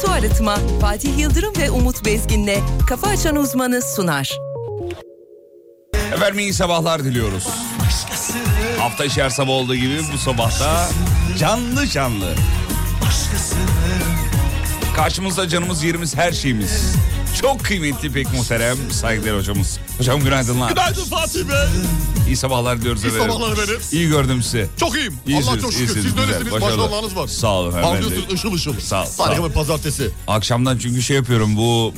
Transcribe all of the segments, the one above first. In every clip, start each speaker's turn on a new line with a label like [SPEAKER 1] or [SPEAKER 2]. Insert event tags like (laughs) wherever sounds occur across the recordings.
[SPEAKER 1] Su Arıtma Fatih Yıldırım ve Umut Bezgin'le Kafa Açan Uzmanı sunar.
[SPEAKER 2] Efendim iyi sabahlar diliyoruz. Hafta içi her sabah olduğu gibi bu sabahta canlı canlı. Karşımızda canımız, yerimiz, her şeyimiz. Çok kıymetli pek muhterem saygıdeğer hocamız. Hocam günaydınlar.
[SPEAKER 3] Günaydın Fatih Bey.
[SPEAKER 2] İyi sabahlar diliyoruz
[SPEAKER 3] İyi
[SPEAKER 2] efendim.
[SPEAKER 3] sabahlar efendim.
[SPEAKER 2] İyi gördüm sizi.
[SPEAKER 3] Çok iyiyim.
[SPEAKER 2] İyisiniz,
[SPEAKER 3] Allah çok şükür.
[SPEAKER 2] iyisiniz,
[SPEAKER 3] Siz de
[SPEAKER 2] güzel,
[SPEAKER 3] öylesiniz.
[SPEAKER 2] başarılı.
[SPEAKER 3] Başarılarınız var.
[SPEAKER 2] Sağ olun efendim.
[SPEAKER 3] Parlıyorsunuz ışıl ışıl.
[SPEAKER 2] Sağ ol, sağ ol.
[SPEAKER 3] Tarihimin pazartesi.
[SPEAKER 2] Akşamdan çünkü şey yapıyorum bu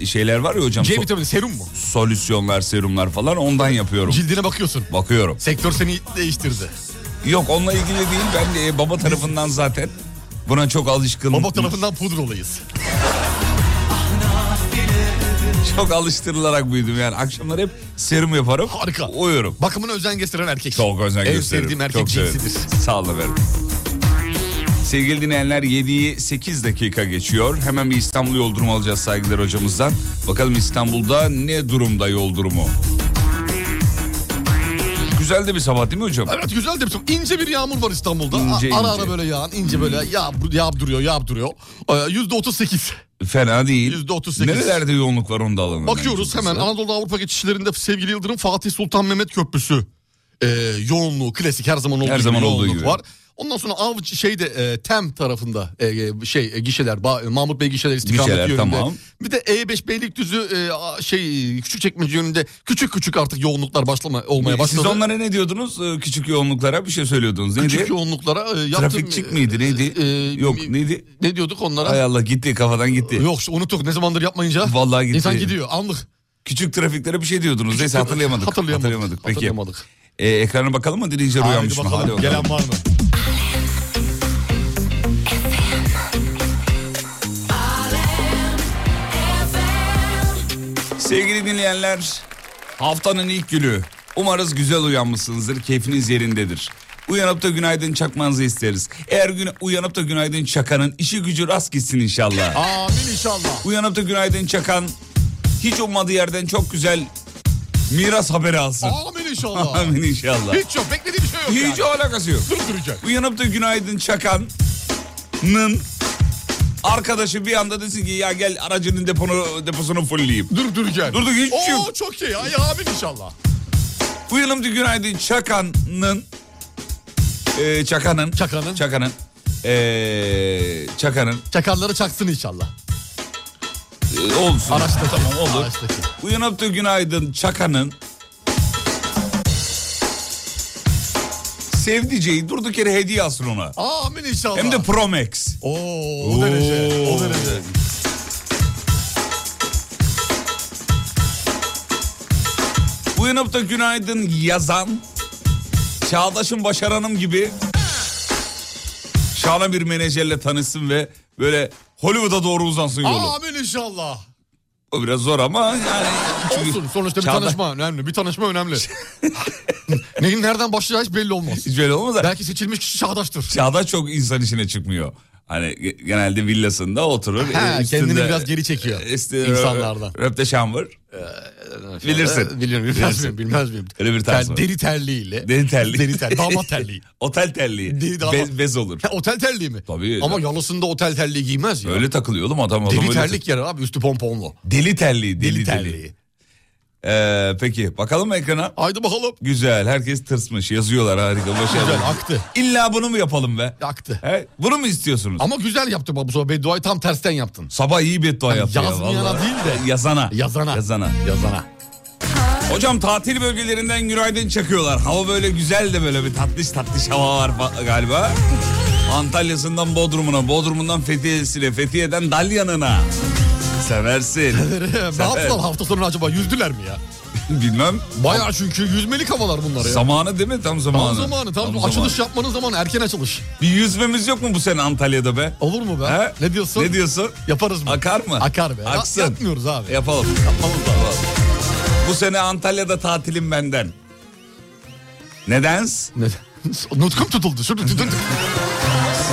[SPEAKER 2] e, şeyler var ya hocam.
[SPEAKER 3] C
[SPEAKER 2] so-
[SPEAKER 3] vitamini serum mu?
[SPEAKER 2] solüsyonlar, serumlar falan ondan yapıyorum.
[SPEAKER 3] Cildine bakıyorsun.
[SPEAKER 2] Bakıyorum.
[SPEAKER 3] Sektör seni değiştirdi.
[SPEAKER 2] Yok onunla ilgili değil. Ben de, e, baba tarafından zaten buna çok alışkın.
[SPEAKER 3] Baba tarafından pudralıyız.
[SPEAKER 2] (laughs) Çok alıştırılarak büyüdüm yani. Akşamlar hep serum yaparım.
[SPEAKER 3] Harika.
[SPEAKER 2] Uyuyorum.
[SPEAKER 3] Bakımına özen gösteren erkek.
[SPEAKER 2] Çok özen
[SPEAKER 3] En
[SPEAKER 2] gösteririm.
[SPEAKER 3] sevdiğim erkek
[SPEAKER 2] Çok severim.
[SPEAKER 3] cinsidir.
[SPEAKER 2] Sağ olun efendim. Sevgili dinleyenler 7'yi 8 dakika geçiyor. Hemen bir İstanbul yol durumu alacağız saygılar hocamızdan. Bakalım İstanbul'da ne durumda yol durumu? Güzel de bir sabah değil mi hocam?
[SPEAKER 3] Evet güzel demiştim. İnce bir yağmur var İstanbul'da.
[SPEAKER 2] İnce,
[SPEAKER 3] A- ara
[SPEAKER 2] ince. Hmm.
[SPEAKER 3] ara böyle yağan, ince böyle yağ, yağ duruyor, yağ duruyor. Ee, Yüzde otuz sekiz.
[SPEAKER 2] Fena değil.
[SPEAKER 3] %38.
[SPEAKER 2] Nerelerde yoğunluk var onu da alalım.
[SPEAKER 3] Bakıyoruz hemen Anadolu Avrupa geçişlerinde sevgili Yıldırım Fatih Sultan Mehmet Köprüsü e, yoğunluğu klasik her zaman olduğu
[SPEAKER 2] Her
[SPEAKER 3] gibi
[SPEAKER 2] zaman olduğu
[SPEAKER 3] yoğunluk
[SPEAKER 2] gibi.
[SPEAKER 3] var. Ondan sonra Avcı şeyde e, Tem tarafında e, e, şey e, gişeler Ba- e, Mahmut Bey gişeler istikameti
[SPEAKER 2] Gişeler,
[SPEAKER 3] yönünde.
[SPEAKER 2] tamam.
[SPEAKER 3] Bir de E5 Beylikdüzü e, a- şey Küçükçekmece yönünde küçük küçük artık yoğunluklar başlama olmaya başladı.
[SPEAKER 2] Siz onlara ne diyordunuz? Ee, Küçük yoğunluklara bir şey söylüyordunuz. Neydi?
[SPEAKER 3] küçük yoğunluklara e, yaptım.
[SPEAKER 2] Trafikçik miydi? Neydi?
[SPEAKER 3] e,
[SPEAKER 2] Yok
[SPEAKER 3] e,
[SPEAKER 2] neydi?
[SPEAKER 3] Ne diyorduk onlara?
[SPEAKER 2] Hay Allah gitti kafadan gitti.
[SPEAKER 3] Yok şu unuttuk ne zamandır yapmayınca.
[SPEAKER 2] Vallahi gitti.
[SPEAKER 3] İnsan gidiyor anlık.
[SPEAKER 2] Küçük trafiklere bir şey diyordunuz. Neyse hatırlayamadık.
[SPEAKER 3] Hatırlayamadık.
[SPEAKER 2] Peki.
[SPEAKER 3] Hatırlayamadık.
[SPEAKER 2] Ee, ekrana bakalım mı? Dinleyiciler
[SPEAKER 3] Haydi
[SPEAKER 2] uyanmış mı?
[SPEAKER 3] bakalım,
[SPEAKER 2] Hadi bakalım.
[SPEAKER 3] Gelen var mı?
[SPEAKER 2] Sevgili dinleyenler haftanın ilk günü. Umarız güzel uyanmışsınızdır. Keyfiniz yerindedir. Uyanıp da günaydın çakmanızı isteriz. Eğer gün, uyanıp da günaydın çakanın işi gücü rast gitsin inşallah.
[SPEAKER 3] Amin inşallah.
[SPEAKER 2] Uyanıp da günaydın çakan hiç ummadığı yerden çok güzel miras haberi alsın.
[SPEAKER 3] Amin inşallah.
[SPEAKER 2] Amin inşallah.
[SPEAKER 3] Hiç yok. Beklediğim şey yok.
[SPEAKER 2] Hiç
[SPEAKER 3] yani.
[SPEAKER 2] o alakası yok.
[SPEAKER 3] Durup duracak.
[SPEAKER 2] Uyanıp da günaydın çakanın arkadaşı bir anda desin ki ya gel aracının deponu, deposunu fullleyeyim.
[SPEAKER 3] Durup duracak.
[SPEAKER 2] Durduk, hiç
[SPEAKER 3] Oo,
[SPEAKER 2] yok.
[SPEAKER 3] çok iyi. Ay amin inşallah.
[SPEAKER 2] Uyanıp da günaydın çakanın e, çakanın
[SPEAKER 3] Çakanın.
[SPEAKER 2] çakanın e, çakanın
[SPEAKER 3] Çakalları çaksın inşallah.
[SPEAKER 2] e, olsun.
[SPEAKER 3] Araçta
[SPEAKER 2] tamam olur.
[SPEAKER 3] Araçtaki.
[SPEAKER 2] Uyanıp da günaydın çakanın sevdiceği durduk yere hediye alsın ona.
[SPEAKER 3] Amin inşallah.
[SPEAKER 2] Hem de Promex.
[SPEAKER 3] Oo, o derece.
[SPEAKER 2] Oo.
[SPEAKER 3] O derece.
[SPEAKER 2] Uyanıp da günaydın yazan Çağdaş'ın başaranım gibi şahane bir menajerle tanışsın ve böyle Hollywood'a doğru uzansın yolu.
[SPEAKER 3] Amin inşallah.
[SPEAKER 2] O biraz zor ama yani çünkü
[SPEAKER 3] Olsun sonuçta bir
[SPEAKER 2] Çağdaş-
[SPEAKER 3] tanışma önemli. Bir tanışma
[SPEAKER 2] (laughs)
[SPEAKER 3] önemli. (laughs) Neyin nereden başlayacağı hiç belli olmaz.
[SPEAKER 2] hiç böyle olmaz da
[SPEAKER 3] Belki seçilmiş kişi çağdaştır.
[SPEAKER 2] Çağdaş çok insan işine çıkmıyor. Hani ge- genelde villasında oturur.
[SPEAKER 3] Ha,
[SPEAKER 2] e, üstünde- e,
[SPEAKER 3] kendini biraz geri çekiyor
[SPEAKER 2] üstünde
[SPEAKER 3] insanlardan. Ee,
[SPEAKER 2] rö- Röpte şambır. Bilirsin.
[SPEAKER 3] Bilirim, bilmez
[SPEAKER 2] Bilirsin.
[SPEAKER 3] Ee, miyim? Bilmez miyim?
[SPEAKER 2] Öyle bir tarz var.
[SPEAKER 3] deri terliğiyle.
[SPEAKER 2] Deri terliği.
[SPEAKER 3] Deri
[SPEAKER 2] (laughs)
[SPEAKER 3] terliği. Damat terliği.
[SPEAKER 2] Otel terliği.
[SPEAKER 3] Değil de ama-
[SPEAKER 2] Bez, bez olur.
[SPEAKER 3] Ha, otel terliği mi?
[SPEAKER 2] Tabii.
[SPEAKER 3] Ama yalısında otel terliği giymez ya.
[SPEAKER 2] Öyle takılıyor oğlum adam. adam
[SPEAKER 3] deli
[SPEAKER 2] öyle
[SPEAKER 3] terlik yer abi üstü pomponlu.
[SPEAKER 2] Deli terliği. Deli,
[SPEAKER 3] Deli,
[SPEAKER 2] deli.
[SPEAKER 3] terliği.
[SPEAKER 2] Ee, peki bakalım mı ekrana?
[SPEAKER 3] Haydi bakalım.
[SPEAKER 2] Güzel herkes tırsmış yazıyorlar harika
[SPEAKER 3] Güzel
[SPEAKER 2] başarılı.
[SPEAKER 3] aktı.
[SPEAKER 2] İlla bunu mu yapalım be?
[SPEAKER 3] Aktı.
[SPEAKER 2] He? Bunu mu istiyorsunuz?
[SPEAKER 3] Ama güzel yaptın bak bu sefer bedduayı tam tersten yaptın.
[SPEAKER 2] Sabah iyi beddua
[SPEAKER 3] Yani
[SPEAKER 2] yaptı ya.
[SPEAKER 3] yazmayana
[SPEAKER 2] vallahi.
[SPEAKER 3] değil de-
[SPEAKER 2] Yazana.
[SPEAKER 3] Yazana.
[SPEAKER 2] Yazana.
[SPEAKER 3] Yazana.
[SPEAKER 2] Hocam tatil bölgelerinden günaydın çakıyorlar. Hava böyle güzel de böyle bir tatlış tatlış hava var fa- galiba. Antalya'sından Bodrum'una, Bodrum'undan Fethiye'sine, Fethiye'den Dalyan'ına. Seversin.
[SPEAKER 3] (laughs) ne yaptılar hafta sonu acaba yüzdüler mi ya?
[SPEAKER 2] Bilmem.
[SPEAKER 3] Bayağı çünkü yüzmelik havalar bunlar ya.
[SPEAKER 2] Zamanı değil mi? Tam zamanı.
[SPEAKER 3] Tam zamanı tam,
[SPEAKER 2] zamanı.
[SPEAKER 3] açılış yapmanın zamanı erken açılış.
[SPEAKER 2] Bir yüzmemiz yok mu bu sene Antalya'da be?
[SPEAKER 3] Olur mu be?
[SPEAKER 2] He?
[SPEAKER 3] Ne diyorsun?
[SPEAKER 2] Ne diyorsun?
[SPEAKER 3] Yaparız mı?
[SPEAKER 2] Akar mı?
[SPEAKER 3] Akar be. Ya-
[SPEAKER 2] Aksın.
[SPEAKER 3] Yapmıyoruz abi.
[SPEAKER 2] Yapalım.
[SPEAKER 3] Yapmamız lazım.
[SPEAKER 2] Bu sene Antalya'da tatilim benden. Nedens?
[SPEAKER 3] Ne? (laughs) Nutkum tutuldu. Şurada tutuldu.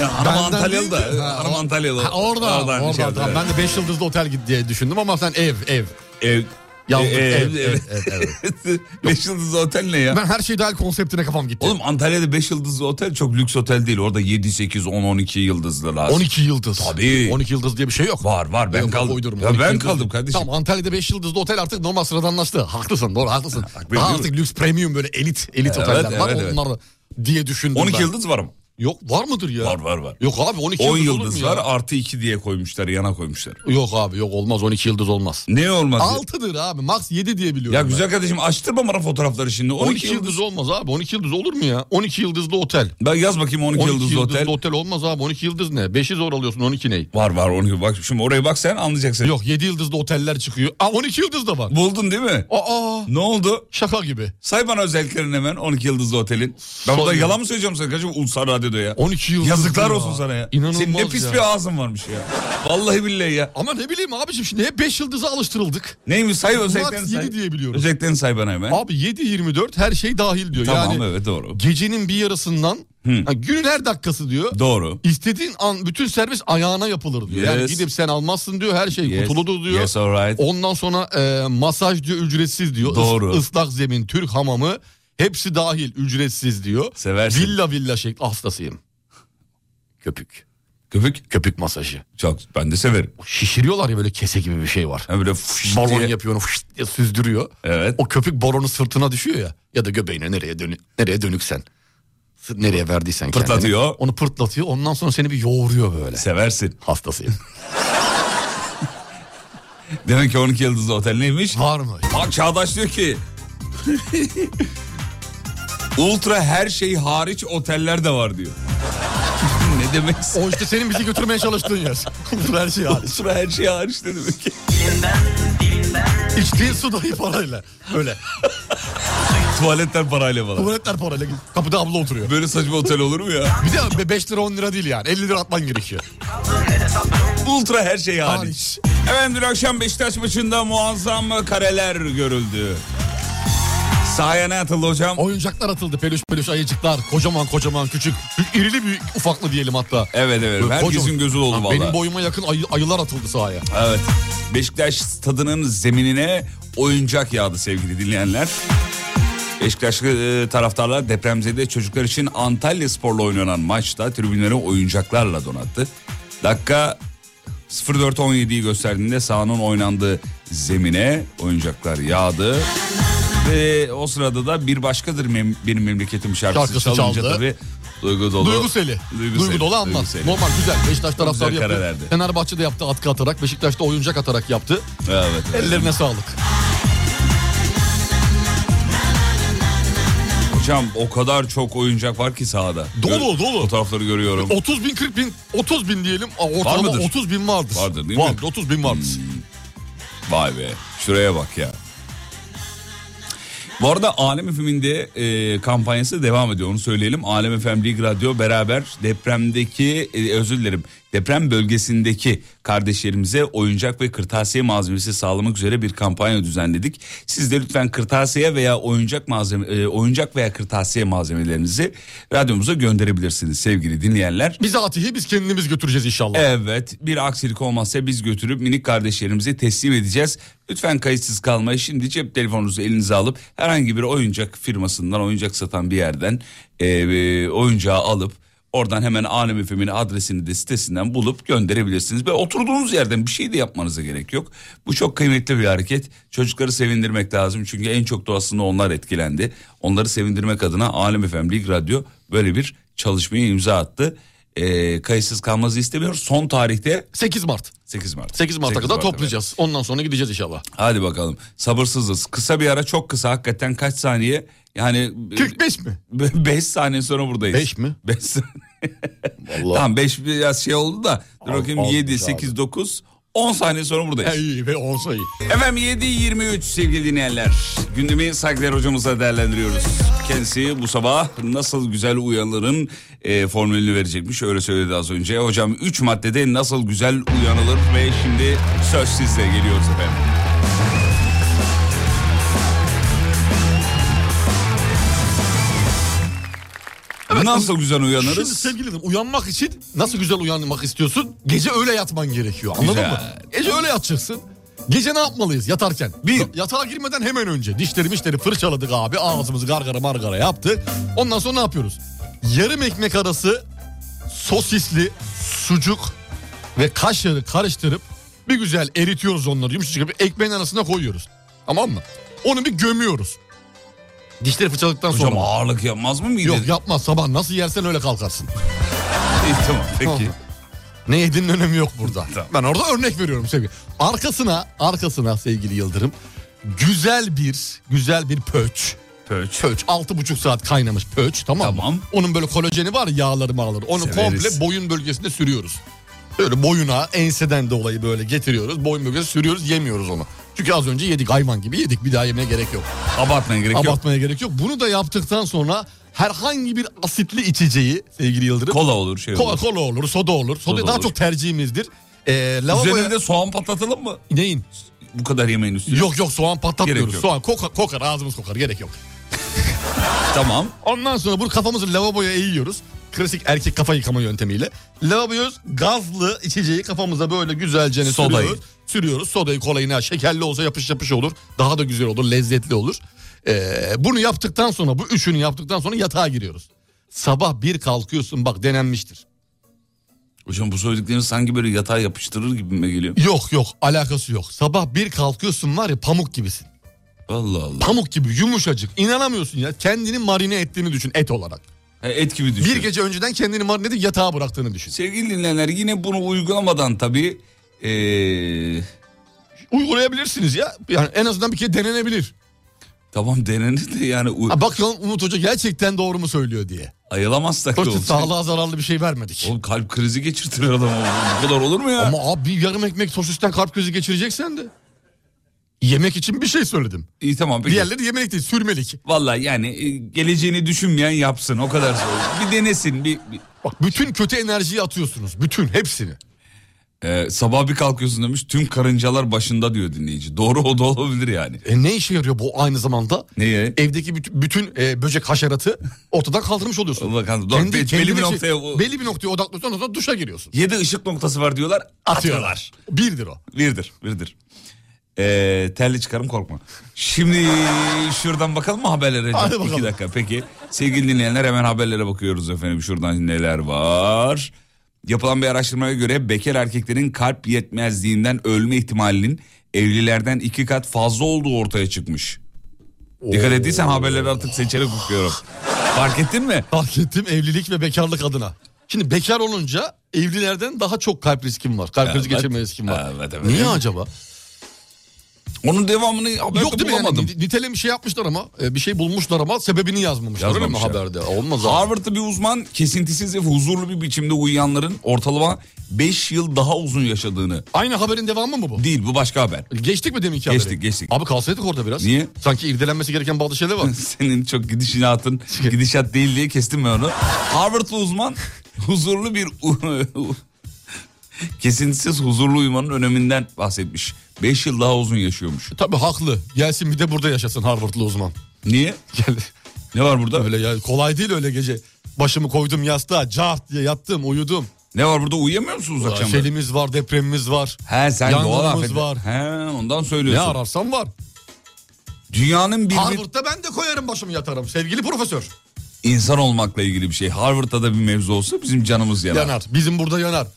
[SPEAKER 2] Ya, anam
[SPEAKER 3] Benden değil
[SPEAKER 2] E, Antalyalı
[SPEAKER 3] de-
[SPEAKER 2] da.
[SPEAKER 3] Ha,
[SPEAKER 2] Anam
[SPEAKER 3] o-
[SPEAKER 2] Antalyalı.
[SPEAKER 3] Ha, orada, oradan,
[SPEAKER 2] şey
[SPEAKER 3] tamam.
[SPEAKER 2] yaptı.
[SPEAKER 3] Ben de 5 yıldızlı otel git diye düşündüm ama sen ev, ev.
[SPEAKER 2] Ev,
[SPEAKER 3] Yazlık
[SPEAKER 2] Ee,
[SPEAKER 3] ev,
[SPEAKER 2] ev,
[SPEAKER 3] ev,
[SPEAKER 2] ev.
[SPEAKER 3] ev, ev.
[SPEAKER 2] (laughs) Beş yıldızlı otel ne ya?
[SPEAKER 3] Ben her şey dahil konseptine kafam gitti.
[SPEAKER 2] Oğlum Antalya'da 5 yıldızlı otel çok lüks otel değil. Orada 7, 8, 10, 12 yıldızlı lazım.
[SPEAKER 3] 12 yıldız.
[SPEAKER 2] Tabii.
[SPEAKER 3] 12 yıldız diye bir şey yok.
[SPEAKER 2] Var var ben
[SPEAKER 3] Yok,
[SPEAKER 2] kaldım.
[SPEAKER 3] uydurma.
[SPEAKER 2] Ya
[SPEAKER 3] 12
[SPEAKER 2] ben
[SPEAKER 3] yıldız.
[SPEAKER 2] kaldım kardeşim.
[SPEAKER 3] Tamam Antalya'da 5 yıldızlı otel artık normal sıradanlaştı. Haklısın doğru haklısın.
[SPEAKER 2] değil
[SPEAKER 3] Daha
[SPEAKER 2] mi?
[SPEAKER 3] artık lüks premium böyle elit elit oteller
[SPEAKER 2] evet,
[SPEAKER 3] var
[SPEAKER 2] evet.
[SPEAKER 3] onlar diye düşündüm
[SPEAKER 2] 12
[SPEAKER 3] ben.
[SPEAKER 2] yıldız var mı?
[SPEAKER 3] Yok var mıdır ya?
[SPEAKER 2] Var var var.
[SPEAKER 3] Yok abi 12
[SPEAKER 2] 10
[SPEAKER 3] yıldız, olur
[SPEAKER 2] yıldız
[SPEAKER 3] mu ya?
[SPEAKER 2] var artı 2 diye koymuşlar yana koymuşlar.
[SPEAKER 3] Yok abi yok olmaz 12 yıldız olmaz.
[SPEAKER 2] Ne olmaz? ya?
[SPEAKER 3] 6'dır abi max 7 diye biliyorum.
[SPEAKER 2] Ya
[SPEAKER 3] ben.
[SPEAKER 2] güzel kardeşim açtırma bana fotoğrafları şimdi. 12,
[SPEAKER 3] 12
[SPEAKER 2] yıldız.
[SPEAKER 3] yıldız olmaz abi 12 yıldız olur mu ya? 12 yıldızlı otel.
[SPEAKER 2] Ben yaz bakayım 12,
[SPEAKER 3] 12
[SPEAKER 2] yıldızlı, otel.
[SPEAKER 3] olmaz abi 12 yıldız ne? 5'i zor alıyorsun 12 ney?
[SPEAKER 2] Var var 12. Bak şimdi oraya bak sen anlayacaksın.
[SPEAKER 3] Yok 7 yıldızlı oteller çıkıyor. Aa 12 yıldız da var.
[SPEAKER 2] Buldun değil mi?
[SPEAKER 3] Aa
[SPEAKER 2] Ne oldu?
[SPEAKER 3] şaka gibi.
[SPEAKER 2] Say bana özelliklerini hemen 12 yıldızlı otelin. Ben burada
[SPEAKER 3] Soruyorum.
[SPEAKER 2] yalan mı söyleyeceğim sana? Kaçım Ulusal Radyo'da ya.
[SPEAKER 3] 12 yıldız.
[SPEAKER 2] Yazıklar
[SPEAKER 3] ya.
[SPEAKER 2] olsun sana ya.
[SPEAKER 3] İnanılmaz
[SPEAKER 2] Senin ne pis
[SPEAKER 3] ya.
[SPEAKER 2] bir ağzın varmış ya. Vallahi billahi ya.
[SPEAKER 3] Ama ne bileyim abicim şimdi hep 5 yıldıza alıştırıldık.
[SPEAKER 2] Neymiş say özelliklerini
[SPEAKER 3] Max 7
[SPEAKER 2] say.
[SPEAKER 3] diye biliyorum.
[SPEAKER 2] Özelliklerini say bana hemen.
[SPEAKER 3] Abi 7-24 her şey dahil diyor.
[SPEAKER 2] tamam
[SPEAKER 3] yani
[SPEAKER 2] evet doğru.
[SPEAKER 3] gecenin bir yarısından
[SPEAKER 2] Hı.
[SPEAKER 3] ha, günün her dakikası diyor.
[SPEAKER 2] Doğru.
[SPEAKER 3] İstediğin an bütün servis ayağına yapılır diyor. Yani
[SPEAKER 2] Yes.
[SPEAKER 3] gidip sen almazsın diyor. Her şey
[SPEAKER 2] Yes.
[SPEAKER 3] kutuludur diyor.
[SPEAKER 2] Yes alright.
[SPEAKER 3] Ondan sonra e, masaj diyor ücretsiz diyor. Is-
[SPEAKER 2] Doğru.
[SPEAKER 3] Islak zemin, Türk hamamı hepsi dahil ücretsiz diyor.
[SPEAKER 2] Seversin.
[SPEAKER 3] Villa villa şekli hastasıyım. Köpük.
[SPEAKER 2] Köpük.
[SPEAKER 3] Köpük masajı.
[SPEAKER 2] Çok ben de severim.
[SPEAKER 3] Şişiriyorlar ya böyle kese gibi bir şey var.
[SPEAKER 2] Ha böyle fış
[SPEAKER 3] Balon
[SPEAKER 2] diye.
[SPEAKER 3] yapıyor fış diye süzdürüyor.
[SPEAKER 2] Evet.
[SPEAKER 3] O köpük balonu sırtına düşüyor ya. Ya da göbeğine nereye dönük, nereye dönüksen. Sı- Nereye verdiysen kendini.
[SPEAKER 2] Pırtlatıyor.
[SPEAKER 3] Onu pırtlatıyor. Ondan sonra seni bir yoğuruyor böyle.
[SPEAKER 2] Seversin. (laughs)
[SPEAKER 3] Hastasıyım.
[SPEAKER 2] Demek ki 12 yıldızlı otel neymiş?
[SPEAKER 3] Var mı?
[SPEAKER 2] Bak Çağdaş diyor
[SPEAKER 3] (laughs)
[SPEAKER 2] ki... Ultra her şey hariç oteller de var diyor. (laughs) ne demek?
[SPEAKER 3] O işte senin bizi götürmeye çalıştığın yer. (laughs) Her şey hariç.
[SPEAKER 2] Ultra her şey hariç ne demek ki? (laughs)
[SPEAKER 3] İçtiğin su dahi parayla. Öyle.
[SPEAKER 2] Tuvaletler parayla falan.
[SPEAKER 3] Tuvaletler parayla. Kapıda abla oturuyor.
[SPEAKER 2] Böyle saçma otel olur mu ya?
[SPEAKER 3] Bir de 5 lira 10 lira değil yani. 50 lira atman gerekiyor.
[SPEAKER 2] Ultra her şey hariç.
[SPEAKER 3] Hariç.
[SPEAKER 2] Efendim dün akşam Beşiktaş maçında muazzam kareler görüldü. Sahaya ne atıldı hocam?
[SPEAKER 3] Oyuncaklar atıldı. Peluş peluş ayıcıklar. Kocaman kocaman küçük. İrili büyük ufaklı diyelim hatta.
[SPEAKER 2] Evet evet
[SPEAKER 3] Böyle
[SPEAKER 2] herkesin
[SPEAKER 3] kocaman.
[SPEAKER 2] gözü oldu
[SPEAKER 3] Ha,
[SPEAKER 2] valla.
[SPEAKER 3] Benim boyuma yakın ayı- ayılar atıldı sahaya.
[SPEAKER 2] Evet. Beşiktaş stadının zeminine oyuncak yağdı sevgili dinleyenler. Beşiktaşlı e, taraftarlar depremzede çocuklar için Antalya Spor'la oynanan maçta tribünleri oyuncaklarla donattı. Dakika 04.17'yi gösterdiğinde sahanın oynandığı zemine oyuncaklar yağdı. Ve o sırada da bir başkadır mem- benim memleketim şarkısı,
[SPEAKER 3] Şarkısı
[SPEAKER 2] çalınca
[SPEAKER 3] çaldı.
[SPEAKER 2] tabii duygu dolu.
[SPEAKER 3] Duyguseli.
[SPEAKER 2] Duygu,
[SPEAKER 3] Duygu dolu anlat. Normal güzel. Beşiktaş taraftarı
[SPEAKER 2] Güzel
[SPEAKER 3] yaptı.
[SPEAKER 2] karelerdi.
[SPEAKER 3] Fenerbahçe'de yaptı atkı atarak. Beşiktaş'ta oyuncak atarak yaptı.
[SPEAKER 2] Evet, evet.
[SPEAKER 3] Ellerine sağlık.
[SPEAKER 2] Hocam o kadar çok oyuncak var ki sahada.
[SPEAKER 3] Dolu, dolu.
[SPEAKER 2] Fotoğrafları görüyorum.
[SPEAKER 3] 30 bin 40 bin 30 bin diyelim. Aa, Ortalama
[SPEAKER 2] mıdır?
[SPEAKER 3] 30 bin vardır.
[SPEAKER 2] Vardır, değil mi? Hmm.
[SPEAKER 3] Vardır, 30 bin vardır.
[SPEAKER 2] Vay be şuraya bak ya. Bu arada Alem FM'inde e, kampanyası devam ediyor onu söyleyelim. Alem FM Lig Radyo beraber depremdeki e, özür dilerim deprem bölgesindeki kardeşlerimize oyuncak ve kırtasiye malzemesi sağlamak üzere bir kampanya düzenledik. Siz de lütfen kırtasiye veya oyuncak malzeme e, oyuncak veya kırtasiye malzemelerinizi radyomuza gönderebilirsiniz sevgili dinleyenler.
[SPEAKER 3] Bizatihi biz kendimiz götüreceğiz inşallah.
[SPEAKER 2] Evet bir aksilik olmazsa biz götürüp minik kardeşlerimize teslim edeceğiz. Lütfen kayıtsız kalmayı şimdi cep telefonunuzu elinize alıp herhangi bir oyuncak firmasından oyuncak satan bir yerden e, e, oyuncağı alıp oradan hemen Alem FM'in adresini de sitesinden bulup gönderebilirsiniz. Ve oturduğunuz yerden bir şey de yapmanıza gerek yok. Bu çok kıymetli bir hareket. Çocukları sevindirmek lazım çünkü en çok da aslında onlar etkilendi. Onları sevindirmek adına Alem FM Lig Radyo böyle bir çalışmaya imza attı e, kayıtsız kalmanızı istemiyoruz. Son tarihte
[SPEAKER 3] 8 Mart.
[SPEAKER 2] 8 Mart.
[SPEAKER 3] 8 Mart'a kadar
[SPEAKER 2] evet.
[SPEAKER 3] toplayacağız. Ondan sonra gideceğiz inşallah.
[SPEAKER 2] Hadi bakalım sabırsızız. Kısa bir ara çok kısa hakikaten kaç saniye yani
[SPEAKER 3] 45 mi?
[SPEAKER 2] 5 saniye sonra buradayız. (laughs)
[SPEAKER 3] Beş mi?
[SPEAKER 2] 5 saniye.
[SPEAKER 3] Vallahi.
[SPEAKER 2] tamam 5 biraz şey oldu da dur
[SPEAKER 3] Al-
[SPEAKER 2] bakayım
[SPEAKER 3] almış
[SPEAKER 2] 7,
[SPEAKER 3] abi.
[SPEAKER 2] 8, 9, 10 saniye sonra buradayız.
[SPEAKER 3] Ey ve olsa E, iyi.
[SPEAKER 2] Efendim 7.23 sevgili dinleyenler. Gündemi Saygılar hocamızla değerlendiriyoruz. Kendisi bu sabah nasıl güzel uyanılırın e, formülünü verecekmiş. Öyle söyledi az önce. Hocam 3 maddede nasıl güzel uyanılır ve şimdi söz sizle geliyoruz efendim. Nasıl güzel
[SPEAKER 3] Şimdi
[SPEAKER 2] uyanırız?
[SPEAKER 3] sevgilinim uyanmak için nasıl güzel uyanmak istiyorsun? Gece öyle yatman gerekiyor anladın
[SPEAKER 2] Güzel.
[SPEAKER 3] mı? Gece öyle yatacaksın. Gece ne yapmalıyız yatarken?
[SPEAKER 2] Bir.
[SPEAKER 3] Yatağa girmeden hemen önce dişleri mişleri fırçaladık abi. Ağzımızı gargara margara yaptık. Ondan sonra ne yapıyoruz? Yarım ekmek arası sosisli sucuk ve kaşarı karıştırıp bir güzel eritiyoruz onları yumuşacık yapıp ekmeğin arasına koyuyoruz. Tamam mı? Onu bir gömüyoruz. Dişleri fırçaladıktan
[SPEAKER 2] Hocam
[SPEAKER 3] sonra.
[SPEAKER 2] ağırlık yapmaz mı mide?
[SPEAKER 3] Yok yapma sabah nasıl yersen öyle kalkarsın.
[SPEAKER 2] İyi, E, tamam peki.
[SPEAKER 3] Tamam. Ne yediğinin önemi yok burada.
[SPEAKER 2] (laughs) Tamam.
[SPEAKER 3] Ben orada örnek veriyorum sevgili. Arkasına, arkasına sevgili Yıldırım güzel bir, güzel bir pöç.
[SPEAKER 2] Pöç.
[SPEAKER 3] Pöç. Altı buçuk saat kaynamış pöç tamam mı?
[SPEAKER 2] Tamam.
[SPEAKER 3] Onun böyle kolajeni var ya, yağları mağları. Onu
[SPEAKER 2] Severiz.
[SPEAKER 3] komple boyun bölgesinde sürüyoruz. Böyle boyuna enseden dolayı böyle getiriyoruz. Boyun bölgesine sürüyoruz yemiyoruz onu. Çünkü az önce yedik hayvan gibi yedik bir daha yemeye gerek yok.
[SPEAKER 2] Abartmaya gerek yok.
[SPEAKER 3] Abartmaya gerek yok. Bunu da yaptıktan sonra herhangi bir asitli içeceği sevgili Yıldırım.
[SPEAKER 2] Kola olur şey
[SPEAKER 3] Kola,
[SPEAKER 2] olur.
[SPEAKER 3] kola olur, soda olur. Soda,
[SPEAKER 2] Soda
[SPEAKER 3] daha
[SPEAKER 2] olur.
[SPEAKER 3] çok tercihimizdir. Ee, lavaboya...
[SPEAKER 2] Üzerine de soğan patlatalım mı?
[SPEAKER 3] Neyin?
[SPEAKER 2] Bu kadar yemeğin üstüne.
[SPEAKER 3] Yok yok soğan patlatmıyoruz.
[SPEAKER 2] Gerek yok.
[SPEAKER 3] Soğan koka- kokar ağzımız kokar gerek yok.
[SPEAKER 2] Tamam.
[SPEAKER 3] Ondan sonra bunu kafamızı lavaboya eğiyoruz. Klasik erkek kafa yıkama yöntemiyle. Lavaboya gazlı içeceği kafamıza böyle güzelce
[SPEAKER 2] Sodayı.
[SPEAKER 3] sürüyoruz. Sürüyoruz sodayı kolayına şekerli olsa yapış yapış olur. Daha da güzel olur lezzetli olur. Ee, bunu yaptıktan sonra bu üçünü yaptıktan sonra yatağa giriyoruz. Sabah bir kalkıyorsun bak denenmiştir.
[SPEAKER 2] Hocam bu söyledikleriniz sanki böyle yatağa yapıştırır gibi mi geliyor?
[SPEAKER 3] Yok yok alakası yok. Sabah bir kalkıyorsun var ya pamuk gibisin.
[SPEAKER 2] Allah Allah.
[SPEAKER 3] Pamuk gibi yumuşacık. İnanamıyorsun ya. Kendini marine ettiğini düşün et olarak.
[SPEAKER 2] He, et gibi düşün.
[SPEAKER 3] Bir gece önceden kendini marine edip yatağa bıraktığını düşün.
[SPEAKER 2] Sevgili dinleyenler yine bunu uygulamadan tabii ee,
[SPEAKER 3] Uygulayabilirsiniz ya. Yani en azından bir kere denenebilir.
[SPEAKER 2] tamam denenir de yani u-
[SPEAKER 3] Ha bak lan Umut Hoca gerçekten doğru mu söylüyor diye.
[SPEAKER 2] ayılamazsak da
[SPEAKER 3] Hoca
[SPEAKER 2] olacak.
[SPEAKER 3] sağlığa zararlı bir şey vermedik.
[SPEAKER 2] Oğlum kalp krizi geçirtir adamı. Bu kadar olur mu ya?
[SPEAKER 3] Ama abi bir yarım ekmek sosisten kalp krizi geçireceksen de. Yemek için bir şey söyledim.
[SPEAKER 2] İyi tamam peki.
[SPEAKER 3] Diğerleri yemek değil sürmelik.
[SPEAKER 2] Vallahi yani e, geleceğini düşünmeyen yapsın o kadar söyleyeyim. Bir denesin bir, bir-
[SPEAKER 3] Bak bütün kötü enerjiyi atıyorsunuz. Bütün hepsini.
[SPEAKER 2] Ee, sabah bir kalkıyorsun demiş tüm karıncalar başında diyor dinleyici. Doğru o da olabilir yani.
[SPEAKER 3] E ne işe yarıyor bu aynı zamanda?
[SPEAKER 2] Neye?
[SPEAKER 3] Evdeki büt- bütün e, böcek haşeratı ortadan kaldırmış oluyorsun.
[SPEAKER 2] Allah kahretsin. Doğru, be- belli bir
[SPEAKER 3] kendine-
[SPEAKER 2] noktaya o-
[SPEAKER 3] şey- belli bir noktaya odaklanıyorsun ondan sonra duşa giriyorsun.
[SPEAKER 2] Yedi ışık noktası var diyorlar atıyorlar.
[SPEAKER 3] Birdir o.
[SPEAKER 2] Birdir birdir. Ee, terli çıkarım korkma. Şimdi şuradan bakalım mı haberlere?
[SPEAKER 3] Hadi
[SPEAKER 2] İki
[SPEAKER 3] bakalım.
[SPEAKER 2] dakika peki. Sevgili dinleyenler hemen haberlere bakıyoruz efendim. Şuradan neler var? Yapılan bir araştırmaya göre bekar erkeklerin kalp yetmezliğinden ölme ihtimalinin evlilerden iki kat fazla olduğu ortaya çıkmış. Dikkat ettiysen haberleri artık seçerek okuyorum. Fark ettin mi?
[SPEAKER 3] Fark ettim evlilik ve bekarlık adına. Şimdi bekar olunca evlilerden daha çok kalp riskim var. Kalp krizi
[SPEAKER 2] Evet.
[SPEAKER 3] geçirme riskim var.
[SPEAKER 2] Evet, evet.
[SPEAKER 3] Niye acaba?
[SPEAKER 2] Onun devamını haberde
[SPEAKER 3] Yok değil mi?
[SPEAKER 2] bulamadım.
[SPEAKER 3] Yani, ni- nitele bir şey yapmışlar ama e, bir şey bulmuşlar ama sebebini yazmamışlar. Öyle mi
[SPEAKER 2] Yazmamışlar.
[SPEAKER 3] haberde? Olmaz abi.
[SPEAKER 2] Harvard'da bir uzman kesintisiz ve huzurlu bir biçimde uyuyanların ortalama 5 yıl daha uzun yaşadığını.
[SPEAKER 3] Aynı haberin devamı mı bu?
[SPEAKER 2] Değil bu başka haber. (laughs)
[SPEAKER 3] Geçtik mi deminki
[SPEAKER 2] Geçtik,
[SPEAKER 3] haberi?
[SPEAKER 2] geçtik.
[SPEAKER 3] Abi kalsaydık orada biraz.
[SPEAKER 2] Niye?
[SPEAKER 3] Sanki irdelenmesi gereken bazı şeyler var.
[SPEAKER 2] Senin çok gidişatın
[SPEAKER 3] Şey-
[SPEAKER 2] gidişat değil diye kestim ben onu. Harvard'lı
[SPEAKER 3] (laughs)
[SPEAKER 2] uzman huzurlu bir u- kesintisiz huzurlu uyumanın öneminden bahsetmiş. 5 yıl daha uzun yaşıyormuş.
[SPEAKER 3] Tabii haklı. Gelsin bir de burada yaşasın Harvardlı uzman.
[SPEAKER 2] Niye?
[SPEAKER 3] Gel.
[SPEAKER 2] Ne var burada?
[SPEAKER 3] Öyle ya kolay değil öyle gece. Başımı koydum yastığa, cart diye yattım, uyudum.
[SPEAKER 2] Ne var burada uyuyamıyor musunuz akşamları?
[SPEAKER 3] Selimiz var, depremimiz var.
[SPEAKER 2] He sen doğal
[SPEAKER 3] şey Yangınımız
[SPEAKER 2] afet.
[SPEAKER 3] var.
[SPEAKER 2] He ondan
[SPEAKER 3] Ne
[SPEAKER 2] söylüyorsun.
[SPEAKER 3] ararsam var.
[SPEAKER 2] Dünyanın bir
[SPEAKER 3] Harvard'da ben de koyarım başımı yatarım sevgili profesör.
[SPEAKER 2] insan olmakla ilgili bir şey. Harvard'da da bir mevzu olsa bizim canımız yanar.
[SPEAKER 3] Yanar. Bizim burada yanar.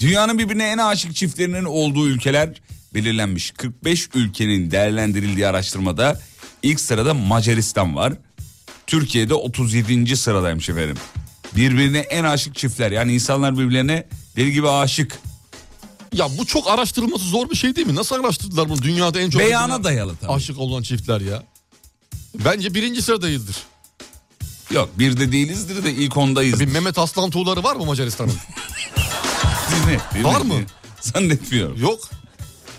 [SPEAKER 2] Dünyanın birbirine en aşık çiftlerinin olduğu ülkeler belirlenmiş. 45 ülkenin değerlendirildiği araştırmada ilk sırada Macaristan var. Türkiye'de 37. sıradaymış efendim. Birbirine en aşık çiftler. Yani insanlar birbirlerine deli gibi aşık.
[SPEAKER 3] Ya bu çok araştırılması zor bir şey değil mi? Nasıl araştırdılar bunu? Dünyada en çok
[SPEAKER 2] Beyana dayalı tabii.
[SPEAKER 3] aşık olan çiftler ya. Bence birinci sıradayızdır.
[SPEAKER 2] Yok bir de değilizdir de ilk ondayız.
[SPEAKER 3] Bir Mehmet Aslan Tuğları var mı Macaristan'ın? Var mı?
[SPEAKER 2] (laughs) Zannetmiyorum.
[SPEAKER 3] Yok.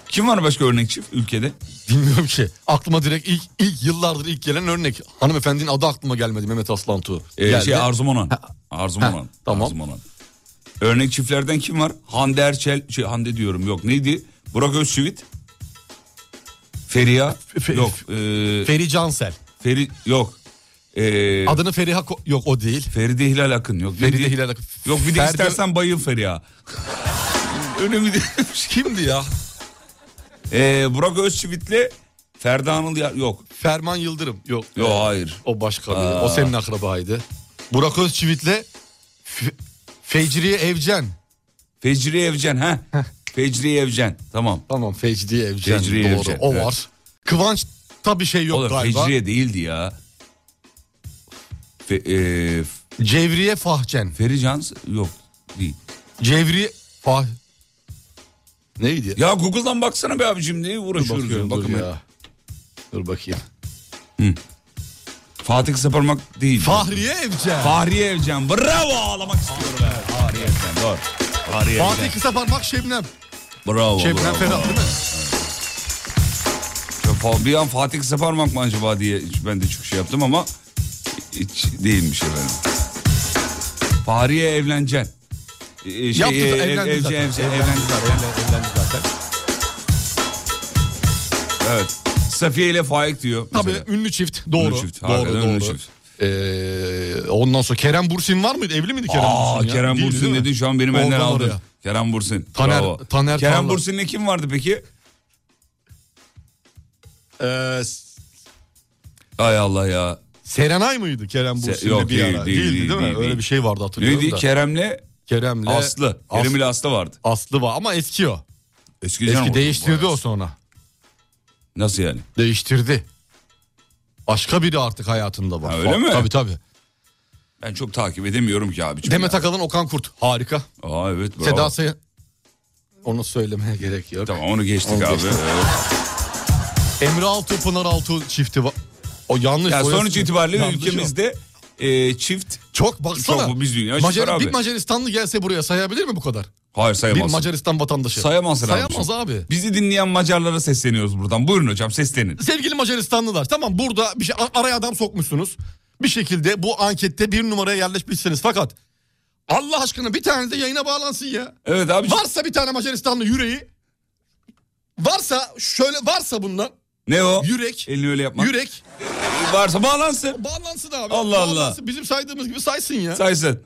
[SPEAKER 2] Kim var başka örnek çift ülkede?
[SPEAKER 3] Bilmiyorum ki. Aklıma direkt ilk, ilk yıllardır ilk gelen örnek. Hanımefendinin adı aklıma gelmedi Mehmet Aslan Tuğ.
[SPEAKER 2] Ee,
[SPEAKER 3] Geldi.
[SPEAKER 2] şey Arzum Onan. Arzum
[SPEAKER 3] ha,
[SPEAKER 2] Onan.
[SPEAKER 3] tamam.
[SPEAKER 2] Arzum Onan. Örnek çiftlerden kim var? Hande Erçel, şey Hande diyorum yok neydi? Burak Özçivit. Feriha.
[SPEAKER 3] Fe-
[SPEAKER 2] yok. ee,
[SPEAKER 3] Feri Cansel.
[SPEAKER 2] Feri yok. Ee,
[SPEAKER 3] Adını Feriha... ko- Yok o değil.
[SPEAKER 2] Feride Hilal Akın yok.
[SPEAKER 3] Feride
[SPEAKER 2] Neydi?
[SPEAKER 3] Hilal Akın.
[SPEAKER 2] Yok bir de
[SPEAKER 3] Ferdi- (laughs)
[SPEAKER 2] istersen bayıl Feriha. Önemli değil.
[SPEAKER 3] Kimdi ya?
[SPEAKER 2] Ee, Burak Özçivit'le Ferda Anıl ya- yok.
[SPEAKER 3] Ferman Yıldırım. Yok.
[SPEAKER 2] Yok hayır.
[SPEAKER 3] O başka
[SPEAKER 2] Aa.
[SPEAKER 3] bir. O senin akrabaydı. Burak Özçivit'le F- Fecriye Evcen.
[SPEAKER 2] Fecri Evcen ha. Fecri Evcen tamam.
[SPEAKER 3] Tamam Fecriye Evcen.
[SPEAKER 2] Fecriye
[SPEAKER 3] doğru.
[SPEAKER 2] Evcen,
[SPEAKER 3] O
[SPEAKER 2] evet.
[SPEAKER 3] var. Kıvanç tabi şey yok
[SPEAKER 2] Oğlum
[SPEAKER 3] galiba.
[SPEAKER 2] Fecriye değildi ya. Fe, e, F-
[SPEAKER 3] Cevriye Fahcen.
[SPEAKER 2] Ferican yok değil.
[SPEAKER 3] Cevriye Fah... Neydi?
[SPEAKER 2] Ya Google'dan baksana be abicim neye uğraşıyoruz?
[SPEAKER 3] Bakıyorum,
[SPEAKER 2] ya?
[SPEAKER 3] dur
[SPEAKER 2] Bakın
[SPEAKER 3] ya. Dur bakayım.
[SPEAKER 2] Fatih Kısaparmak değil.
[SPEAKER 3] Fahriye Evcen.
[SPEAKER 2] Fahriye Evcen. Bravo ağlamak istiyorum be. Fahriye Evcen doğru. Fahriye
[SPEAKER 3] Fatih Şey,
[SPEAKER 2] Evcen.
[SPEAKER 3] Kısa Parmak Şebnem.
[SPEAKER 2] Bravo.
[SPEAKER 3] Şebnem
[SPEAKER 2] bravo.
[SPEAKER 3] Ferah değil mi?
[SPEAKER 2] Ya Fa- Bir an Fatih Kısaparmak mı acaba diye ben de çok şey yaptım ama hiç değilmiş efendim. Fahriye Evlencen. Ee, Şey,
[SPEAKER 3] Yaptı
[SPEAKER 2] e,
[SPEAKER 3] da
[SPEAKER 2] ev-
[SPEAKER 3] evlendi
[SPEAKER 2] evce-
[SPEAKER 3] zaten.
[SPEAKER 2] evce-
[SPEAKER 3] Evlendi
[SPEAKER 2] evlendi zaten.
[SPEAKER 3] zaten, evlendi zaten.
[SPEAKER 2] Evet. Safiye ile Faik diyor.
[SPEAKER 3] Tabii
[SPEAKER 2] mesela.
[SPEAKER 3] ünlü çift doğru.
[SPEAKER 2] Ünlü çift,
[SPEAKER 3] doğru
[SPEAKER 2] hakikaten
[SPEAKER 3] doğru.
[SPEAKER 2] ünlü çift.
[SPEAKER 3] Ee, ondan sonra Kerem Bursin var mıydı? Evli miydi Kerem
[SPEAKER 2] Aa
[SPEAKER 3] Bursin? ya?
[SPEAKER 2] Kerem
[SPEAKER 3] Değildi,
[SPEAKER 2] Bursin
[SPEAKER 3] değil mi?
[SPEAKER 2] dedin şu an benim
[SPEAKER 3] Oradan
[SPEAKER 2] elden aldın.
[SPEAKER 3] oraya.
[SPEAKER 2] Kerem Bursin.
[SPEAKER 3] Taner-
[SPEAKER 2] bravo.
[SPEAKER 3] Taner
[SPEAKER 2] Kerem
[SPEAKER 3] Tarlan.
[SPEAKER 2] Bursin'le kim vardı peki?
[SPEAKER 3] Ee, S-
[SPEAKER 2] Ay Allah ya.
[SPEAKER 3] Serenay mıydı Kerem
[SPEAKER 2] Se-
[SPEAKER 3] Bursin'le
[SPEAKER 2] yok,
[SPEAKER 3] bir
[SPEAKER 2] değil,
[SPEAKER 3] ara?
[SPEAKER 2] değil,
[SPEAKER 3] Değildi
[SPEAKER 2] değil,
[SPEAKER 3] değil, mi?
[SPEAKER 2] değil,
[SPEAKER 3] Öyle
[SPEAKER 2] değil.
[SPEAKER 3] bir şey vardı hatırlıyorum
[SPEAKER 2] Neydi?
[SPEAKER 3] da.
[SPEAKER 2] Kerem'le
[SPEAKER 3] Kerem'le
[SPEAKER 2] Aslı. Kerem ile
[SPEAKER 3] As-
[SPEAKER 2] Aslı vardı.
[SPEAKER 3] Aslı var ama eski o.
[SPEAKER 2] Eski, canım
[SPEAKER 3] Eski
[SPEAKER 2] o.
[SPEAKER 3] değiştirdi o sonra.
[SPEAKER 2] Nasıl yani?
[SPEAKER 3] Değiştirdi. Başka biri artık hayatında var.
[SPEAKER 2] Ha, öyle mi?
[SPEAKER 3] Tabii tabii.
[SPEAKER 2] Ben çok takip edemiyorum ki abiciğim.
[SPEAKER 3] Demet
[SPEAKER 2] ya.
[SPEAKER 3] Akalın Okan Kurt. Harika.
[SPEAKER 2] Aa evet bravo.
[SPEAKER 3] Seda Sayan. Onu söylemeye gerek yok.
[SPEAKER 2] Tamam onu geçtik
[SPEAKER 3] Onu
[SPEAKER 2] abi.
[SPEAKER 3] geçtik.
[SPEAKER 2] Evet.
[SPEAKER 3] Emre Altuğ, Pınar Altuğ çifti var. O yanlış.
[SPEAKER 2] Ya
[SPEAKER 3] o
[SPEAKER 2] sonuç
[SPEAKER 3] eski-
[SPEAKER 2] itibariyle
[SPEAKER 3] yanlış
[SPEAKER 2] ülkemizde e, çift
[SPEAKER 3] o. Çok baksana.
[SPEAKER 2] Çok, biz dünya
[SPEAKER 3] Macar-
[SPEAKER 2] şoför abi.
[SPEAKER 3] Bir Macaristanlı gelse buraya sayabilir mi bu kadar?
[SPEAKER 2] hayır
[SPEAKER 3] Bir
[SPEAKER 2] sayamazsın.
[SPEAKER 3] Macaristan vatandaşı.
[SPEAKER 2] Sayamazsın abi.
[SPEAKER 3] Sayamaz abi.
[SPEAKER 2] Bizi dinleyen Macarlara sesleniyoruz buradan. Buyurun hocam seslenin.
[SPEAKER 3] Sevgili Macaristanlılar tamam burada bir şey, a- araya adam sokmuşsunuz. Bir şekilde bu ankette bir numaraya yerleşmişsiniz fakat Allah aşkına bir tane de yayına bağlansın ya.
[SPEAKER 2] Evet abi.
[SPEAKER 3] Varsa bir tane Macaristanlı yüreği varsa şöyle varsa bundan
[SPEAKER 2] Ne o?
[SPEAKER 3] yürek
[SPEAKER 2] Elini öyle yapma.
[SPEAKER 3] yürek
[SPEAKER 2] Varsa bağlansın.
[SPEAKER 3] bağlansın abi.
[SPEAKER 2] Allah Allah.
[SPEAKER 3] Bağlansın. Bizim saydığımız gibi saysın ya.
[SPEAKER 2] Saysın.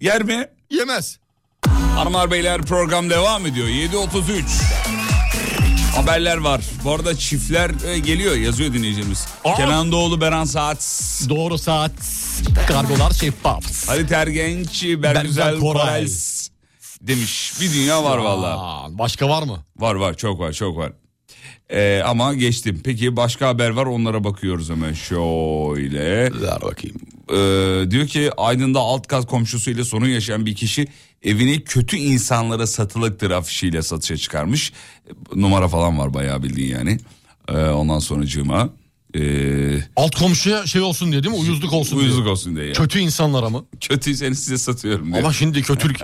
[SPEAKER 2] Yer mi?
[SPEAKER 3] Yemez.
[SPEAKER 2] Hanımlar beyler program devam ediyor. 7.33. Haberler var. Bu arada çiftler e, geliyor yazıyor dinleyicimiz.
[SPEAKER 3] Aa.
[SPEAKER 2] Kenan Doğulu, Beran Saat,
[SPEAKER 3] Doğru saat. Kargolar şeffaf.
[SPEAKER 2] Halit Ergenç, Bergüzel
[SPEAKER 3] Bergüzel Koray.
[SPEAKER 2] Koray demiş. Bir dünya var valla.
[SPEAKER 3] Aa, Başka var mı?
[SPEAKER 2] Var var çok var çok var. E, ama geçtim. Peki başka haber var onlara bakıyoruz hemen. Şöyle.
[SPEAKER 3] Ver bakayım.
[SPEAKER 2] Ee, diyor ki Aydın'da alt kat komşusuyla sorun yaşayan bir kişi evini kötü insanlara satılıktır afişiyle satışa çıkarmış. E, Numara falan var bayağı bildiğin yani. Ee, ondan sonracığıma ee,
[SPEAKER 3] Alt komşuya şey olsun diye değil mi? Uyuzluk olsun
[SPEAKER 2] uyuzluk
[SPEAKER 3] diye.
[SPEAKER 2] olsun diye.
[SPEAKER 3] Kötü insanlara mı?
[SPEAKER 2] Kötüyseniz size satıyorum diyor.
[SPEAKER 3] Ama şimdi kötülük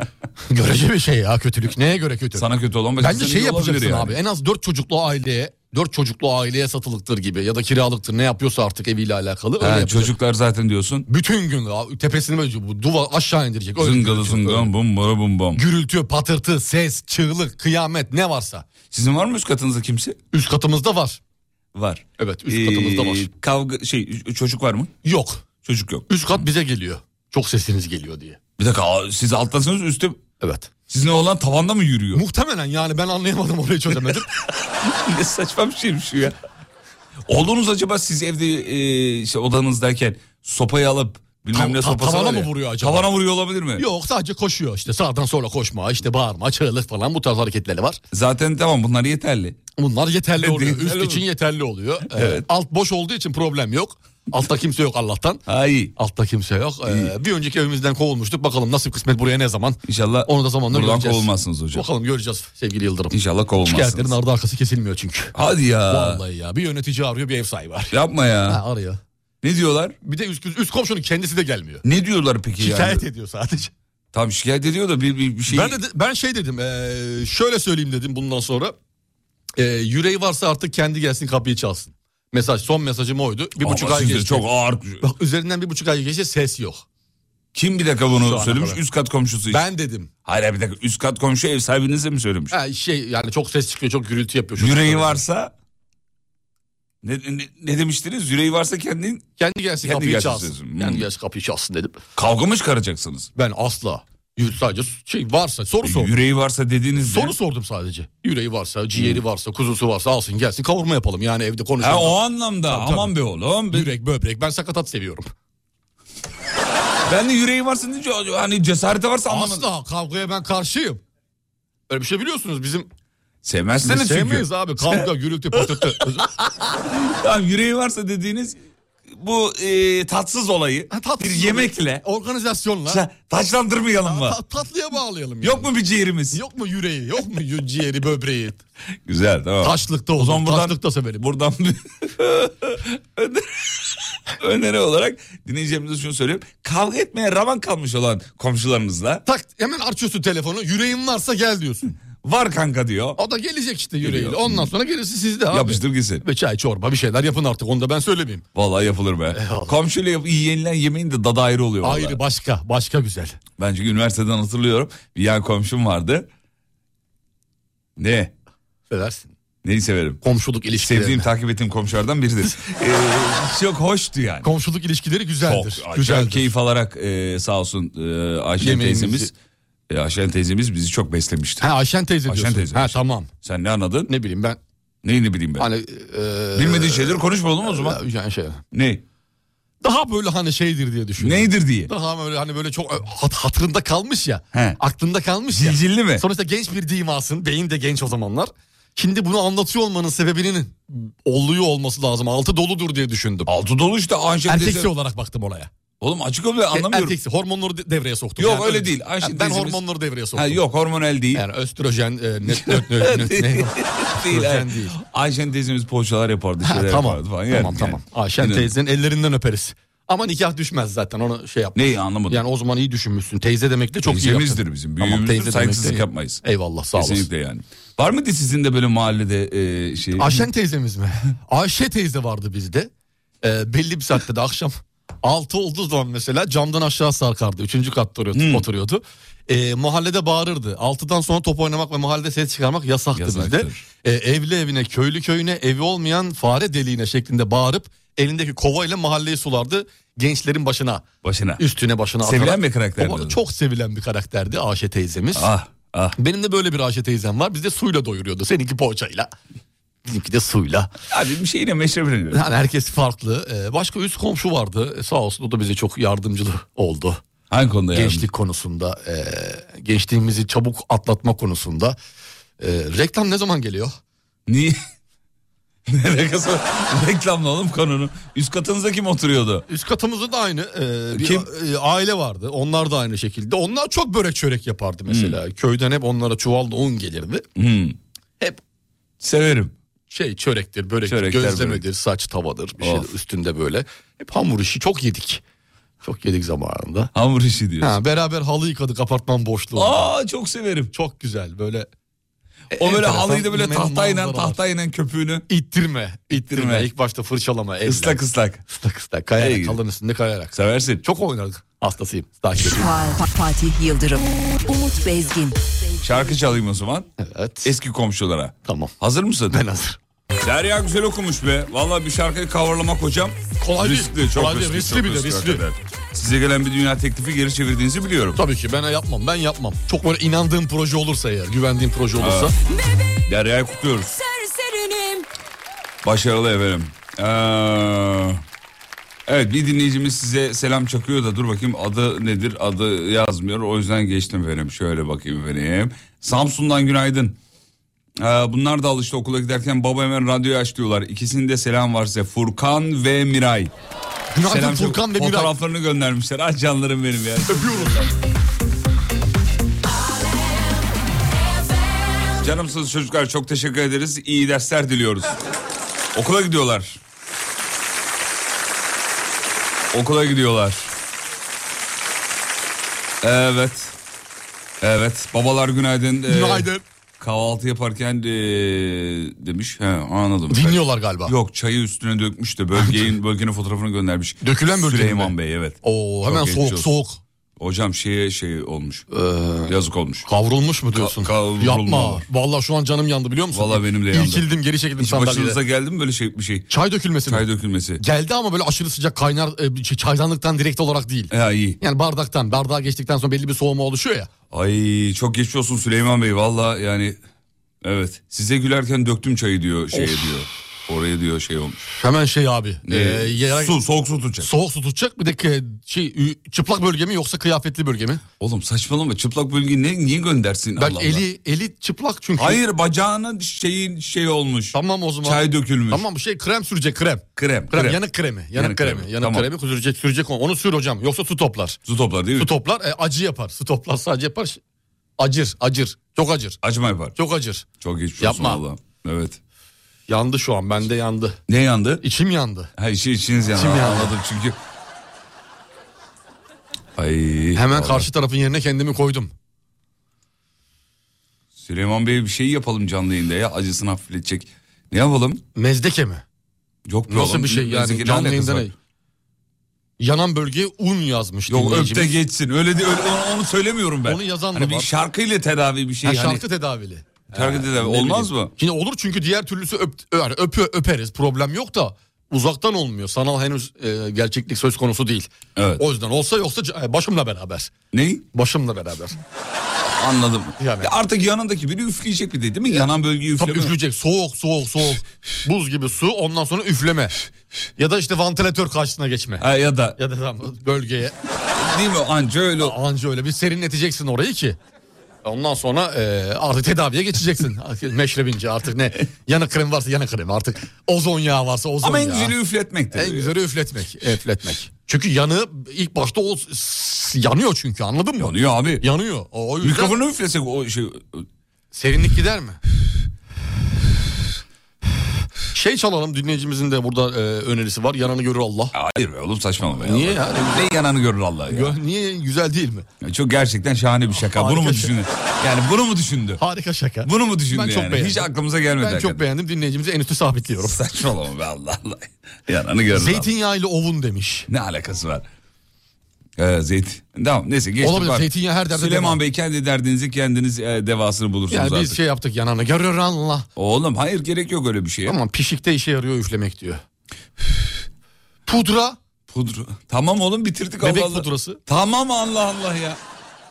[SPEAKER 3] görece bir şey ya kötülük. Neye göre
[SPEAKER 2] (laughs)
[SPEAKER 3] kötü?
[SPEAKER 2] Sana kötü olan başkasına
[SPEAKER 3] Bence
[SPEAKER 2] iyi
[SPEAKER 3] şey
[SPEAKER 2] olabilir
[SPEAKER 3] yapacaksın
[SPEAKER 2] yani.
[SPEAKER 3] abi. En az dört çocuklu aileye, dört çocuklu aileye satılıktır gibi ya da kiralıktır ne yapıyorsa artık eviyle alakalı öyle
[SPEAKER 2] Ha,
[SPEAKER 3] yapacak.
[SPEAKER 2] çocuklar zaten diyorsun.
[SPEAKER 3] Bütün gün abi, tepesini böyle bu duvar aşağı indirecek. Öyle
[SPEAKER 2] Zıngalı
[SPEAKER 3] görecek, öyle.
[SPEAKER 2] zıngan bum bara bum bam.
[SPEAKER 3] Gürültü, patırtı, ses, çığlık, kıyamet ne varsa.
[SPEAKER 2] Sizin var mı üst katınızda kimse?
[SPEAKER 3] Üst katımızda var.
[SPEAKER 2] Var. Ee,
[SPEAKER 3] Evet, üst katımızda var.
[SPEAKER 2] Kavga şey çocuk var mı?
[SPEAKER 3] Yok.
[SPEAKER 2] Çocuk yok.
[SPEAKER 3] Üst kat bize geliyor. Çok sesiniz geliyor diye.
[SPEAKER 2] Bir dakika siz alttasınız üstte
[SPEAKER 3] Evet.
[SPEAKER 2] sizin oğlan tavanda mı yürüyor?
[SPEAKER 3] Muhtemelen yani ben anlayamadım orayı (laughs) çözemedim.
[SPEAKER 2] Ne saçma bir şeymiş bu ya. Oğlunuz acaba siz evde e, işte odanızdayken sopayı alıp bilmem
[SPEAKER 3] Tam-
[SPEAKER 2] ne
[SPEAKER 3] tam-
[SPEAKER 2] sopası
[SPEAKER 3] tavana
[SPEAKER 2] var ya,
[SPEAKER 3] mı vuruyor acaba?
[SPEAKER 2] Tavana vuruyor olabilir mi?
[SPEAKER 3] Yok sadece koşuyor işte sağdan sola koşma işte bağırma çığlık falan bu tarz hareketleri var.
[SPEAKER 2] Zaten tamam bunlar yeterli.
[SPEAKER 3] Bunlar yeterli
[SPEAKER 2] Evet,
[SPEAKER 3] oluyor.
[SPEAKER 2] yeterli
[SPEAKER 3] Üst
[SPEAKER 2] mi?
[SPEAKER 3] için yeterli oluyor. Ee, Alt boş olduğu için problem yok. Altta kimse yok Allah'tan.
[SPEAKER 2] Ay
[SPEAKER 3] Altta kimse yok. Ee, bir önceki evimizden kovulmuştuk. Bakalım nasip kısmet buraya ne zaman?
[SPEAKER 2] inşallah
[SPEAKER 3] Onu da zamanla
[SPEAKER 2] buradan
[SPEAKER 3] göreceğiz.
[SPEAKER 2] kovulmazsınız hocam.
[SPEAKER 3] Bakalım göreceğiz sevgili Yıldırım.
[SPEAKER 2] İnşallah Ee,
[SPEAKER 3] Şikayetlerin
[SPEAKER 2] kovulmazsınız.
[SPEAKER 3] ardı arkası kesilmiyor çünkü.
[SPEAKER 2] Hadi ya.
[SPEAKER 3] Vallahi ya bir yönetici arıyor bir ev sahibi arıyor.
[SPEAKER 2] Yapma ya.
[SPEAKER 3] Ha, arıyor.
[SPEAKER 2] Ne diyorlar?
[SPEAKER 3] Bir de üst, üst komşunun kendisi de gelmiyor.
[SPEAKER 2] Ne diyorlar peki
[SPEAKER 3] Şikayet
[SPEAKER 2] yani?
[SPEAKER 3] ediyor sadece.
[SPEAKER 2] Tam şikayet ediyor da bir, bir, bir şey.
[SPEAKER 3] Ben de ben şey dedim. eee, şöyle söyleyeyim dedim bundan sonra. Eee yüreği varsa artık kendi gelsin kapıyı çalsın. Mesaj son mesajım oydu. Bir
[SPEAKER 2] Ama
[SPEAKER 3] buçuk ay
[SPEAKER 2] siz de
[SPEAKER 3] geçti.
[SPEAKER 2] Çok ağır.
[SPEAKER 3] Bak üzerinden bir buçuk ay geçti ses yok.
[SPEAKER 2] Kim bir dakika
[SPEAKER 3] Şu
[SPEAKER 2] bunu
[SPEAKER 3] ana
[SPEAKER 2] söylemiş?
[SPEAKER 3] kadar.
[SPEAKER 2] Üst kat komşusu için.
[SPEAKER 3] Ben dedim.
[SPEAKER 2] Hayır hayır, bir dakika. Üst kat komşu ev sahibinize mi söylemiş?
[SPEAKER 3] Ha, şey yani çok ses çıkıyor çok gürültü yapıyor. Çocuklar-
[SPEAKER 2] Yüreği varsa ne, ne, ne demiştiniz? Yüreği varsa kendin
[SPEAKER 3] Kendi gelsin
[SPEAKER 2] Kendi
[SPEAKER 3] kapıyı
[SPEAKER 2] gelsin
[SPEAKER 3] çalsın.
[SPEAKER 2] sözüm. Hmm.
[SPEAKER 3] Kendi gelsin kapıyı çalsın dedim.
[SPEAKER 2] kavga mı çıkaracaksınız?
[SPEAKER 3] Ben asla. Yürü, Sadece şey varsa soru sor.
[SPEAKER 2] Yüreği varsa dediğiniz
[SPEAKER 3] Soru sordum sadece. Yüreği varsa, ciğeri varsa, kuzusu varsa alsın gelsin kavurma yapalım. Yani evde konuşalım.
[SPEAKER 2] Ha, o anlamda
[SPEAKER 3] Tabii,
[SPEAKER 2] aman
[SPEAKER 3] tabii.
[SPEAKER 2] be oğlum. Ben-
[SPEAKER 3] Yürek, böbrek. Ben sakatat seviyorum.
[SPEAKER 2] Ben de yüreği varsa deyince hani cesareti varsa anlamadım.
[SPEAKER 3] Asla kavgaya ben karşıyım. Öyle bir şey biliyorsunuz bizim
[SPEAKER 2] Sevmezseniz
[SPEAKER 3] biz
[SPEAKER 2] çünkü.
[SPEAKER 3] sevmeyiz abi. Kavga,
[SPEAKER 2] (laughs)
[SPEAKER 3] gürültü, patırtı.
[SPEAKER 2] Tamam yüreği varsa dediğiniz bu e, tatsız olayı
[SPEAKER 3] Ha, tatsız
[SPEAKER 2] bir
[SPEAKER 3] olur.
[SPEAKER 2] yemekle
[SPEAKER 3] Organizasyonla.
[SPEAKER 2] ta- taçlandırmayalım mı?
[SPEAKER 3] Ta- tatlıya bağlayalım.
[SPEAKER 2] Yok mu bir ciğerimiz?
[SPEAKER 3] Yok mu yüreği? Yok mu yü-
[SPEAKER 2] (laughs)
[SPEAKER 3] ciğeri, böbreği?
[SPEAKER 2] Güzel tamam.
[SPEAKER 3] Taşlıkta olur.
[SPEAKER 2] zaman buradan-
[SPEAKER 3] Taşlıkta severim.
[SPEAKER 2] Buradan bir (laughs) öner- öneri olarak dinleyicilerimize şunu söyleyeyim. Kavga etmeye ravan kalmış olan komşularınızla
[SPEAKER 3] Tak hemen açıyorsun telefonu. Yüreğin varsa gel diyorsun.
[SPEAKER 2] var kanka diyor.
[SPEAKER 3] O da gelecek işte yüreğiyle.
[SPEAKER 2] Geliyor.
[SPEAKER 3] Ondan sonra gerisi sizde abi.
[SPEAKER 2] Yapıştır gitsin.
[SPEAKER 3] Ve çay çorba bir şeyler yapın artık onu da ben söylemeyeyim.
[SPEAKER 2] Vallahi yapılır be.
[SPEAKER 3] Eyvallah.
[SPEAKER 2] Komşuyla yap- iyi yenilen yemeğin de dadı ayrı oluyor. vallahi.
[SPEAKER 3] Ayrı başka başka güzel.
[SPEAKER 2] Ben çünkü üniversiteden hatırlıyorum. Bir yan komşum vardı. Ne?
[SPEAKER 3] Seversin.
[SPEAKER 2] Neyi severim?
[SPEAKER 3] Komşuluk ilişkileri.
[SPEAKER 2] Sevdiğim, takip ettiğim komşulardan
[SPEAKER 3] (laughs)
[SPEAKER 2] biridir. ee, çok hoştu yani.
[SPEAKER 3] Komşuluk ilişkileri güzeldir.
[SPEAKER 2] Çok, acayip
[SPEAKER 3] güzeldir.
[SPEAKER 2] keyif alarak e, sağ olsun e, Ayşen
[SPEAKER 3] Yemeğimizi-
[SPEAKER 2] teyzemiz. E, Ayşen teyzemiz bizi çok beslemişti.
[SPEAKER 3] Ha Ayşen teyze
[SPEAKER 2] Ayşen
[SPEAKER 3] diyorsun.
[SPEAKER 2] teyze.
[SPEAKER 3] Ha tamam.
[SPEAKER 2] Sen ne anladın?
[SPEAKER 3] Ne bileyim ben
[SPEAKER 2] Neyini bileyim ben?
[SPEAKER 3] hani e,
[SPEAKER 2] Bilmediğin şeyleri konuşma oğlum o zaman.
[SPEAKER 3] yani şey.
[SPEAKER 2] Ne?
[SPEAKER 3] Daha böyle hani şeydir diye düşünüyorum.
[SPEAKER 2] Neydir diye.
[SPEAKER 3] Daha böyle hani böyle çok hat, hatırında kalmış ya.
[SPEAKER 2] He.
[SPEAKER 3] Aklında kalmış ya.
[SPEAKER 2] Cilcilli mi?
[SPEAKER 3] Sonuçta genç bir dimasın. Beyin de genç o zamanlar. Şimdi bunu anlatıyor olmanın sebebinin oluyor olması lazım. Altı doludur diye düşündüm.
[SPEAKER 2] Altı dolu işte Ayşen
[SPEAKER 3] Erkeksi
[SPEAKER 2] teyze.
[SPEAKER 3] olarak baktım olaya. E,
[SPEAKER 2] Oğlum açık ol be, anlamıyorum.
[SPEAKER 3] Erkeksi hormonları de- devreye soktum.
[SPEAKER 2] Yok, öyle değil.
[SPEAKER 3] Yani
[SPEAKER 2] Ayşe
[SPEAKER 3] ben
[SPEAKER 2] teyzemiz-
[SPEAKER 3] hormonları devreye soktum.
[SPEAKER 2] Ha, yok hormonal değil.
[SPEAKER 3] Yani östrojen e,
[SPEAKER 2] (laughs)
[SPEAKER 3] ne, ne, ne, ne, ne-
[SPEAKER 2] değil.
[SPEAKER 3] Özen
[SPEAKER 2] evet.
[SPEAKER 3] değil.
[SPEAKER 2] Ayşen teyzemiz poğaçalar yapardı.
[SPEAKER 3] Ha,
[SPEAKER 2] Şeyler
[SPEAKER 3] tamam.
[SPEAKER 2] yapardı falan.
[SPEAKER 3] tamam
[SPEAKER 2] Yani-
[SPEAKER 3] tamam. Ayşen
[SPEAKER 2] İnanın.
[SPEAKER 3] teyzenin ellerinden öperiz. Ama nikah düşmez zaten onu şey yapma.
[SPEAKER 2] Neyi anlamadım.
[SPEAKER 3] Yani o zaman iyi düşünmüşsün. Teyze demek de çok iyi yaptın.
[SPEAKER 2] Teyzemizdir bizim.
[SPEAKER 3] Tamam,
[SPEAKER 2] Büyüğümüzdür.
[SPEAKER 3] teyze
[SPEAKER 2] saygısızlık
[SPEAKER 3] demek de-
[SPEAKER 2] yapmayız.
[SPEAKER 3] Eyvallah sağ olasın.
[SPEAKER 2] Kesinlikle yani. Var mıydı sizin de böyle mahallede e, şey?
[SPEAKER 3] Ayşen
[SPEAKER 2] (laughs)
[SPEAKER 3] teyzemiz mi? Ayşe teyze vardı bizde. Ee, belli bir saatte de akşam 6 olduğu zaman mesela camdan aşağı sarkardı. Üçüncü katta oturuyordu.
[SPEAKER 2] Hmm.
[SPEAKER 3] oturuyordu. Ee, mahallede bağırırdı. 6'dan sonra top oynamak ve mahallede ses çıkarmak yasaktı
[SPEAKER 2] Yasaktır.
[SPEAKER 3] bizde. Ee, evli evine, köylü köyüne, evi olmayan fare deliğine şeklinde bağırıp elindeki kova ile mahalleyi sulardı. Gençlerin başına,
[SPEAKER 2] Başına.
[SPEAKER 3] üstüne başına
[SPEAKER 2] Sevilen
[SPEAKER 3] atarak.
[SPEAKER 2] bir karakterdi
[SPEAKER 3] O-
[SPEAKER 2] o.
[SPEAKER 3] Çok sevilen bir karakterdi Ayşe teyzemiz.
[SPEAKER 2] Ah ah.
[SPEAKER 3] Benim de böyle bir Ayşe teyzem var. Biz de suyla doyuruyordu. Seninki poğaçayla. Bizimki de suyla.
[SPEAKER 2] Abi bir şeyine meşrebine
[SPEAKER 3] Yani herkes farklı. Ee, başka üst komşu vardı. Ee, Sağ olsun o da bize çok yardımcı oldu.
[SPEAKER 2] Hangi konuda yani?
[SPEAKER 3] Gençlik konusunda, ee, gençliğimizi çabuk atlatma konusunda. Ee, reklam ne zaman geliyor?
[SPEAKER 2] Niye? (laughs) ne alakası var? Reklamla oğlum konunun. Üst katınızda kim oturuyordu?
[SPEAKER 3] Üst katımızda da aynı ee, bir
[SPEAKER 2] Kim?
[SPEAKER 3] a- e, aile vardı. Onlar da aynı şekilde. Onlar çok börek çörek yapardı mesela. Köyden hep onlara çuvalla un gelirdi.
[SPEAKER 2] Hmm.
[SPEAKER 3] Hep
[SPEAKER 2] Severim.
[SPEAKER 3] şey çörektir, börektir,
[SPEAKER 2] Çörekler,
[SPEAKER 3] gözlemedir, saç tavadır bir şey
[SPEAKER 2] Of.
[SPEAKER 3] üstünde böyle. Hep hamur işi çok yedik. Çok yedik zamanında.
[SPEAKER 2] Hamur işi diyorsun.
[SPEAKER 3] Ha, beraber halı yıkadık apartman boşluğunda.
[SPEAKER 2] Aa çok severim.
[SPEAKER 3] Çok güzel böyle.
[SPEAKER 2] O böyle
[SPEAKER 3] Enteresan
[SPEAKER 2] halıyı da böyle
[SPEAKER 3] men-
[SPEAKER 2] tahtayla
[SPEAKER 3] manzaralar.
[SPEAKER 2] tahtayla köpüğünü
[SPEAKER 3] ittirme, ittirme.
[SPEAKER 2] İttirme.
[SPEAKER 3] İlk başta fırçalama, elle.
[SPEAKER 2] ıslak ıslak.
[SPEAKER 3] ıslak ıslak kayarak,
[SPEAKER 2] Ey.
[SPEAKER 3] halının üstünde kayarak.
[SPEAKER 2] Seversin.
[SPEAKER 3] Çok oynardık. Hastasıyım. Takip ediyorum.
[SPEAKER 1] Fa- Fa- Fatih Yıldırım, Umut Bezgin,
[SPEAKER 2] Şarkı çalayım o zaman.
[SPEAKER 3] Evet.
[SPEAKER 2] Eski komşulara.
[SPEAKER 3] E, tamam.
[SPEAKER 2] Hazır
[SPEAKER 3] (laughs)
[SPEAKER 2] mısın?
[SPEAKER 3] Ben hazır.
[SPEAKER 2] Derya güzel okumuş be. Vallahi bir şarkıyı coverlamak hocam.
[SPEAKER 3] Kolay değil.
[SPEAKER 2] riskli, Çok
[SPEAKER 3] Kolay değil.
[SPEAKER 2] riskli,
[SPEAKER 3] Riskli
[SPEAKER 2] çok
[SPEAKER 3] bir de, riskli.
[SPEAKER 2] hakikaten. Size gelen bir dünya teklifi geri çevirdiğinizi biliyorum.
[SPEAKER 3] Tabii ki ben yapmam. Ben yapmam. Çok böyle inandığım proje olursa eğer, güvendiğim proje olursa.
[SPEAKER 2] Derya'yı kutluyoruz. Başarılı efendim. Ee, evet bir dinleyicimiz size selam çakıyor da dur bakayım adı nedir adı yazmıyor o yüzden geçtim efendim şöyle bakayım efendim. Samsun'dan günaydın. Ee, bunlar da alıştı okula giderken baba hemen radyoyu aç diyorlar. İkisinin de selam var size Furkan ve Miray.
[SPEAKER 3] Günaydın
[SPEAKER 2] Selam çak-
[SPEAKER 3] Furkan ve Miray.
[SPEAKER 2] Fotoğraflarını göndermişler. Ah canlarım benim ya.
[SPEAKER 3] Öpüyorum.
[SPEAKER 2] Canımsız çocuklar çok teşekkür ederiz. İyi dersler diliyoruz. Okula gidiyorlar. Okula gidiyorlar. Evet. Evet. Babalar günaydın. Ee,
[SPEAKER 3] Günaydın.
[SPEAKER 2] kahvaltı yaparken ee, demiş. He, anladım.
[SPEAKER 3] Dinliyorlar galiba.
[SPEAKER 2] Yok çayı üstüne
[SPEAKER 3] (laughs)
[SPEAKER 2] dökmüş de bölgenin, bölgenin fotoğrafını göndermiş.
[SPEAKER 3] Dökülen bölgenin
[SPEAKER 2] Süleyman
[SPEAKER 3] mi?
[SPEAKER 2] Bey evet.
[SPEAKER 3] Oo hemen
[SPEAKER 2] Çok
[SPEAKER 3] soğuk
[SPEAKER 2] geçiyoruz.
[SPEAKER 3] soğuk.
[SPEAKER 2] Hocam şeye şey olmuş.
[SPEAKER 3] Ee,
[SPEAKER 2] Yazık olmuş.
[SPEAKER 3] Kavrulmuş mu diyorsun?
[SPEAKER 2] kavrulma
[SPEAKER 3] Yapma.
[SPEAKER 2] var.
[SPEAKER 3] Vallahi şu an canım yandı biliyor musun?
[SPEAKER 2] Vallahi benim de yandı.
[SPEAKER 3] İlkildim geri çekildim
[SPEAKER 2] Hiç
[SPEAKER 3] sandalyede.
[SPEAKER 2] başınıza geldi mi böyle şey bir şey?
[SPEAKER 3] Çay dökülmesi mi?
[SPEAKER 2] Çay dökülmesi.
[SPEAKER 3] Geldi ama böyle aşırı sıcak kaynar e, şey, çaydanlıktan direkt olarak değil.
[SPEAKER 2] Ya iyi.
[SPEAKER 3] Yani bardaktan bardağa geçtikten sonra belli bir soğuma oluşuyor ya.
[SPEAKER 2] Ay çok geçmiş olsun Süleyman Bey valla yani evet size gülerken döktüm çayı diyor şeye diyor. Oraya diyor şey olmuş.
[SPEAKER 3] Hemen şey abi.
[SPEAKER 2] Ee,
[SPEAKER 3] e, yere-
[SPEAKER 2] su soğuk su tutacak.
[SPEAKER 3] Soğuk su tutacak bir de k- şey ü- çıplak bölge mi yoksa kıyafetli bölge mi?
[SPEAKER 2] Oğlum saçmalama çıplak bölgeyi ne, niye göndersin Allah
[SPEAKER 3] Belki
[SPEAKER 2] Allah.
[SPEAKER 3] eli eli çıplak çünkü.
[SPEAKER 2] Hayır bacağının şeyi şey olmuş.
[SPEAKER 3] Tamam o zaman.
[SPEAKER 2] Çay dökülmüş.
[SPEAKER 3] Tamam bu şey krem sürecek krem.
[SPEAKER 2] Krem,
[SPEAKER 3] Krem,
[SPEAKER 2] krem.
[SPEAKER 3] yanık kremi. Yanık,
[SPEAKER 2] Yanık
[SPEAKER 3] kremi.
[SPEAKER 2] kremi,
[SPEAKER 3] Yanık
[SPEAKER 2] tamam.
[SPEAKER 3] kremi sürecek sürecek onu. Onu sür hocam yoksa su toplar.
[SPEAKER 2] Su toplar değil mi?
[SPEAKER 3] Su toplar e, acı yapar. Su toplar sadece yapar. Acır acır. Çok acır.
[SPEAKER 2] Acıma yapar.
[SPEAKER 3] Çok acır.
[SPEAKER 2] Çok geçmiş
[SPEAKER 3] Yapma.
[SPEAKER 2] olsun valla. Evet.
[SPEAKER 3] Yandı şu an bende yandı.
[SPEAKER 2] Ne yandı?
[SPEAKER 3] İçim yandı.
[SPEAKER 2] Ha işi içiniz yandı.
[SPEAKER 3] İçim yandı.
[SPEAKER 2] Anladım çünkü. Ay.
[SPEAKER 3] Hemen
[SPEAKER 2] vallahi.
[SPEAKER 3] karşı tarafın yerine kendimi koydum.
[SPEAKER 2] Süleyman Bey bir şey yapalım canlı yayında ya acısını hafifletecek. Ne yapalım?
[SPEAKER 3] Mezdeke mi?
[SPEAKER 2] Yok be
[SPEAKER 3] Nasıl
[SPEAKER 2] oğlum,
[SPEAKER 3] bir şey
[SPEAKER 2] mezdeki
[SPEAKER 3] yani
[SPEAKER 2] ne alakası
[SPEAKER 3] canlı yayında
[SPEAKER 2] var?
[SPEAKER 3] ne? Yanan bölgeye un yazmış
[SPEAKER 2] Yok
[SPEAKER 3] dinleyicimiz.
[SPEAKER 2] öpte geçsin. Öyle, de, öyle- onu, onu söylemiyorum ben.
[SPEAKER 3] Onu yazan da
[SPEAKER 2] hani bir
[SPEAKER 3] var.
[SPEAKER 2] şarkıyla tedavi bir şey.
[SPEAKER 3] Ha,
[SPEAKER 2] hani,
[SPEAKER 3] şarkı tedavili.
[SPEAKER 2] şarkı tedavi
[SPEAKER 3] Ne
[SPEAKER 2] E, olmaz
[SPEAKER 3] bileyim.
[SPEAKER 2] mı?
[SPEAKER 3] Şimdi olur çünkü diğer türlüsü öp, yani öpü- öperiz problem yok da uzaktan olmuyor. Sanal henüz e, gerçeklik söz konusu değil.
[SPEAKER 2] Evet.
[SPEAKER 3] O yüzden olsa yoksa c- e, başımla beraber.
[SPEAKER 2] Neyi?
[SPEAKER 3] Başımla beraber.
[SPEAKER 2] Anladım.
[SPEAKER 3] Yani.
[SPEAKER 2] Ya artık yanındaki biri üfleyecek bir de değil mi? Yanan bölgeyi
[SPEAKER 3] Tabii
[SPEAKER 2] üfleme.
[SPEAKER 3] üfleyecek soğuk soğuk soğuk buz gibi su ondan sonra üfleme. ya da işte vantilatör karşısına geçme.
[SPEAKER 2] Ha, ya da
[SPEAKER 3] Ya da tam bölgeye
[SPEAKER 2] değil mi anca öyle.
[SPEAKER 3] anca öyle bir serinleteceksin orayı ki. Ondan sonra e, artık tedaviye geçeceksin. Meşrebince artık ne yanık krem varsa yanık krem artık ozon yağı varsa ozon
[SPEAKER 2] Ama en
[SPEAKER 3] yağı.
[SPEAKER 2] güzeli üfletmektir.
[SPEAKER 3] En güzeli üfletmek. Üfletmek. Çünkü yanı ilk başta o s- yanıyor çünkü anladın mı?
[SPEAKER 2] Yanıyor abi.
[SPEAKER 3] Yanıyor. O, o yüzden
[SPEAKER 2] Mikrofonu üflesek o şey.
[SPEAKER 3] serinlik gider mi? Şey çalalım dinleyicimizin de burada e, önerisi var. Yananı görür Allah.
[SPEAKER 2] Hayır be oğlum saçmalama ya.
[SPEAKER 3] Niye ya?
[SPEAKER 2] Ne yananı görür Allah ya.
[SPEAKER 3] Gö- Niye güzel değil mi?
[SPEAKER 2] Çok gerçekten şahane bir şaka.
[SPEAKER 3] Harika
[SPEAKER 2] bunu mu
[SPEAKER 3] şey.
[SPEAKER 2] düşündü? Yani bunu mu düşündü?
[SPEAKER 3] Harika şaka.
[SPEAKER 2] Bunu mu düşündü
[SPEAKER 3] Ben çok
[SPEAKER 2] yani?
[SPEAKER 3] beğendim.
[SPEAKER 2] Hiç aklımıza gelmedi.
[SPEAKER 3] ben çok
[SPEAKER 2] hakikaten.
[SPEAKER 3] beğendim dinleyicimizi en üstü sabitliyorum.
[SPEAKER 2] Saçmalama be Allah Allah. Yananı görür Allah.
[SPEAKER 3] Zeytinyağıyla ovun demiş.
[SPEAKER 2] Ne alakası var? Ee, zeytin. Tamam neyse geçtik.
[SPEAKER 3] Olabilir,
[SPEAKER 2] var.
[SPEAKER 3] zeytinyağı her derde
[SPEAKER 2] Süleyman
[SPEAKER 3] deva.
[SPEAKER 2] Bey kendi derdinizi kendiniz e, devasını bulursunuz
[SPEAKER 3] Yani
[SPEAKER 2] artık.
[SPEAKER 3] biz şey yaptık yananı görür Allah.
[SPEAKER 2] Oğlum hayır gerek yok öyle bir şeye.
[SPEAKER 3] Ama pişikte işe yarıyor üflemek diyor. Pudra
[SPEAKER 2] Pudra. Tamam oğlum bitirdik
[SPEAKER 3] Bebek
[SPEAKER 2] Allah Allah.
[SPEAKER 3] pudrası.
[SPEAKER 2] Tamam Allah Allah ya.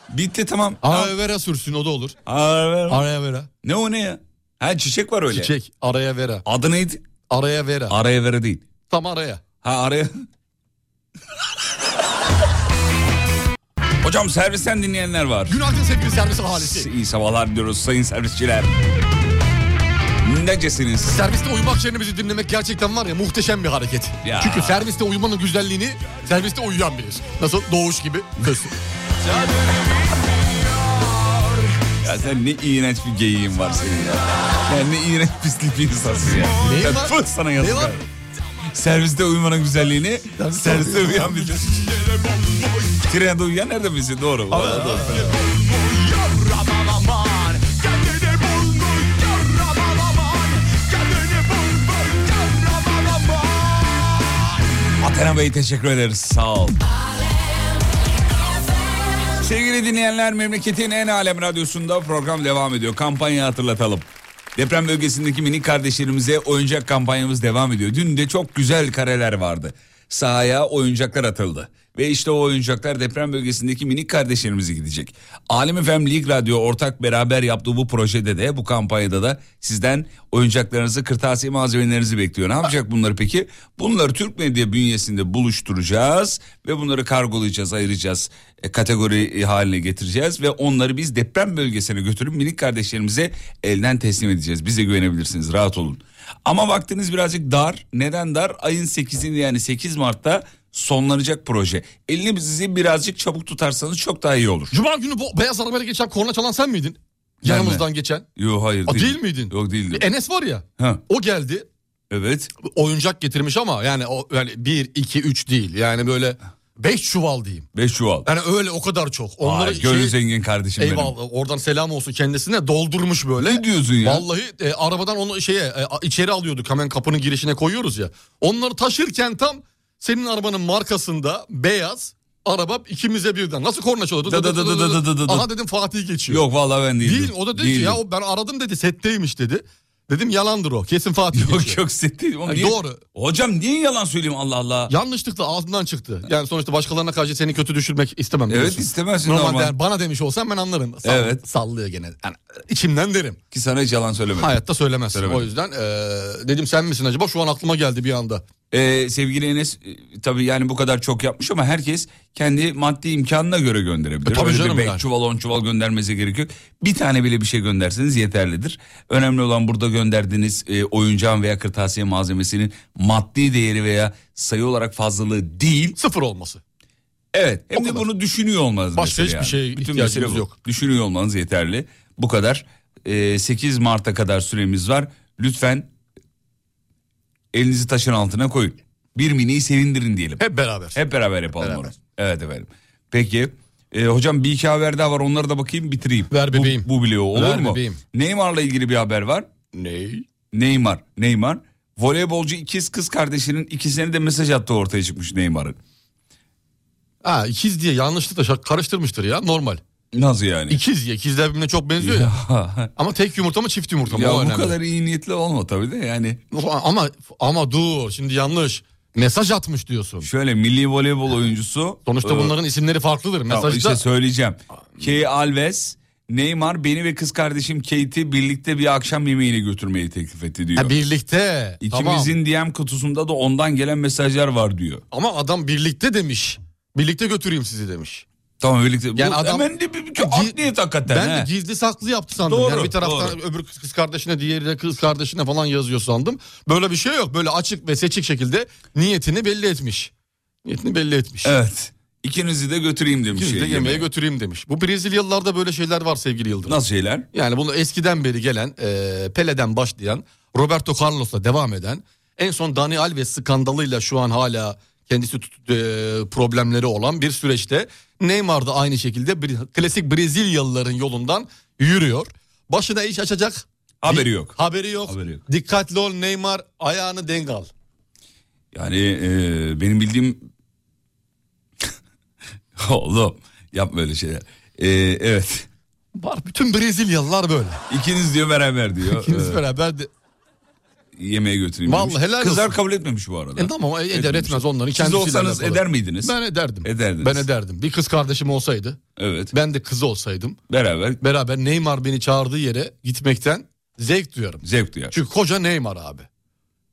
[SPEAKER 2] Bitti tamam.
[SPEAKER 3] Aloe vera sürsün o da olur.
[SPEAKER 2] Aa, ver.
[SPEAKER 3] Araya vera.
[SPEAKER 2] Ne o ne ya? Ha çiçek var öyle.
[SPEAKER 3] Çiçek. Araya vera.
[SPEAKER 2] Adı neydi?
[SPEAKER 3] Araya vera.
[SPEAKER 2] Araya vere değil.
[SPEAKER 3] Tam araya.
[SPEAKER 2] Ha araya. Hocam servisten dinleyenler var.
[SPEAKER 3] Günaydın sevgili servis ahalisi.
[SPEAKER 2] İyi sabahlar diliyoruz sayın servisçiler. Necesiniz?
[SPEAKER 3] Serviste uyumak yerine bizi dinlemek gerçekten var ya muhteşem bir hareket.
[SPEAKER 2] Ya.
[SPEAKER 3] Çünkü serviste uyumanın güzelliğini serviste uyuyan bilir. Nasıl doğuş gibi.
[SPEAKER 2] Ya sen ne iğrenç bir geyiğin var senin ya. Ya ne iğrenç pislik bir insansın ya.
[SPEAKER 3] Neyin
[SPEAKER 2] ya
[SPEAKER 3] var?
[SPEAKER 2] tüh sana yazık.
[SPEAKER 3] Ne var?
[SPEAKER 2] ya. Serviste uyumanın güzelliğini serviste uyuyan bilir. Trende uyuyan nerede bilsin? Doğru. Vallahi doğru. Atena Bey teşekkür ederiz. Sağ ol. Sevgili dinleyenler memleketin en alem radyosunda program devam ediyor. Kampanya hatırlatalım. Deprem bölgesindeki minik kardeşlerimize oyuncak kampanyamız devam ediyor. Dün de çok güzel kareler vardı. Sahaya oyuncaklar atıldı. Ve işte o oyuncaklar deprem bölgesindeki minik kardeşlerimize gidecek. Alem FM Lig Radyo ortak beraber yaptığı bu projede de bu kampanyada da sizden oyuncaklarınızı kırtasiye malzemelerinizi bekliyor. Ne yapacak bunları peki? Bunları Türk Medya bünyesinde buluşturacağız ve bunları kargolayacağız, ayıracağız, e, kategori haline getireceğiz ve onları biz deprem bölgesine götürüp minik kardeşlerimize elden teslim edeceğiz. Bize güvenebilirsiniz, rahat olun. Ama vaktiniz birazcık dar. Neden dar? Ayın 8'inde yani 8 Mart'ta sonlanacak proje. Elinizi birazcık çabuk tutarsanız çok daha iyi olur.
[SPEAKER 3] (laughs) Cuma günü bu beyaz arabayla geçen korna çalan sen miydin?
[SPEAKER 2] Ben mi?
[SPEAKER 3] Yanımızdan geçen.
[SPEAKER 2] Yok hayır
[SPEAKER 3] Aa,
[SPEAKER 2] değil.
[SPEAKER 3] değil miydin?
[SPEAKER 2] Yok değildim.
[SPEAKER 3] Enes var ya.
[SPEAKER 2] Ha,
[SPEAKER 3] O geldi.
[SPEAKER 2] evet.
[SPEAKER 3] oyuncak getirmiş ama yani o yani 1 2 3 değil. Yani böyle 5 çuval diyeyim.
[SPEAKER 2] 5 çuval.
[SPEAKER 3] Yani öyle o kadar çok. Onları
[SPEAKER 2] Ay, gönül
[SPEAKER 3] şey-
[SPEAKER 2] zengin kardeşim
[SPEAKER 3] eyvallah oradan selam olsun kendisine doldurmuş böyle.
[SPEAKER 2] benim. Ne diyorsun ya?
[SPEAKER 3] Vallahi e, arabadan onu şeye e, a- içeri alıyorduk hemen kapının girişine koyuyoruz ya. Onları taşırken tam senin arabanın markasında beyaz Araba ikimize birden. Nasıl korna çalıyordu?
[SPEAKER 2] Dı dı dı dı dı dı dı dı.
[SPEAKER 3] Aha dedim Fatih geçiyor.
[SPEAKER 2] Yok vallahi ben değilim.
[SPEAKER 3] Değil o da dedi ki
[SPEAKER 2] Değilim.
[SPEAKER 3] ya o- ben aradım dedi setteymiş dedi. Dedim yalandır o. Kesin Fatih
[SPEAKER 2] (laughs) Yok
[SPEAKER 3] geçiyor.
[SPEAKER 2] yok set değilim. Oğlum
[SPEAKER 3] Yani
[SPEAKER 2] niye-
[SPEAKER 3] Hani doğru.
[SPEAKER 2] Hocam niye yalan söyleyeyim Allah Allah.
[SPEAKER 3] Yanlışlıkla ağzından çıktı. Yani sonuçta başkalarına karşı seni kötü düşürmek istemem.
[SPEAKER 2] evet
[SPEAKER 3] biliyorsun.
[SPEAKER 2] istemezsin
[SPEAKER 3] Normalde
[SPEAKER 2] normal.
[SPEAKER 3] yani bana demiş olsan ben anlarım. Sall-
[SPEAKER 2] Evet.
[SPEAKER 3] Sallıyor gene. Yani içimden derim.
[SPEAKER 2] Ki sana hiç yalan söylemedim.
[SPEAKER 3] Hayatta söylemez.
[SPEAKER 2] Söylemedim.
[SPEAKER 3] O yüzden eee, dedim sen misin acaba? Şu an aklıma geldi bir anda.
[SPEAKER 2] Ee, sevgili Enes e, tabii yani bu kadar çok yapmış ama herkes kendi maddi imkanına göre gönderebilir.
[SPEAKER 3] E, tabii
[SPEAKER 2] Öyle bir
[SPEAKER 3] canım
[SPEAKER 2] beş
[SPEAKER 3] yani.
[SPEAKER 2] çuval on çuval göndermesi gerek yok. Bir tane bile bir şey gönderseniz yeterlidir. Önemli olan burada gönderdiğiniz e, oyuncağın veya kırtasiye malzemesinin maddi değeri veya sayı olarak fazlalığı değil.
[SPEAKER 3] Sıfır olması.
[SPEAKER 2] Evet hem
[SPEAKER 3] O
[SPEAKER 2] de
[SPEAKER 3] kadar.
[SPEAKER 2] bunu düşünüyor olmanız
[SPEAKER 3] Başka
[SPEAKER 2] mesela
[SPEAKER 3] hiçbir
[SPEAKER 2] yani.
[SPEAKER 3] şeye
[SPEAKER 2] Bütün
[SPEAKER 3] ihtiyacımız
[SPEAKER 2] mesele bu.
[SPEAKER 3] yok.
[SPEAKER 2] Düşünüyor olmanız yeterli. Bu kadar. Ee, 8 Mart'a kadar süremiz var. Lütfen elinizi taşın altına koyun. Bir miniyi sevindirin diyelim.
[SPEAKER 3] Hep beraber.
[SPEAKER 2] Hep beraber yapalım
[SPEAKER 3] Beraber.
[SPEAKER 2] onu. Evet efendim. Peki. Ee, hocam bir iki haber daha var onlara da bakayım bitireyim.
[SPEAKER 3] Ver bebeğim.
[SPEAKER 2] Bu, bu bile o, olur
[SPEAKER 3] Ver
[SPEAKER 2] mu?
[SPEAKER 3] bebeğim.
[SPEAKER 2] Neymar'la ilgili bir haber var.
[SPEAKER 3] Ne?
[SPEAKER 2] Neymar, Neymar. Voleybolcu ikiz kız kardeşinin ikisine de mesaj attığı ortaya çıkmış Neymar'ın.
[SPEAKER 3] Ha ikiz diye yanlışlıkla şak- karıştırmıştır ya normal.
[SPEAKER 2] Nasıl yani?
[SPEAKER 3] İkiz ya ikizler birbirine
[SPEAKER 2] (laughs)
[SPEAKER 3] çok benziyor ya. Ama tek yumurta mı çift yumurta mı?
[SPEAKER 2] Ya
[SPEAKER 3] O
[SPEAKER 2] bu
[SPEAKER 3] önemli.
[SPEAKER 2] kadar iyi niyetli olma tabii de yani.
[SPEAKER 3] Ama ama dur şimdi yanlış. Mesaj atmış diyorsun.
[SPEAKER 2] Şöyle milli voleybol oyuncusu.
[SPEAKER 3] Sonuçta
[SPEAKER 2] e,
[SPEAKER 3] bunların isimleri farklıdır.
[SPEAKER 2] ya
[SPEAKER 3] Mesajda
[SPEAKER 2] işte söyleyeceğim. Key Alves, Neymar beni ve kız kardeşim Kate'i birlikte bir akşam yemeğine götürmeyi teklif etti diyor.
[SPEAKER 3] Ha, birlikte. Tamam.
[SPEAKER 2] İkimizin DM kutusunda da ondan gelen mesajlar var diyor.
[SPEAKER 3] Ama adam birlikte demiş. Birlikte götüreyim sizi demiş.
[SPEAKER 2] Tamam birlikte. Yani
[SPEAKER 3] Yani
[SPEAKER 2] Bu
[SPEAKER 3] adam-
[SPEAKER 2] hemen de bir, bir, çok
[SPEAKER 3] Gi-
[SPEAKER 2] niyet hakikaten.
[SPEAKER 3] ben
[SPEAKER 2] he.
[SPEAKER 3] de gizli saklı yaptı sandım.
[SPEAKER 2] Doğru,
[SPEAKER 3] yani bir taraftan öbür kız kardeşine diğeri de kız kardeşine falan yazıyor sandım. Böyle bir şey yok. Böyle açık ve seçik şekilde niyetini belli etmiş. Niyetini belli etmiş.
[SPEAKER 2] Evet. İkinizi de götüreyim demiş.
[SPEAKER 3] Biz de
[SPEAKER 2] şey
[SPEAKER 3] yemeğe
[SPEAKER 2] yemeğe.
[SPEAKER 3] götüreyim demiş. Bu Brezilyalılarda böyle şeyler var sevgili Yıldırım.
[SPEAKER 2] Nasıl şeyler?
[SPEAKER 3] Yani bunu eskiden beri gelen e, Pele'den başlayan Roberto Carlos'la devam eden en son Dani Alves skandalıyla şu an hala kendisi tut- e, problemleri olan bir süreçte Neymar da aynı şekilde Bre- klasik Brezilyalıların yolundan yürüyor. Başına iş açacak
[SPEAKER 2] Haberi
[SPEAKER 3] Di-
[SPEAKER 2] yok.
[SPEAKER 3] Haberi yok.
[SPEAKER 2] Haberi yok.
[SPEAKER 3] Dikkatli ol Neymar ayağını denk al.
[SPEAKER 2] Yani e, benim bildiğim... (laughs) Oğlum yapma öyle şeyler. E, evet.
[SPEAKER 3] Var bütün Brezilyalılar böyle.
[SPEAKER 2] İkiniz diyor beraber diyor.
[SPEAKER 3] (laughs) İkiniz
[SPEAKER 2] E,
[SPEAKER 3] beraber de
[SPEAKER 2] yemeğe götüreyim
[SPEAKER 3] Vallahi
[SPEAKER 2] demiş.
[SPEAKER 3] helal
[SPEAKER 2] Kızlar
[SPEAKER 3] olsun.
[SPEAKER 2] kabul etmemiş bu arada.
[SPEAKER 3] E tamam e, eder
[SPEAKER 2] Etmemiş.
[SPEAKER 3] etmez onların
[SPEAKER 2] Siz
[SPEAKER 3] kendisiyle
[SPEAKER 2] olsanız
[SPEAKER 3] alakalı.
[SPEAKER 2] eder miydiniz?
[SPEAKER 3] Ben ederdim.
[SPEAKER 2] Ederdiniz.
[SPEAKER 3] Ben ederdim. Bir kız kardeşim olsaydı
[SPEAKER 2] Evet.
[SPEAKER 3] ben de kızı olsaydım
[SPEAKER 2] Beraber
[SPEAKER 3] beraber Neymar beni çağırdığı yere gitmekten zevk duyarım.
[SPEAKER 2] zevk duyar. Çünkü,
[SPEAKER 3] Çünkü koca Neymar abi.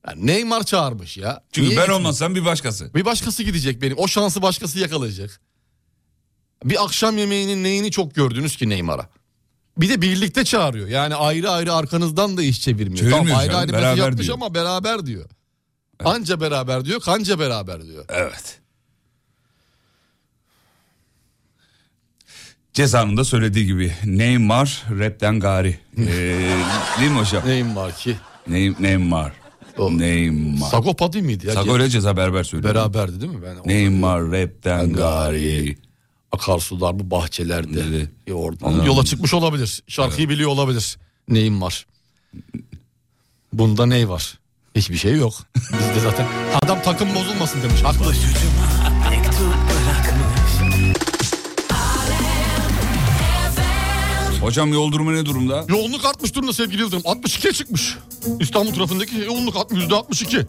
[SPEAKER 3] Yani Neymar çağırmış ya.
[SPEAKER 2] ben
[SPEAKER 3] Niye gitmiyor?
[SPEAKER 2] olmasam bir başkası.
[SPEAKER 3] Bir başkası gidecek benim. O şansı başkası yakalayacak. Bir akşam yemeğinin neyini çok gördünüz ki Neymar'a. Bir de birlikte çağırıyor. Yani ayrı ayrı arkanızdan da iş çevirmiyor.
[SPEAKER 2] Çevirmiyor
[SPEAKER 3] Tamam, ayrı
[SPEAKER 2] canım,
[SPEAKER 3] ayrı mesaj
[SPEAKER 2] beraber
[SPEAKER 3] yapmış
[SPEAKER 2] diyor.
[SPEAKER 3] ama beraber diyor. Anca beraber diyor, kanca beraber diyor.
[SPEAKER 2] Evet. Cezanın da söylediği gibi Neymar rapten gari. Ee, değil mi
[SPEAKER 3] (laughs)
[SPEAKER 2] hocam?
[SPEAKER 3] Neyim var ki?
[SPEAKER 2] Ney- Neymar.
[SPEAKER 3] Doğru.
[SPEAKER 2] Neymar.
[SPEAKER 3] Sagopa değil miydi ya?
[SPEAKER 2] Sago ile ceza berber söylüyor.
[SPEAKER 3] Beraberdi değil mi? Ben onu-
[SPEAKER 2] Neymar rapten gari.
[SPEAKER 3] gari. akarsular mı bahçelerde.
[SPEAKER 2] Dedi.
[SPEAKER 3] E oradan
[SPEAKER 2] Anladım.
[SPEAKER 3] yola çıkmış olabilir. Şarkıyı biliyor olabilir. Neyim var? Bunda ney var? Hiçbir şey (laughs) yok. Bizde zaten adam takım bozulmasın demiş. Haklı.
[SPEAKER 2] Hocam yol durumu ne durumda?
[SPEAKER 3] Yoğunluk artmış durumda sevgili Yıldırım. 62'ye çıkmış. İstanbul trafiğindeki yoğunluk artmış. %62.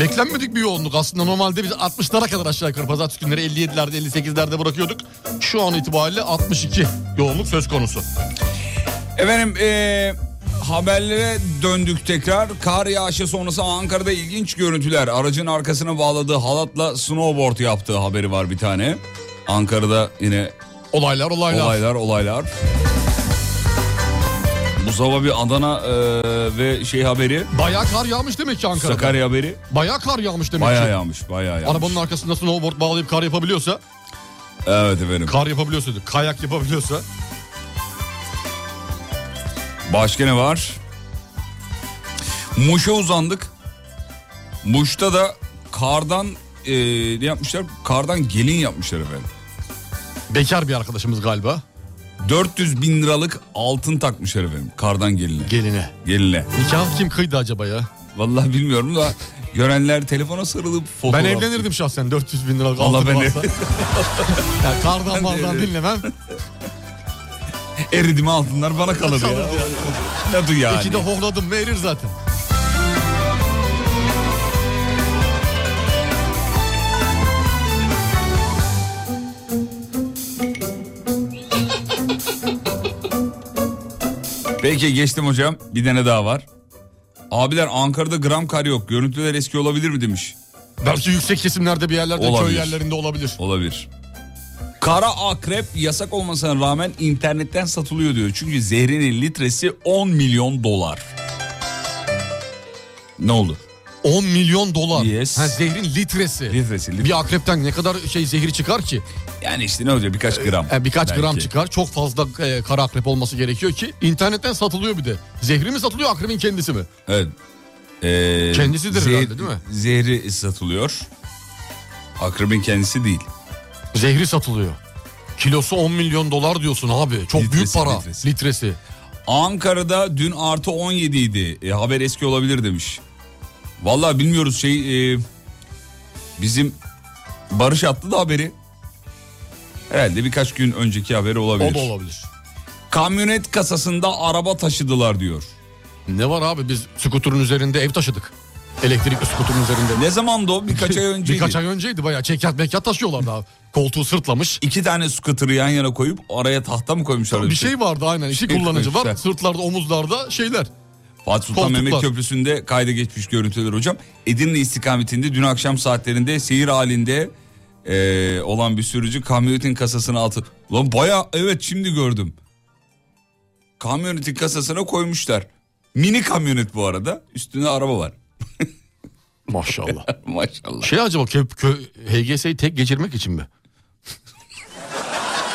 [SPEAKER 3] Beklenmedik bir yoğunluk aslında. Normalde biz 60'lara kadar aşağı yukarı pazartesi günleri 57'lerde 58'lerde bırakıyorduk. Şu an itibariyle 62 yoğunluk söz konusu.
[SPEAKER 2] Efendim ee, haberlere döndük tekrar. Kar yağışı sonrası Ankara'da ilginç görüntüler. Aracın arkasına bağladığı halatla snowboard yaptığı haberi var bir tane. Ankara'da yine
[SPEAKER 3] Olaylar olaylar.
[SPEAKER 2] Olaylar olaylar. Bu sabah bir Adana e, ve şey haberi,
[SPEAKER 3] Bayağı kar yağmış demek ki Ankara'da.
[SPEAKER 2] Sakarya haberi.
[SPEAKER 3] Bayağı kar yağmış demek
[SPEAKER 2] Bayağı
[SPEAKER 3] ki.
[SPEAKER 2] yağmış, bayağı yağmış.
[SPEAKER 3] Arabanın arkasında snowboard bağlayıp kar yapabiliyorsa,
[SPEAKER 2] Evet efendim.
[SPEAKER 3] kar yapabiliyorsa, diyor, kayak yapabiliyorsa.
[SPEAKER 2] Başka ne var? Muş'a uzandık. Muş'ta da kardan e, ne yapmışlar? Kardan gelin yapmışlar efendim.
[SPEAKER 3] Bekar bir arkadaşımız galiba.
[SPEAKER 2] 400 bin liralık altın takmışlar efendim kardan geline.
[SPEAKER 3] Geline.
[SPEAKER 2] Geline.
[SPEAKER 3] Nikah kim kıydı acaba ya?
[SPEAKER 2] Vallahi bilmiyorum da Görenler telefona sarılıp fotoğraf.
[SPEAKER 3] Ben evlenirdim şahsen 400 bin liralık
[SPEAKER 2] Vallahi
[SPEAKER 3] altın
[SPEAKER 2] ben
[SPEAKER 3] (laughs) varsa. ya kardan
[SPEAKER 2] Ben de
[SPEAKER 3] mardan
[SPEAKER 2] evlenirim.
[SPEAKER 3] dinlemem.
[SPEAKER 2] Eridimi altınlar bana kalır
[SPEAKER 3] (laughs)
[SPEAKER 2] ya. Ne du yani.
[SPEAKER 3] İki de hohladım mı erir zaten.
[SPEAKER 2] Peki geçtim hocam. Bir tane daha var. Abiler Ankara'da gram kar yok. Görüntüler eski olabilir mi demiş.
[SPEAKER 3] Belki yüksek kesimlerde bir yerlerde
[SPEAKER 2] Olabilir.
[SPEAKER 3] köy yerlerinde olabilir.
[SPEAKER 2] Olabilir. Kara akrep yasak olmasına rağmen internetten satılıyor diyor. Çünkü zehrinin litresi 10 milyon dolar. Ne oldu?
[SPEAKER 3] 10 milyon dolar.
[SPEAKER 2] Yes.
[SPEAKER 3] Ha, zehrin litresi.
[SPEAKER 2] Litresi. litre-
[SPEAKER 3] Bir akrepten ne kadar şey zehri çıkar ki?
[SPEAKER 2] Yani işte ne olacak birkaç gram.
[SPEAKER 3] Yani E, birkaç gram
[SPEAKER 2] belki.
[SPEAKER 3] çıkar. Çok fazla e, kara akrep olması gerekiyor ki internetten satılıyor bir de. Zehri mi satılıyor akrebin kendisi mi?
[SPEAKER 2] Evet. Ee,
[SPEAKER 3] Kendisidir herhalde, değil mi?
[SPEAKER 2] Zehri satılıyor. Akrebin kendisi değil.
[SPEAKER 3] Zehri satılıyor. Kilosu 10 milyon dolar diyorsun abi. Çok büyük
[SPEAKER 2] Litresi,
[SPEAKER 3] para
[SPEAKER 2] litresi.
[SPEAKER 3] litresi.
[SPEAKER 2] Ankara'da dün artı 17 idi. E, haber eski olabilir demiş. Vallahi bilmiyoruz şey e, bizim Barış attı da haberi. Herhalde birkaç gün önceki haberi olabilir.
[SPEAKER 3] O da olabilir.
[SPEAKER 2] Kamyonet kasasında araba taşıdılar diyor.
[SPEAKER 3] Ne var abi biz skuterun üzerinde ev taşıdık. Elektrikli skuterun üzerinde.
[SPEAKER 2] Ne zamandı o?
[SPEAKER 3] (laughs)
[SPEAKER 2] Birkaç ay önceydi.
[SPEAKER 3] Birkaç ay önceydi bayağı. Çekyat mekyat taşıyorlardı abi. Koltuğu sırtlamış.
[SPEAKER 2] İki tane scooter'ı yan yana koyup araya tahta mı koymuşlar? öyle
[SPEAKER 3] Bir şey vardı aynen. İki
[SPEAKER 2] Şey
[SPEAKER 3] kullanıcı var.
[SPEAKER 2] koymuşlar.
[SPEAKER 3] Sırtlarda omuzlarda şeyler.
[SPEAKER 2] Fatih Sultan
[SPEAKER 3] Koltuklar.
[SPEAKER 2] Mehmet Köprüsü'nde kayda geçmiş görüntüler hocam. Edirne istikametinde dün akşam saatlerinde seyir halinde eee, olan bir sürücü kamyonetin kasasına atı... Ulan baya evet şimdi gördüm. Kamyonetin kasasına koymuşlar. Mini kamyonet bu arada. Üstünde araba var.
[SPEAKER 3] Maşallah.
[SPEAKER 2] Maşallah.
[SPEAKER 3] şey acaba kö, kö, HGS'yi tek geçirmek için mi?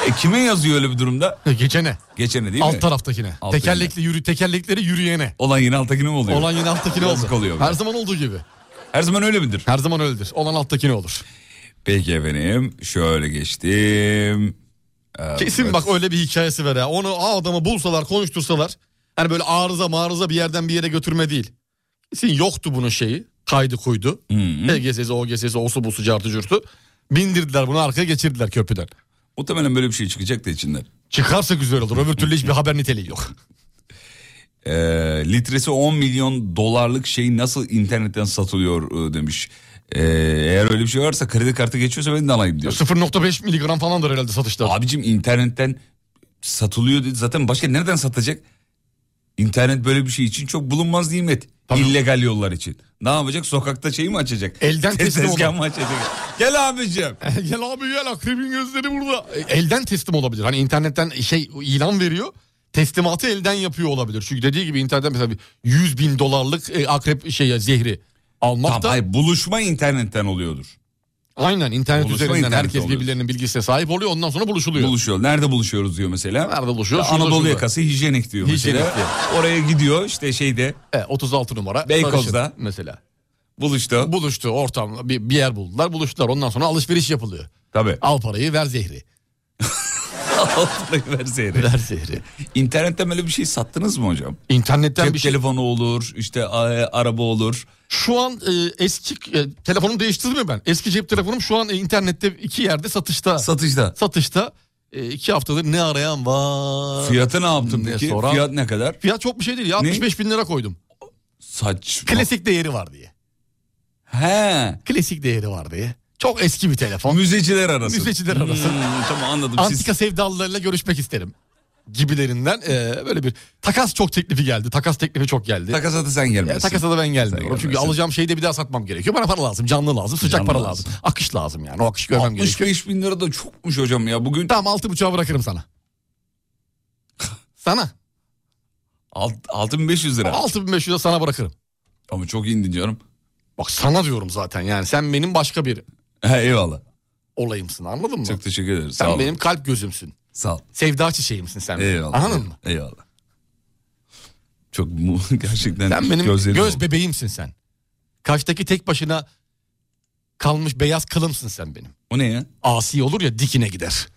[SPEAKER 2] E, kime yazıyor öyle bir durumda?
[SPEAKER 3] Geçene.
[SPEAKER 2] Geçene değil mi?
[SPEAKER 3] Alt taraftakine.
[SPEAKER 2] Alttakine.
[SPEAKER 3] Tekerlekli yürü, tekerlekleri yürüyene.
[SPEAKER 2] Olan yine alttakine mi oluyor?
[SPEAKER 3] Olan yine alttakine
[SPEAKER 2] Yazık
[SPEAKER 3] olur.
[SPEAKER 2] oluyor
[SPEAKER 3] Her
[SPEAKER 2] biraz.
[SPEAKER 3] zaman olduğu gibi.
[SPEAKER 2] Her zaman öyle midir?
[SPEAKER 3] Her zaman öyledir. Olan alttakine olur.
[SPEAKER 2] Peki efendim şöyle geçtim.
[SPEAKER 3] Kesin bak öyle bir hikayesi var ya. Onu o adamı bulsalar konuştursalar. Hani böyle arıza marıza bir yerden bir yere götürme değil. Kesin yoktu bunun şeyi. Kaydı kuydu. E, HGS'si, OGS'si, osu busu cartı curtu. Bindirdiler bunu arkaya geçirdiler köprüden.
[SPEAKER 2] Muhtemelen böyle bir şey çıkacak da içinden.
[SPEAKER 3] Çıkarsa güzel olur. Öbür türlü hiçbir haber niteliği yok.
[SPEAKER 2] Ee, litresi 10 milyon dolarlık şey nasıl internetten satılıyor e, demiş. Ee, eğer öyle bir şey varsa kredi kartı geçiyorsa ben de alayım diyor.
[SPEAKER 3] 0.5 miligram falandır herhalde satışta.
[SPEAKER 2] Abicim internetten satılıyor dedi. zaten başka nereden satacak? İnternet böyle bir şey için çok bulunmaz nimet.
[SPEAKER 3] Tabii.
[SPEAKER 2] İllegal yollar için. Ne yapacak? Sokakta şey mi açacak?
[SPEAKER 3] Elden
[SPEAKER 2] Te-
[SPEAKER 3] teslim
[SPEAKER 2] tezgah
[SPEAKER 3] olan. Eh,
[SPEAKER 2] mı açacak? Gel abicim.
[SPEAKER 3] (laughs) gel abi gel akrebin gözleri burada. E, Elden teslim olabilir. Hani internetten şey ilan veriyor. Teslimatı elden yapıyor olabilir. Çünkü dediği gibi internetten mesela bir 100 bin dolarlık e, akrep şey ya, zehri almak
[SPEAKER 2] Tamam,
[SPEAKER 3] da
[SPEAKER 2] hayır, buluşma internetten oluyordur.
[SPEAKER 3] aynen internet
[SPEAKER 2] Buluşma
[SPEAKER 3] üzerinden
[SPEAKER 2] internette
[SPEAKER 3] herkes
[SPEAKER 2] oluyor.
[SPEAKER 3] birbirlerinin bilgisine sahip oluyor. Ondan sonra buluşuluyor.
[SPEAKER 2] Buluşuyor. Nerede buluşuyoruz diyor mesela.
[SPEAKER 3] Nerede buluşuyor? Şurada,
[SPEAKER 2] Anadolu
[SPEAKER 3] şurada.
[SPEAKER 2] yakası hijyenik diyor mesela.
[SPEAKER 3] Hijyenik
[SPEAKER 2] Oraya gidiyor işte şeyde
[SPEAKER 3] E, 36 numara.
[SPEAKER 2] Beykoz'da.
[SPEAKER 3] Sarışın Mesela.
[SPEAKER 2] buluştu.
[SPEAKER 3] Buluştu ortam bir, bir yer buldular buluştular. Ondan sonra alışveriş yapılıyor. (laughs)
[SPEAKER 2] Tabii.
[SPEAKER 3] Al parayı ver zehri.
[SPEAKER 2] Altına verseydi.
[SPEAKER 3] Ver zehri.
[SPEAKER 2] İnternetten böyle bir şey sattınız mı hocam?
[SPEAKER 3] İnternetten
[SPEAKER 2] Cep
[SPEAKER 3] bir şey
[SPEAKER 2] telefonu olur, işte a- e, araba olur.
[SPEAKER 3] Şu an e, eski e, telefonumu değiştirdim mi ben? Eski cep telefonum şu an e, internette iki yerde satışta.
[SPEAKER 2] Satışta.
[SPEAKER 3] satışta e, iki haftadır ne arayan var. Fiyat,
[SPEAKER 2] Fiyatı ne yaptın
[SPEAKER 3] Ne
[SPEAKER 2] peki?
[SPEAKER 3] soran?
[SPEAKER 2] Fiyat ne kadar?
[SPEAKER 3] çok bir şey değil ya
[SPEAKER 2] Ne?
[SPEAKER 3] 65 bin lira koydum.
[SPEAKER 2] Saç.
[SPEAKER 3] Klasik değeri var diye.
[SPEAKER 2] He.
[SPEAKER 3] Klasik değeri var diye. Çok eski bir telefon.
[SPEAKER 2] Müzeciler arası.
[SPEAKER 3] Müzeciler arası.
[SPEAKER 2] Hmm, tamam anladım.
[SPEAKER 3] Antika sevdalılarıyla görüşmek isterim gibilerinden e, böyle bir takas çok teklifi geldi. Takas teklifi çok geldi.
[SPEAKER 2] Siz takasata sen
[SPEAKER 3] Ya,
[SPEAKER 2] gelmezsin.
[SPEAKER 3] takasa da ben gelmiyorum.
[SPEAKER 2] Sen
[SPEAKER 3] Çünkü
[SPEAKER 2] gelmezsin.
[SPEAKER 3] alacağım şeyi de bir daha satmam gerekiyor. Bana para lazım, canlı lazım, sıcak
[SPEAKER 2] Canlı
[SPEAKER 3] para
[SPEAKER 2] lazım.
[SPEAKER 3] lazım. Akış lazım yani. O akış görmem gerekiyor.
[SPEAKER 2] 65 bin lira da çokmuş hocam ya. Bugün
[SPEAKER 3] Tamam altı buçuğa bırakırım sana. Sana.
[SPEAKER 2] alt- 6500 lira.
[SPEAKER 3] Altı bin beş yüze sana bırakırım.
[SPEAKER 2] Ama çok indi canım. (laughs)
[SPEAKER 3] Bak sana diyorum zaten yani sen benim başka bir
[SPEAKER 2] He, eyvallah.
[SPEAKER 3] olayımsın anladın mı?
[SPEAKER 2] Çok teşekkür ederim. Sağ
[SPEAKER 3] sen
[SPEAKER 2] ol.
[SPEAKER 3] benim kalp gözümsün.
[SPEAKER 2] Sağ ol.
[SPEAKER 3] Sevda çiçeğimsin sen. benim.
[SPEAKER 2] Eyvallah.
[SPEAKER 3] Anladın mı?
[SPEAKER 2] Eyvallah. Çok mu- (laughs) gerçekten
[SPEAKER 3] Sen benim
[SPEAKER 2] gözlerim
[SPEAKER 3] göz
[SPEAKER 2] oldu.
[SPEAKER 3] bebeğimsin sen. Kaştaki tek başına kalmış beyaz kılımsın sen benim.
[SPEAKER 2] O ne ya?
[SPEAKER 3] Asi olur ya dikine gider.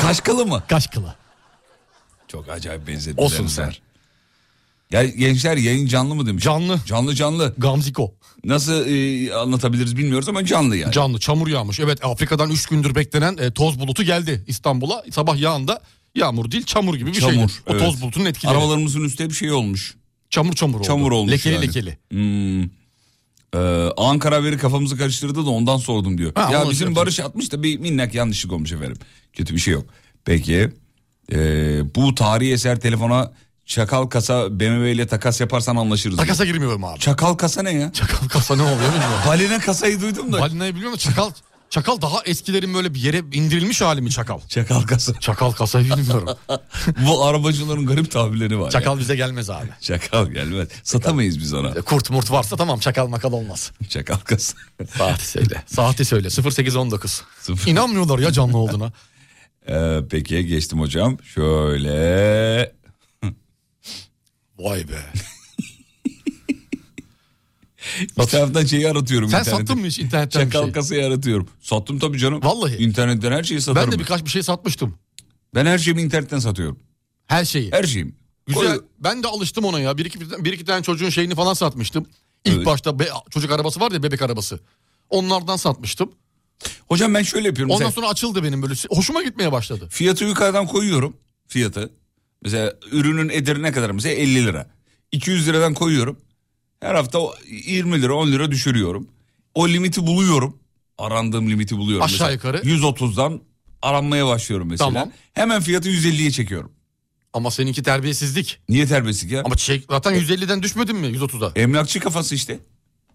[SPEAKER 2] Kaşkalı mı?
[SPEAKER 3] Kaş kılı.
[SPEAKER 2] Çok acayip benzetmeler
[SPEAKER 3] Olsun sen.
[SPEAKER 2] Ya gençler yayın canlı mı demiş?
[SPEAKER 3] Canlı.
[SPEAKER 2] Canlı canlı.
[SPEAKER 3] Gamziko.
[SPEAKER 2] Nasıl e, anlatabiliriz bilmiyoruz ama canlı yani.
[SPEAKER 3] Canlı çamur yağmış. Evet Afrika'dan 3 gündür beklenen e, toz bulutu geldi İstanbul'a. Sabah yağında yağmur değil çamur gibi bir
[SPEAKER 2] Çamur,
[SPEAKER 3] şeydi. O
[SPEAKER 2] evet.
[SPEAKER 3] toz bulutunun etkileri.
[SPEAKER 2] Arabalarımızın üstte bir şey olmuş.
[SPEAKER 3] Çamur çamur oldu.
[SPEAKER 2] Çamur olmuş
[SPEAKER 3] Lekeli
[SPEAKER 2] yani.
[SPEAKER 3] lekeli.
[SPEAKER 2] Hmm. Ee, Ankara haberi kafamızı karıştırdı da ondan sordum diyor.
[SPEAKER 3] Ha,
[SPEAKER 2] ya
[SPEAKER 3] onu
[SPEAKER 2] bizim
[SPEAKER 3] şey
[SPEAKER 2] Barış atmış da bir minnak yanlışlık olmuş efendim. Kötü bir şey yok. Peki ee, bu tarihi eser telefona çakal kasa BMW ile takas yaparsan anlaşırız. diyor.
[SPEAKER 3] Takasa girmiyorum abi.
[SPEAKER 2] Çakal kasa ne ya?
[SPEAKER 3] Çakal kasa ne oluyor (laughs) bilmiyorum.
[SPEAKER 2] Balina kasayı duydum da.
[SPEAKER 3] Balinayı biliyor musun? Çakal, çakal daha eskilerin böyle bir yere indirilmiş hali mi çakal?
[SPEAKER 2] çakal kasa.
[SPEAKER 3] Çakal kasayı (laughs) bilmiyorum.
[SPEAKER 2] bu arabacıların garip tabirleri var. ya.
[SPEAKER 3] çakal bize gelmez abi.
[SPEAKER 2] Çakal gelmez. Satamayız biz ona.
[SPEAKER 3] E, Kurt murt varsa tamam çakal makal olmaz.
[SPEAKER 2] Çakal kasa.
[SPEAKER 3] Saati söyle. Saati söyle 0819.
[SPEAKER 2] Sıfır.
[SPEAKER 3] İnanmıyorlar ya canlı olduğuna.
[SPEAKER 2] (laughs) Ee, peki geçtim hocam. Şöyle
[SPEAKER 3] (laughs) Vay be.
[SPEAKER 2] Bir taraftan şeyi aratıyorum.
[SPEAKER 3] Sen
[SPEAKER 2] internette.
[SPEAKER 3] sattın mı hiç internetten bir
[SPEAKER 2] Çakal
[SPEAKER 3] şey?
[SPEAKER 2] kasayı aratıyorum. Sattım tabii canım.
[SPEAKER 3] Vallahi.
[SPEAKER 2] İnternetten her şeyi satarım.
[SPEAKER 3] Ben
[SPEAKER 2] Ben,
[SPEAKER 3] de birkaç bir şey satmıştım.
[SPEAKER 2] her şeyimi internetten satıyorum.
[SPEAKER 3] Her şeyi.
[SPEAKER 2] Her şeyim.
[SPEAKER 3] Güzel. Ben de alıştım ona ya. Bir iki, bir iki tane çocuğun şeyini falan satmıştım. İlk
[SPEAKER 2] Evet.
[SPEAKER 3] başta be- çocuk arabası var ya bebek arabası. Onlardan satmıştım.
[SPEAKER 2] Hocam ben şöyle yapıyorum.
[SPEAKER 3] Ondan
[SPEAKER 2] Mesela
[SPEAKER 3] sonra açıldı benim böyle. Hoşuma gitmeye başladı.
[SPEAKER 2] Fiyatı yukarıdan koyuyorum. Fiyatı. Mesela ürünün ederi ne kadar mesela 50 lira. 200 liradan koyuyorum. Her hafta o 20 lira 10 lira düşürüyorum. O limiti buluyorum. Arandığım limiti buluyorum.
[SPEAKER 3] Aşağı
[SPEAKER 2] Mesela
[SPEAKER 3] yukarı.
[SPEAKER 2] 130'dan aranmaya başlıyorum mesela.
[SPEAKER 3] Tamam.
[SPEAKER 2] Hemen fiyatı 150'ye çekiyorum.
[SPEAKER 3] Ama seninki terbiyesizlik.
[SPEAKER 2] Niye terbiyesizlik ya?
[SPEAKER 3] Ama çiçek zaten 150'den düşmedin mi 130'a?
[SPEAKER 2] Emlakçı kafası işte.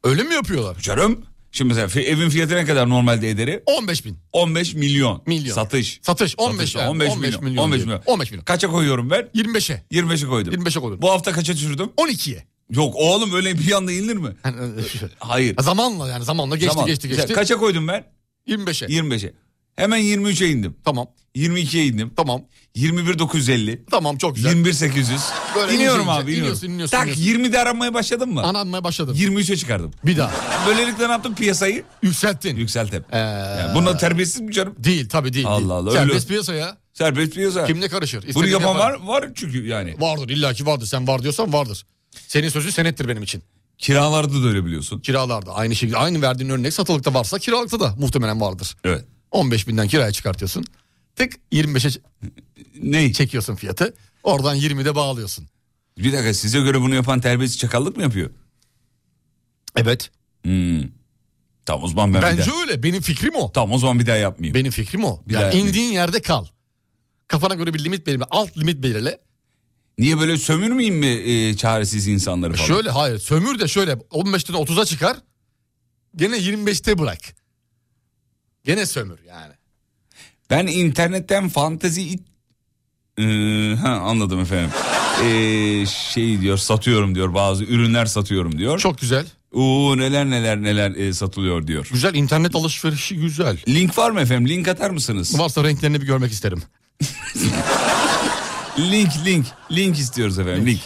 [SPEAKER 3] Öyle mi yapıyorlar?
[SPEAKER 2] Canım. Şimdi mesela fi- evin fiyatı ne kadar normalde ederi?
[SPEAKER 3] 15 bin.
[SPEAKER 2] 15 milyon.
[SPEAKER 3] Milyon.
[SPEAKER 2] Satış.
[SPEAKER 3] Satış 15,
[SPEAKER 2] Satış,
[SPEAKER 3] yani, 15, milyon.
[SPEAKER 2] 15
[SPEAKER 3] diyelim.
[SPEAKER 2] milyon.
[SPEAKER 3] 15 milyon.
[SPEAKER 2] Kaça koyuyorum ben?
[SPEAKER 3] 25'e.
[SPEAKER 2] 25'e koydum.
[SPEAKER 3] 25'e koydum.
[SPEAKER 2] Bu hafta kaça düşürdüm?
[SPEAKER 3] 12'ye.
[SPEAKER 2] Yok oğlum öyle bir anda inilir mi?
[SPEAKER 3] Yani, e,
[SPEAKER 2] Hayır.
[SPEAKER 3] (laughs) zamanla yani zamanla geçti
[SPEAKER 2] Tamam.
[SPEAKER 3] geçti
[SPEAKER 2] Mesela
[SPEAKER 3] geçti.
[SPEAKER 2] Kaça koydum ben?
[SPEAKER 3] 25'e.
[SPEAKER 2] 25'e. Hemen 23'e indim.
[SPEAKER 3] Tamam
[SPEAKER 2] 22'ye indim.
[SPEAKER 3] tamam
[SPEAKER 2] 21 950.
[SPEAKER 3] tamam çok güzel.
[SPEAKER 2] 21 800.
[SPEAKER 3] Böyle
[SPEAKER 2] iniyorum
[SPEAKER 3] ince ince.
[SPEAKER 2] abi iniyorum.
[SPEAKER 3] İniyorsun, iniyorsun,
[SPEAKER 2] tak
[SPEAKER 3] iniyorsun.
[SPEAKER 2] 20'de aranmaya başladın mı?
[SPEAKER 3] Ananmaya başladım.
[SPEAKER 2] 23'e çıkardım.
[SPEAKER 3] Bir daha
[SPEAKER 2] Böylelikle ne yaptım piyasayı?
[SPEAKER 3] yükselttin.
[SPEAKER 2] Yükselttim.
[SPEAKER 3] Ee,
[SPEAKER 2] Yani bunlar terbiyesiz mi canım?
[SPEAKER 3] Değil tabii değil.
[SPEAKER 2] Allah
[SPEAKER 3] değil.
[SPEAKER 2] Allah, öyle.
[SPEAKER 3] Serbest piyasa ya.
[SPEAKER 2] Serbest piyasa.
[SPEAKER 3] Kim ne karışır?
[SPEAKER 2] Bunu
[SPEAKER 3] İstediğini
[SPEAKER 2] yapan var,
[SPEAKER 3] yapar.
[SPEAKER 2] var çünkü yani.
[SPEAKER 3] Vardır illaki vardır. Sen var diyorsan vardır. Senin sözün senettir benim için.
[SPEAKER 2] Kiralarda da öyle biliyorsun.
[SPEAKER 3] Kiralarda aynı şekilde aynı verdiğin örnek satılıkta varsa kiralıkta da muhtemelen vardır.
[SPEAKER 2] Evet.
[SPEAKER 3] 15 binden kiraya çıkartıyorsun. Tık 25'e ç-
[SPEAKER 2] Ne?
[SPEAKER 3] çekiyorsun fiyatı. Oradan 20'de bağlıyorsun.
[SPEAKER 2] Bir dakika size göre bunu yapan terbiyesiz çakallık mı yapıyor?
[SPEAKER 3] Evet.
[SPEAKER 2] Hmm. Tamam o zaman ben bir
[SPEAKER 3] Bence
[SPEAKER 2] daha...
[SPEAKER 3] öyle. Benim fikrim o.
[SPEAKER 2] Tamam o zaman bir daha yapmayayım.
[SPEAKER 3] Benim fikrim o.
[SPEAKER 2] Bir
[SPEAKER 3] yani
[SPEAKER 2] daha-
[SPEAKER 3] indiğin yerde kal. Kafana göre bir limit belirle. Alt limit belirle.
[SPEAKER 2] Niye böyle sömürmeyeyim mi e, çaresiz insanları falan?
[SPEAKER 3] Şöyle hayır. Sömür de şöyle 15'ten 30'a çıkar. Gene 25'te bırak. Gene sömür yani.
[SPEAKER 2] Ben internetten fantezi... it- Ee, ha, anladım efendim. Ee, şey diyor satıyorum diyor bazı ürünler satıyorum diyor.
[SPEAKER 3] Çok güzel.
[SPEAKER 2] Oo neler neler neler e, satılıyor diyor.
[SPEAKER 3] Güzel internet alışverişi güzel.
[SPEAKER 2] Link var mı efendim? Link atar mısınız?
[SPEAKER 3] Varsa renklerini bir görmek isterim.
[SPEAKER 2] Link link link istiyoruz efendim link.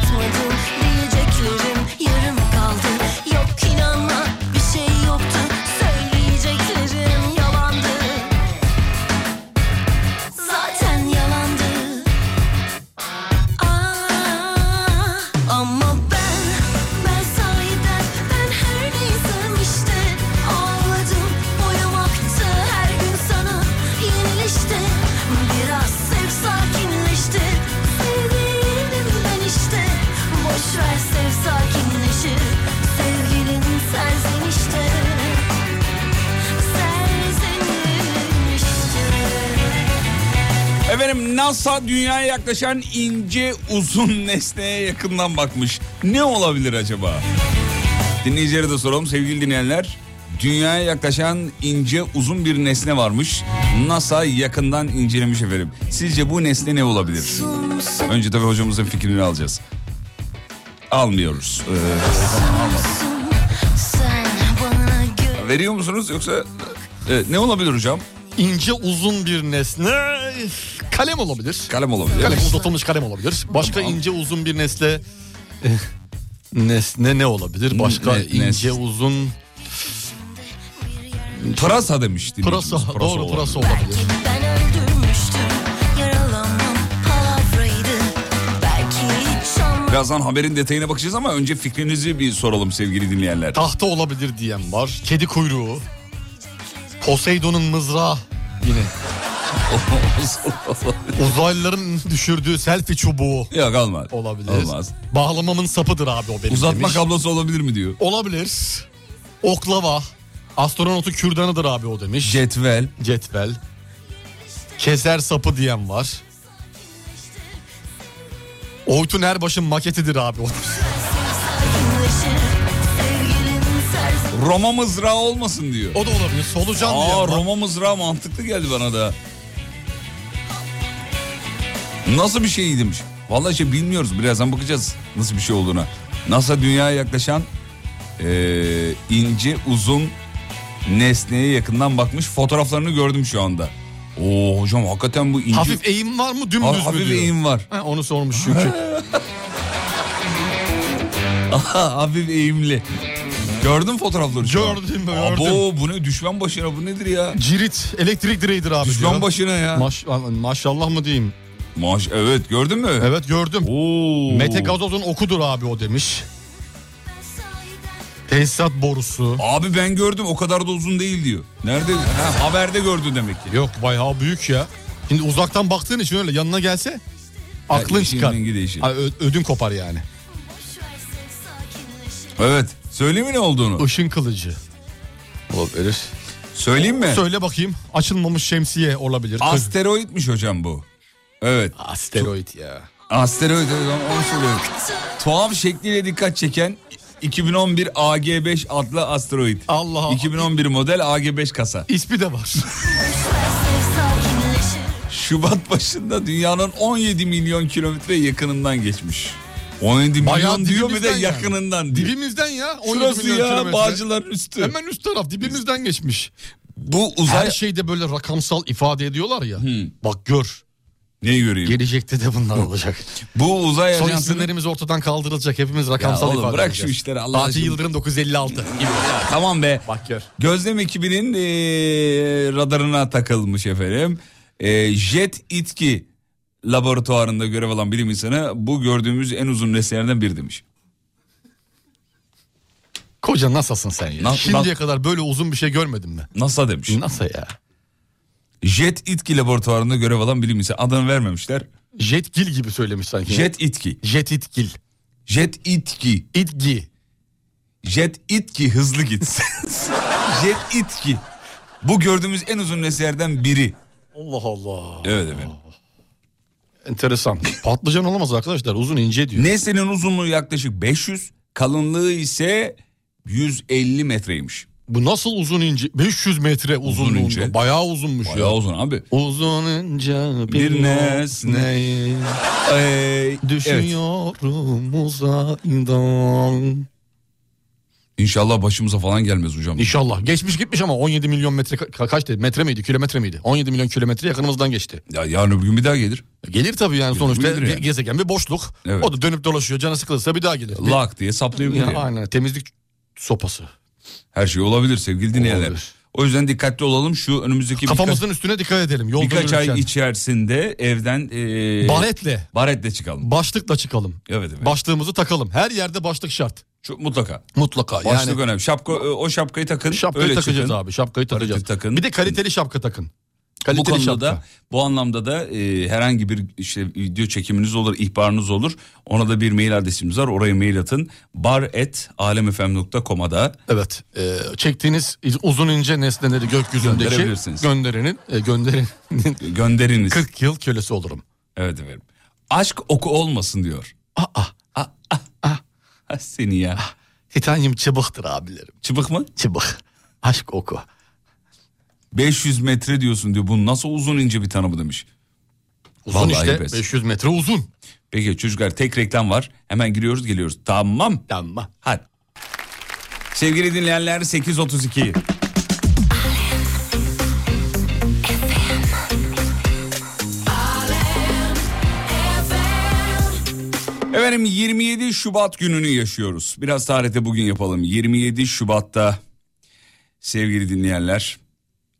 [SPEAKER 4] şey Ah,
[SPEAKER 2] NASA dünyaya yaklaşan ince uzun (laughs) nesneye yakından bakmış. Ne olabilir acaba? Dinleyicilere de soralım sevgili dinleyenler. Dünyaya yaklaşan ince uzun bir nesne varmış. NASA yakından incelemiş efendim. Sizce bu nesne ne olabilir? Önce tabii hocamızın fikrini alacağız. Almıyoruz.
[SPEAKER 4] Sen bana gö-
[SPEAKER 2] Ee, veriyor musunuz yoksa Ee, ne olabilir hocam?
[SPEAKER 3] İnce uzun bir nesne kalem olabilir.
[SPEAKER 2] Kalem olabilir.
[SPEAKER 3] Kalem uzatılmış kalem olabilir. Başka
[SPEAKER 2] Tamam.
[SPEAKER 3] ince uzun bir nesne nesne ne olabilir? Başka
[SPEAKER 2] Ne-
[SPEAKER 3] ince
[SPEAKER 2] nesne.
[SPEAKER 3] uzun
[SPEAKER 2] Pırasa demiş. dinleyicimiz.
[SPEAKER 3] pırasa, doğru
[SPEAKER 2] olabilir.
[SPEAKER 3] pırasa olabilir.
[SPEAKER 4] Ki ben öldürmüştüm Yaralanmam palavraydı Belki hiç olmaz
[SPEAKER 2] Birazdan haberin detayına bakacağız ama önce fikrinizi bir soralım sevgili dinleyenler.
[SPEAKER 3] Tahta olabilir diyen var. Kedi kuyruğu. Poseidon'un mızrağı yine. Uzaylıların (laughs) düşürdüğü selfie çubuğu
[SPEAKER 2] (laughs) Yok olmaz.
[SPEAKER 3] olabilir.
[SPEAKER 2] Olmaz.
[SPEAKER 3] Bağlamamın sapıdır abi o benim
[SPEAKER 2] Uzatma
[SPEAKER 3] demiş.
[SPEAKER 2] kablosu olabilir mi diyor.
[SPEAKER 3] Olabilir. Oklava. Astronotun kürdanıdır abi o demiş.
[SPEAKER 2] Cetvel.
[SPEAKER 3] Cetvel. Keser sapı diyen var. Oytun Erbaş'ın maketidir abi o.
[SPEAKER 4] Sayınlaşır Sevgilim sersin
[SPEAKER 2] Roma mızrağı olmasın diyor.
[SPEAKER 3] O da olabilir. Solucan diyen
[SPEAKER 2] Aa
[SPEAKER 3] var.
[SPEAKER 2] Roma mızrağı mantıklı geldi bana da. Nasıl bir şey demiş. Vallahi şey bilmiyoruz. Birazdan bakacağız nasıl bir şey olduğuna. NASA dünyaya yaklaşan eee, ince uzun nesneye yakından bakmış. Fotoğraflarını gördüm şu anda. Oo hocam hakikaten bu ince...
[SPEAKER 3] Hafif eğim var mı
[SPEAKER 2] Ha-
[SPEAKER 3] dümdüz mü
[SPEAKER 2] hafif
[SPEAKER 3] diyor.
[SPEAKER 2] eğim var. (laughs)
[SPEAKER 3] Ha, onu sormuş çünkü.
[SPEAKER 2] Aha, hafif eğimli. Gördün fotoğrafları şu an?
[SPEAKER 3] Gördüm, gördüm.
[SPEAKER 2] Abo bu ne düşman başına bu nedir ya?
[SPEAKER 3] Cirit elektrik direğidir abi
[SPEAKER 2] Düşman
[SPEAKER 3] diyor.
[SPEAKER 2] başına ya.
[SPEAKER 3] Maş- maşallah mı diyeyim?
[SPEAKER 2] Maş evet gördün mü?
[SPEAKER 3] Evet gördüm.
[SPEAKER 2] Oo.
[SPEAKER 3] Mete Gazoz'un okudur abi o demiş. Tesisat borusu.
[SPEAKER 2] Abi ben gördüm o kadar da uzun değil diyor. Nerede? Ha, haberde gördü demek ki.
[SPEAKER 3] Yok bayağı büyük ya. Şimdi uzaktan baktığın için öyle yanına gelse aklın
[SPEAKER 2] işin
[SPEAKER 3] çıkar.
[SPEAKER 2] rengi değişir.
[SPEAKER 3] Ay, ö- ödün kopar yani.
[SPEAKER 4] Boş versin sakinleşir
[SPEAKER 2] Evet. Söyleyeyim mi ne olduğunu?
[SPEAKER 3] Işın kılıcı. Olabilir.
[SPEAKER 2] Söyleyeyim mi?
[SPEAKER 3] Söyle bakayım. Açılmamış şemsiye olabilir.
[SPEAKER 2] Asteroitmiş hocam bu. Evet.
[SPEAKER 3] Asteroid ya.
[SPEAKER 2] Asteroid evet, onu söylüyorum. Tuhaf şekliyle dikkat çeken 2011 AG5 adlı asteroid.
[SPEAKER 3] Allah Allah.
[SPEAKER 2] 2011 model AG5 kasa.
[SPEAKER 3] İsmi
[SPEAKER 2] (laughs)
[SPEAKER 3] de var.
[SPEAKER 4] Sakinleşir
[SPEAKER 2] Şubat başında dünyanın 17 milyon kilometre yakınından geçmiş. 17
[SPEAKER 3] Bayağı
[SPEAKER 2] milyon diyor bir de
[SPEAKER 3] dibimizden yani.
[SPEAKER 2] yakınından diyor.
[SPEAKER 3] Dibimizden ya. 17
[SPEAKER 2] Şurası ya
[SPEAKER 3] milyon kilometre.
[SPEAKER 2] Bağcılar'ın üstü.
[SPEAKER 3] Hemen üst taraf dibimizden geçmiş.
[SPEAKER 2] Bu
[SPEAKER 3] Her
[SPEAKER 2] uzay...
[SPEAKER 3] şeyde böyle rakamsal ifade ediyorlar ya. Bak gör.
[SPEAKER 2] Neyi göreyim?
[SPEAKER 3] Gelecekte
[SPEAKER 2] (laughs)
[SPEAKER 3] de bunlar olacak.
[SPEAKER 2] Bu uzay
[SPEAKER 3] Soy
[SPEAKER 2] ajansının...
[SPEAKER 3] isimlerimiz ortadan kaldırılacak. Hepimiz
[SPEAKER 2] Ya
[SPEAKER 3] rakamsal
[SPEAKER 2] oğlum,
[SPEAKER 3] ifade
[SPEAKER 2] bırak
[SPEAKER 3] edeceğiz.
[SPEAKER 2] şu işleri Allah
[SPEAKER 3] Fatih
[SPEAKER 2] aşkına.
[SPEAKER 3] Yıldırım 956.
[SPEAKER 2] Ya, tamam be.
[SPEAKER 3] Bak gör.
[SPEAKER 2] Gözlem ekibinin eee, radarına takılmış efendim. Eee, jet itki laboratuvarında görev alan bilim insanı bu gördüğümüz en uzun nesnelerden biri demiş.
[SPEAKER 3] Koca NASA'sın sen ya.
[SPEAKER 2] Na-
[SPEAKER 3] Şimdiye kadar böyle uzun bir şey görmedim mi?
[SPEAKER 2] NASA demiş.
[SPEAKER 3] NASA ya.
[SPEAKER 2] Jet itki laboratuvarında görev alan bilim insanı adını vermemişler.
[SPEAKER 3] Jetgil gibi söylemiş sanki.
[SPEAKER 2] Jet itki.
[SPEAKER 3] Jet itgil.
[SPEAKER 2] Jet itki.
[SPEAKER 3] İtgi.
[SPEAKER 2] Jet itki hızlı git. (laughs) Jet itki. Bu gördüğümüz en uzun nesnelerden biri.
[SPEAKER 3] Allah Allah.
[SPEAKER 2] Evet efendim.
[SPEAKER 3] Enteresan. Patlıcan olamaz arkadaşlar. Uzun ince diyor.
[SPEAKER 2] Nesnenin uzunluğu yaklaşık 500, kalınlığı ise 150 metreymiş.
[SPEAKER 3] Bu nasıl uzun ince? 500 metre uzunluğunda.
[SPEAKER 2] ince.
[SPEAKER 3] Bayağı uzunmuş
[SPEAKER 2] Bayağı
[SPEAKER 3] ya.
[SPEAKER 2] uzun abi.
[SPEAKER 3] Uzun ince bir,
[SPEAKER 2] Bir nesne.
[SPEAKER 3] nesneyi
[SPEAKER 2] Ee, evet.
[SPEAKER 3] Düşüyorum uzaydan.
[SPEAKER 2] İnşallah başımıza falan gelmez hocam.
[SPEAKER 3] İnşallah. Geçmiş gitmiş ama 17 milyon metre ka- kaç dedi? Metre miydi? Kilometre miydi? 17 milyon kilometre yakınımızdan geçti.
[SPEAKER 2] Ya yarın öbür gün bir daha gelir.
[SPEAKER 3] Gelir tabii yani sonuçta
[SPEAKER 2] gelir yani.
[SPEAKER 3] bir gezegen bir boşluk.
[SPEAKER 2] Evet.
[SPEAKER 3] O da dönüp dolaşıyor. Canı sıkılırsa bir daha gelir. Bir-
[SPEAKER 2] Lak diye saplayabilir.
[SPEAKER 3] Ya
[SPEAKER 2] yani.
[SPEAKER 3] aynen temizlik sopası.
[SPEAKER 2] Her şey olabilir sevgili dinleyenler.
[SPEAKER 3] Olabilir.
[SPEAKER 2] O yüzden dikkatli olalım. Şu önümüzdeki
[SPEAKER 3] Kafamızın üstüne dikkat edelim. Yolda
[SPEAKER 2] birkaç, birkaç
[SPEAKER 3] yürürken.
[SPEAKER 2] ay içerisinde evden ee,
[SPEAKER 3] Baretle,
[SPEAKER 2] baretle çıkalım.
[SPEAKER 3] başlıkla çıkalım.
[SPEAKER 2] Evet evet.
[SPEAKER 3] Başlığımızı takalım. Her yerde başlık şart.
[SPEAKER 2] Çok- mutlaka.
[SPEAKER 3] Mutlaka.
[SPEAKER 2] Başlık
[SPEAKER 3] yani
[SPEAKER 2] önemli. Şapka, o şapkayı takın.
[SPEAKER 3] şapkayı
[SPEAKER 2] öyle
[SPEAKER 3] takacağız
[SPEAKER 2] çıkın.
[SPEAKER 3] abi. Şapkayı takacağız.
[SPEAKER 2] takın.
[SPEAKER 3] Bir de kaliteli şapka takın.
[SPEAKER 2] bu
[SPEAKER 3] Kaliteli
[SPEAKER 2] konuda
[SPEAKER 3] şapka.
[SPEAKER 2] da bu anlamda da e, herhangi bir işte video çekiminiz olur, ihbarınız olur. Ona da bir mail adresimiz var. Oraya mail atın. bar@alemfm.com'a da
[SPEAKER 3] Evet. e, çektiğiniz uzun ince nesneleri gökyüzündeki
[SPEAKER 2] Gönderebilirsiniz.
[SPEAKER 3] gönderenin e, gönderenin (laughs)
[SPEAKER 2] gönderiniz.
[SPEAKER 3] 40 yıl kölesi olurum.
[SPEAKER 2] Evet efendim. Aşk oku olmasın diyor. (laughs)
[SPEAKER 3] Aa,
[SPEAKER 2] Ha seni ya.
[SPEAKER 3] titanyum çıbıktır abilerim.
[SPEAKER 2] Çıbık mı?
[SPEAKER 3] Çıbık. Aşk oku.
[SPEAKER 2] 500 metre diyorsun diyor. Bu nasıl uzun ince bir tanımı demiş.
[SPEAKER 3] Uzun
[SPEAKER 2] Vallahi
[SPEAKER 3] işte
[SPEAKER 2] pes.
[SPEAKER 3] 500 metre uzun.
[SPEAKER 2] Peki çocuklar tek reklam var. Hemen giriyoruz geliyoruz. Tamam.
[SPEAKER 3] Yanma.
[SPEAKER 2] Hadi. Sevgili dinleyenler 8.32. Efendim 27 Şubat gününü yaşıyoruz. Biraz tarihte bugün yapalım. 27 Şubat'ta sevgili dinleyenler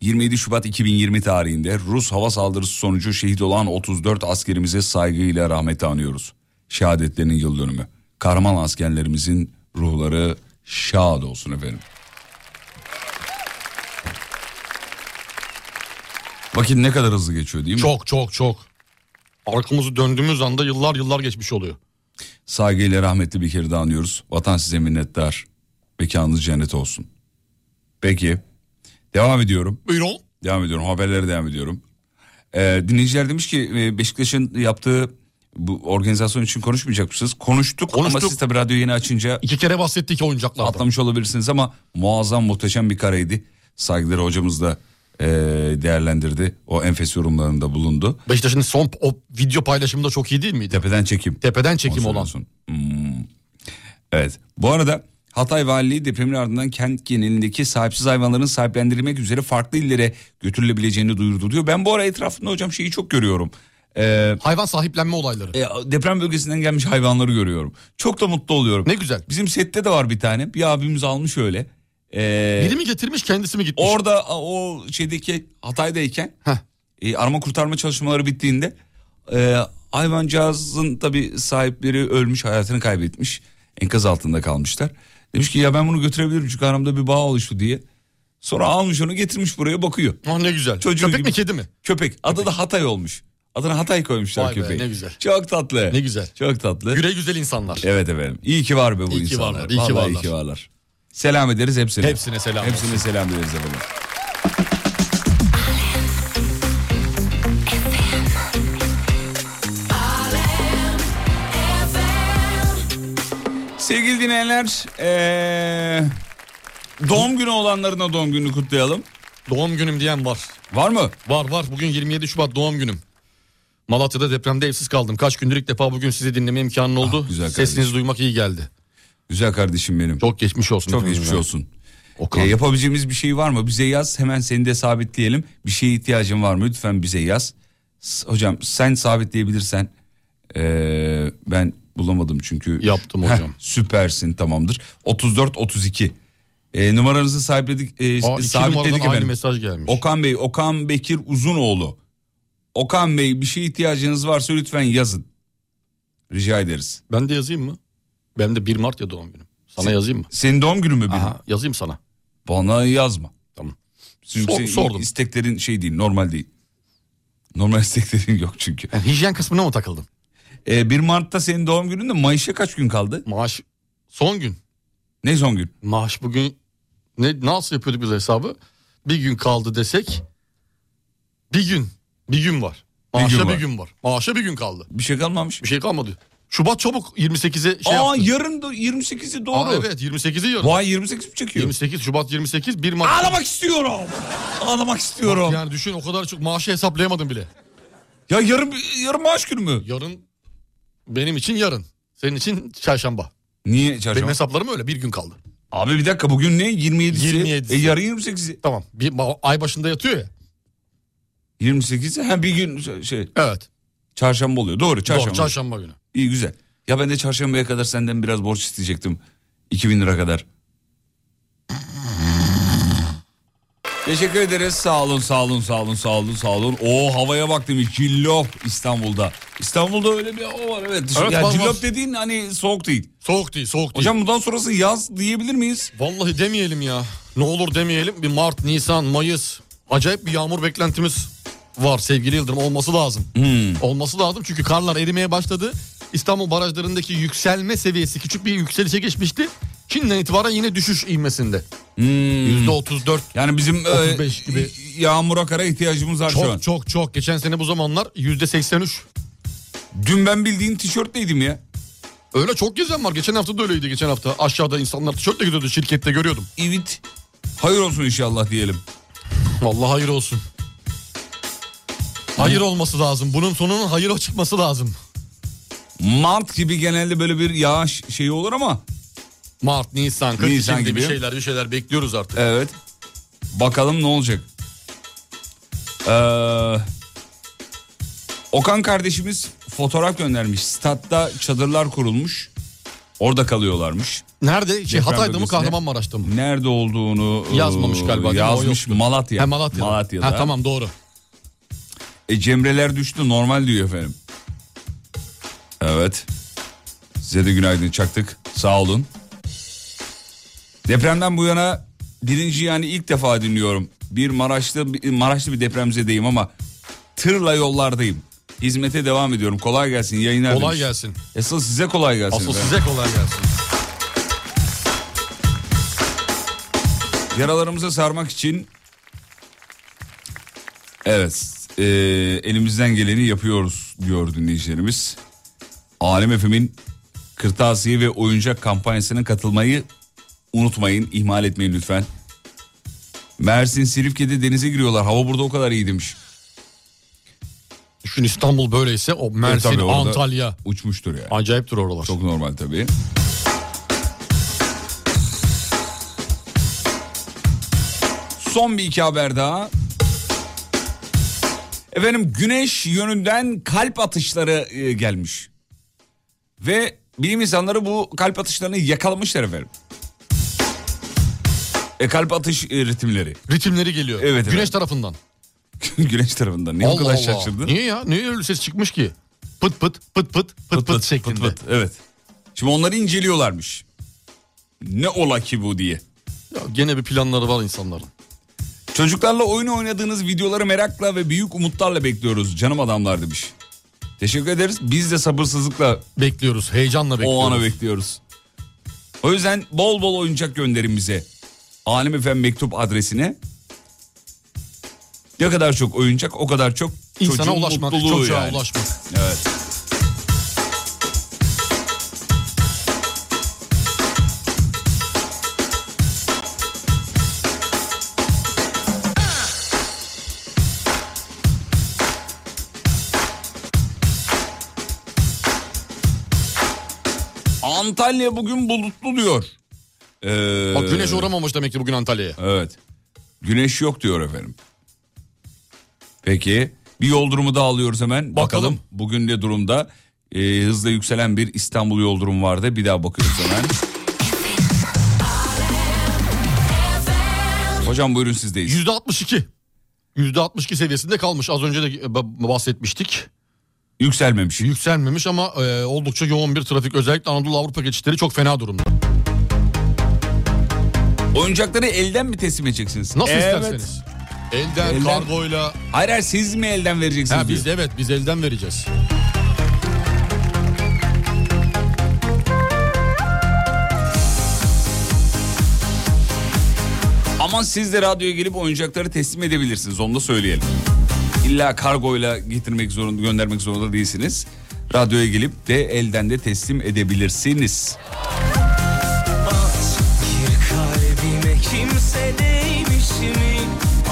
[SPEAKER 2] 27 Şubat 2020 tarihinde Rus hava saldırısı sonucu şehit olan 34 askerimize saygıyla rahmet anıyoruz. Şehadetlerinin yıl dönümü. Kahraman askerlerimizin ruhları şad olsun efendim. Vakit ne kadar hızlı geçiyor değil mi?
[SPEAKER 3] Çok çok çok. Arkamızı döndüğümüz anda yıllar yıllar geçmiş oluyor.
[SPEAKER 2] Saygıyla rahmetli bir kere daha anıyoruz. Vatan size minnettar. Mekanınız cennet olsun. Peki. Devam ediyorum.
[SPEAKER 3] Buyurun.
[SPEAKER 2] Devam ediyorum. Haberlere devam ediyorum. Ee, dinleyiciler demiş ki e, Beşiktaş'ın yaptığı bu organizasyon için konuşmayacak mısınız? Konuştuk,
[SPEAKER 3] Konuştuk.
[SPEAKER 2] ama siz tabii radyo yeni açınca
[SPEAKER 3] İki kere bahsettik oyuncaklardan.
[SPEAKER 2] atlamış olabilirsiniz ama muazzam muhteşem bir kareydi. Saygıları hocamız da e, değerlendirdi. O enfes yorumlarında bulundu.
[SPEAKER 3] Beşiktaş'ın son o video paylaşımı da çok iyi değil miydi?
[SPEAKER 2] Tepeden çekim.
[SPEAKER 3] Tepeden çekim olan.
[SPEAKER 2] Olsun. Hmm. Evet. Bu arada Hatay Valiliği depremin ardından kent genelindeki sahipsiz hayvanların sahiplendirilmek üzere farklı illere götürülebileceğini duyurdu diyor. Ben bu ara etrafında hocam şeyi çok görüyorum. Ee,
[SPEAKER 3] Hayvan sahiplenme olayları.
[SPEAKER 2] e, deprem bölgesinden gelmiş hayvanları görüyorum. Çok da mutlu oluyorum.
[SPEAKER 3] Ne güzel.
[SPEAKER 2] Bizim sette de var bir tane. Bir abimiz almış öyle. Ee,
[SPEAKER 3] Biri mi getirmiş kendisi mi gitmiş?
[SPEAKER 2] Orada a, o şeydeki Hatay'dayken
[SPEAKER 3] Heh.
[SPEAKER 2] e, arama kurtarma çalışmaları bittiğinde e, hayvancağızın tabii sahipleri ölmüş hayatını kaybetmiş. Enkaz altında kalmışlar. Demiş ki ya ben bunu götürebilirim çünkü aramda bir bağ oluştu diye. Sonra almış onu getirmiş buraya bakıyor.
[SPEAKER 3] Ah ne güzel.
[SPEAKER 2] Çocuğu
[SPEAKER 3] Köpek
[SPEAKER 2] gibi.
[SPEAKER 3] mi kedi mi?
[SPEAKER 2] Köpek adı da Hatay olmuş. Adına Hatay koymuşlar
[SPEAKER 3] Vay be,
[SPEAKER 2] köpeği.
[SPEAKER 3] ne güzel.
[SPEAKER 2] Çok tatlı.
[SPEAKER 3] Ne güzel.
[SPEAKER 2] Çok tatlı.
[SPEAKER 3] Yüreği güzel insanlar.
[SPEAKER 2] Evet efendim. İyi ki var be bu
[SPEAKER 3] İyi ki
[SPEAKER 2] insanlar.
[SPEAKER 3] varlar, iyi ki
[SPEAKER 2] Vallahi
[SPEAKER 3] varlar.
[SPEAKER 2] varlar. Selam ederiz hepsine.
[SPEAKER 3] Hepsine selam
[SPEAKER 2] Hepsine selam ederiz efendim. Sevgili dinleyenler, eee, doğum günü olanlarına doğum gününü kutlayalım.
[SPEAKER 3] Doğum günüm diyen var.
[SPEAKER 2] Var mı?
[SPEAKER 3] Var var bugün 27 Şubat doğum günüm. Malatya'da depremde evsiz kaldım. Kaç gündür ilk defa bugün sizi dinleme imkanı oldu.
[SPEAKER 2] Ah, güzel
[SPEAKER 3] Sesinizi
[SPEAKER 2] kardeşim.
[SPEAKER 3] duymak iyi geldi.
[SPEAKER 2] Güzel kardeşim benim. Çok,
[SPEAKER 3] Çok geçmiş olsun. efendim
[SPEAKER 2] geçmiş
[SPEAKER 3] ya.
[SPEAKER 2] olsun.
[SPEAKER 3] Okan.
[SPEAKER 2] E, yapabileceğimiz bir şey var mı? Bize yaz hemen seni de sabitleyelim. Bir şeye ihtiyacın var mı? Lütfen bize yaz. S- hocam sen sabitleyebilirsen Ee, ben bulamadım çünkü.
[SPEAKER 3] Yaptım
[SPEAKER 2] Heh,
[SPEAKER 3] hocam.
[SPEAKER 2] süpersin tamamdır. 34-32 Ee, numaranızı sahipledik, e,
[SPEAKER 3] Aa, iki numaradan
[SPEAKER 2] sabitledik
[SPEAKER 3] aynı
[SPEAKER 2] efendim.
[SPEAKER 3] mesaj gelmiş.
[SPEAKER 2] Okan Bey, Okan Bekir Uzunoğlu. Okan Bey bir şeye ihtiyacınız varsa lütfen yazın. Rica ederiz.
[SPEAKER 3] Ben de yazayım mı? Benim de 1 Mart ya doğum günüm. Sana yazayım mı?
[SPEAKER 2] Senin doğum günün mü benim?
[SPEAKER 3] Aha, yazayım sana.
[SPEAKER 2] Bana yazma.
[SPEAKER 3] Tamam.
[SPEAKER 2] Çünkü
[SPEAKER 3] Sor-
[SPEAKER 2] senin
[SPEAKER 3] sordum.
[SPEAKER 2] isteklerin şey değil normal değil. Normal (laughs) isteklerin yok çünkü.
[SPEAKER 3] Yani hijyen kısmına mı takıldın?
[SPEAKER 2] Ee, 1 Mart'ta senin doğum günün de Mayıs'a kaç gün kaldı?
[SPEAKER 3] Maaş son gün.
[SPEAKER 2] Ne son gün?
[SPEAKER 3] Maaş bugün ne nasıl yapıyorduk biz hesabı? Bir gün kaldı desek bir gün bir gün var.
[SPEAKER 2] Bir
[SPEAKER 3] Maaşa bir
[SPEAKER 2] gün
[SPEAKER 3] gün var.
[SPEAKER 2] var.
[SPEAKER 3] Maaşa bir gün kaldı.
[SPEAKER 2] Bir şey kalmamış.
[SPEAKER 3] Bir şey kalmadı. Şubat çabuk 28'e şey
[SPEAKER 2] Aa
[SPEAKER 3] yaptı.
[SPEAKER 2] yarın da 28'i doğru.
[SPEAKER 3] Aa, evet 28'i yarın.
[SPEAKER 2] Bu ay 28 mi çekiyor?
[SPEAKER 3] 28 Şubat 28 1 Mart.
[SPEAKER 2] Ağlamak istiyorum. Ağlamak istiyorum.
[SPEAKER 3] Yani düşün o kadar çok maaşı hesaplayamadım bile.
[SPEAKER 2] Ya yarın yarın maaş günü mü?
[SPEAKER 3] Yarın benim için yarın. Senin için çarşamba.
[SPEAKER 2] Niye
[SPEAKER 3] Benim
[SPEAKER 2] çarşamba?
[SPEAKER 3] hesaplarım öyle bir gün kaldı.
[SPEAKER 2] Abi bir dakika bugün ne? 27'si.
[SPEAKER 3] 27'si.
[SPEAKER 2] E yarın 28'i.
[SPEAKER 3] Tamam. Bir ma- ay başında yatıyor ya.
[SPEAKER 2] 28'i. Ha bir gün şey
[SPEAKER 3] Evet.
[SPEAKER 2] çarşamba oluyor. Doğru çarşamba.
[SPEAKER 3] Çarşamba. Doğru, çarşamba günü.
[SPEAKER 2] İyi güzel. Ya ben de çarşambaya kadar senden biraz borç isteyecektim. 2000 lira kadar. Teşekkür ederiz. Sağ olun, sağ olun, sağ olun, sağ olun, sağ olun. Oo havaya bak demiş. Cillop İstanbul'da. İstanbul'da öyle bir hava var. Evet.
[SPEAKER 3] Evet,
[SPEAKER 2] ya
[SPEAKER 3] var,
[SPEAKER 2] cillop
[SPEAKER 3] var.
[SPEAKER 2] dediğin hani soğuk değil.
[SPEAKER 3] Soğuk değil soğuk değil.
[SPEAKER 2] Hocam bundan sonrası yaz diyebilir miyiz?
[SPEAKER 3] Vallahi demeyelim ya. Ne olur demeyelim. Bir Mart, Nisan, Mayıs. Acayip bir yağmur beklentimiz var sevgili Yıldırım olması lazım.
[SPEAKER 2] Hmm.
[SPEAKER 3] Olması lazım çünkü karlar erimeye başladı. İstanbul barajlarındaki yükselme seviyesi küçük bir yükselişe geçmişti. Şimdiden itibaren yine düşüş inmesinde.
[SPEAKER 2] Hmm.
[SPEAKER 3] %34
[SPEAKER 2] Yani bizim e,
[SPEAKER 3] 35 gibi.
[SPEAKER 2] yağmura kara ihtiyacımız var şu an.
[SPEAKER 3] çok çok çok. Geçen sene bu zamanlar %83.
[SPEAKER 2] Dün ben bildiğin tişörtleydim ya.
[SPEAKER 3] Öyle çok gezen var. Geçen hafta da öyleydi geçen hafta. Aşağıda insanlar tişörtle gidiyordu şirkette görüyordum.
[SPEAKER 2] Evet. Hayır olsun inşallah diyelim.
[SPEAKER 3] Vallahi hayır olsun. Hayır olması lazım. Bunun sonunun hayır çıkması lazım.
[SPEAKER 2] Mart gibi genelde böyle bir yağış şeyi olur ama
[SPEAKER 3] Mart, Nisan, Kasım
[SPEAKER 2] Nisan
[SPEAKER 3] gibi bir
[SPEAKER 2] gibi.
[SPEAKER 3] şeyler bir şeyler bekliyoruz artık.
[SPEAKER 2] evet. Bakalım ne olacak. Ee, Okan kardeşimiz fotoğraf göndermiş. Statta çadırlar kurulmuş. Orada kalıyorlarmış.
[SPEAKER 3] Nerede? Şey,
[SPEAKER 2] Deprem
[SPEAKER 3] Hatay'da mı
[SPEAKER 2] bölgesinde.
[SPEAKER 3] Kahramanmaraş'ta mı?
[SPEAKER 2] Nerede olduğunu e,
[SPEAKER 3] Yazmamış galiba, değil mi? O
[SPEAKER 2] Yazmış
[SPEAKER 3] yoktu.
[SPEAKER 2] Malatya.
[SPEAKER 3] He Malatya'da.
[SPEAKER 2] Malatya'da.
[SPEAKER 3] Ha, tamam doğru.
[SPEAKER 2] E, cemreler düştü normal diyor efendim. Evet. Size de günaydın çaktık. Sağ olun. Depremden bu yana birinci yani ilk defa dinliyorum. Bir Maraşlı bir- Maraşlı bir depremzedeyim ama tırla yollardayım. Hizmete devam ediyorum. Kolay gelsin yayınlar.
[SPEAKER 3] Kolay
[SPEAKER 2] demiş.
[SPEAKER 3] gelsin.
[SPEAKER 2] Asıl size kolay gelsin.
[SPEAKER 3] Asıl
[SPEAKER 2] efendim.
[SPEAKER 3] size kolay gelsin.
[SPEAKER 2] Yaralarımıza sarmak için evet e, elimizden geleni yapıyoruz diyor dinleyicilerimiz. Alem Efem'in kırtasiye ve oyuncak kampanyasına katılmayı unutmayın, ihmal etmeyin lütfen. Mersin Silifke'de denize giriyorlar. Hava burada o kadar iyi demiş.
[SPEAKER 3] Düşün İstanbul böyleyse o Mersin,
[SPEAKER 2] E, tabii orada
[SPEAKER 3] Antalya.
[SPEAKER 2] Uçmuştur yani.
[SPEAKER 3] Acayiptir oralar.
[SPEAKER 2] Çok normal tabii. Son bir iki haber daha. Efendim güneş yönünden kalp atışları e, gelmiş. Ve bilim insanları bu kalp atışlarını yakalamışlar efendim. E, kalp atış e, ritimleri. (laughs)
[SPEAKER 3] Ritimleri geliyor.
[SPEAKER 2] Evet, evet.
[SPEAKER 3] Güneş tarafından.
[SPEAKER 2] güneş tarafından. Niye bu kadar şaşırdın?
[SPEAKER 3] Niye ya? Niye öyle ses çıkmış ki? Pıt pıt pıt pıt pıt pıt, şeklinde.
[SPEAKER 2] Evet. Şimdi onları inceliyorlarmış. Ne ola ki bu diye.
[SPEAKER 3] Ya gene bir planları var insanların.
[SPEAKER 2] Çocuklarla oyun oynadığınız videoları merakla ve büyük umutlarla bekliyoruz canım adamlar demiş. Teşekkür ederiz. Biz de sabırsızlıkla
[SPEAKER 3] Bekliyoruz. Heyecanla bekliyoruz.
[SPEAKER 2] o ana bekliyoruz. O yüzden bol bol oyuncak gönderin bize. Alem Efendim mektup adresine. Ne kadar çok oyuncak o kadar çok
[SPEAKER 3] İnsana
[SPEAKER 2] çocuğun
[SPEAKER 3] ulaşmak,
[SPEAKER 2] mutluluğu
[SPEAKER 3] çocuğa
[SPEAKER 2] yani.
[SPEAKER 3] ulaşmak.
[SPEAKER 2] Evet. Antalya bugün bulutlu diyor. Ee,
[SPEAKER 3] Bak güneş uğramamış demek ki bugün Antalya'ya.
[SPEAKER 2] Evet. Güneş yok diyor efendim. Peki bir yol durumu da alıyoruz hemen. Bakalım,
[SPEAKER 3] Bakalım.
[SPEAKER 2] bugün ne durumda? Ee, hızla yükselen bir İstanbul yol durumu vardı. Bir daha bakıyoruz hemen. Hocam buyurun sizdeyiz.
[SPEAKER 3] %62. %62 seviyesinde kalmış. Az önce de e, ba- bahsetmiştik.
[SPEAKER 2] Yükselmemiş.
[SPEAKER 3] Yükselmemiş ama e, oldukça yoğun bir trafik. Özellikle Anadolu Avrupa geçişleri çok fena durumda.
[SPEAKER 2] Oyuncakları elden mi teslim edeceksiniz?
[SPEAKER 3] Nasıl
[SPEAKER 2] Evet.
[SPEAKER 3] isterseniz. Elden,
[SPEAKER 2] Elden.
[SPEAKER 3] kargoyla.
[SPEAKER 2] Hayır hayır siz mi elden vereceksiniz?
[SPEAKER 3] Ha,
[SPEAKER 2] diyor.
[SPEAKER 3] biz de evet biz elden vereceğiz.
[SPEAKER 2] Ama siz de radyoya gelip oyuncakları teslim edebilirsiniz. Onu da söyleyelim. İlla kargoyla getirmek zorunda, göndermek zorunda değilsiniz. Radyoya gelip de elden de teslim edebilirsiniz.
[SPEAKER 5] Bir kalbime kimse değmiş mi?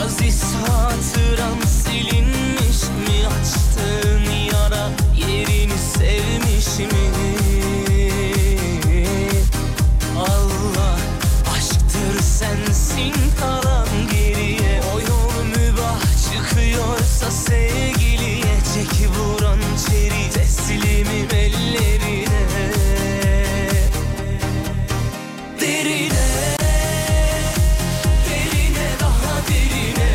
[SPEAKER 5] Aziz hatıram silinmiş mi? Açtığın yara yerini sevmiş mi? Allah aşktır sensin kalan geriye O yol mübah çıkıyorsa sevgiliye Çek vuran çeri teslimim ellerine Derine, derine daha derine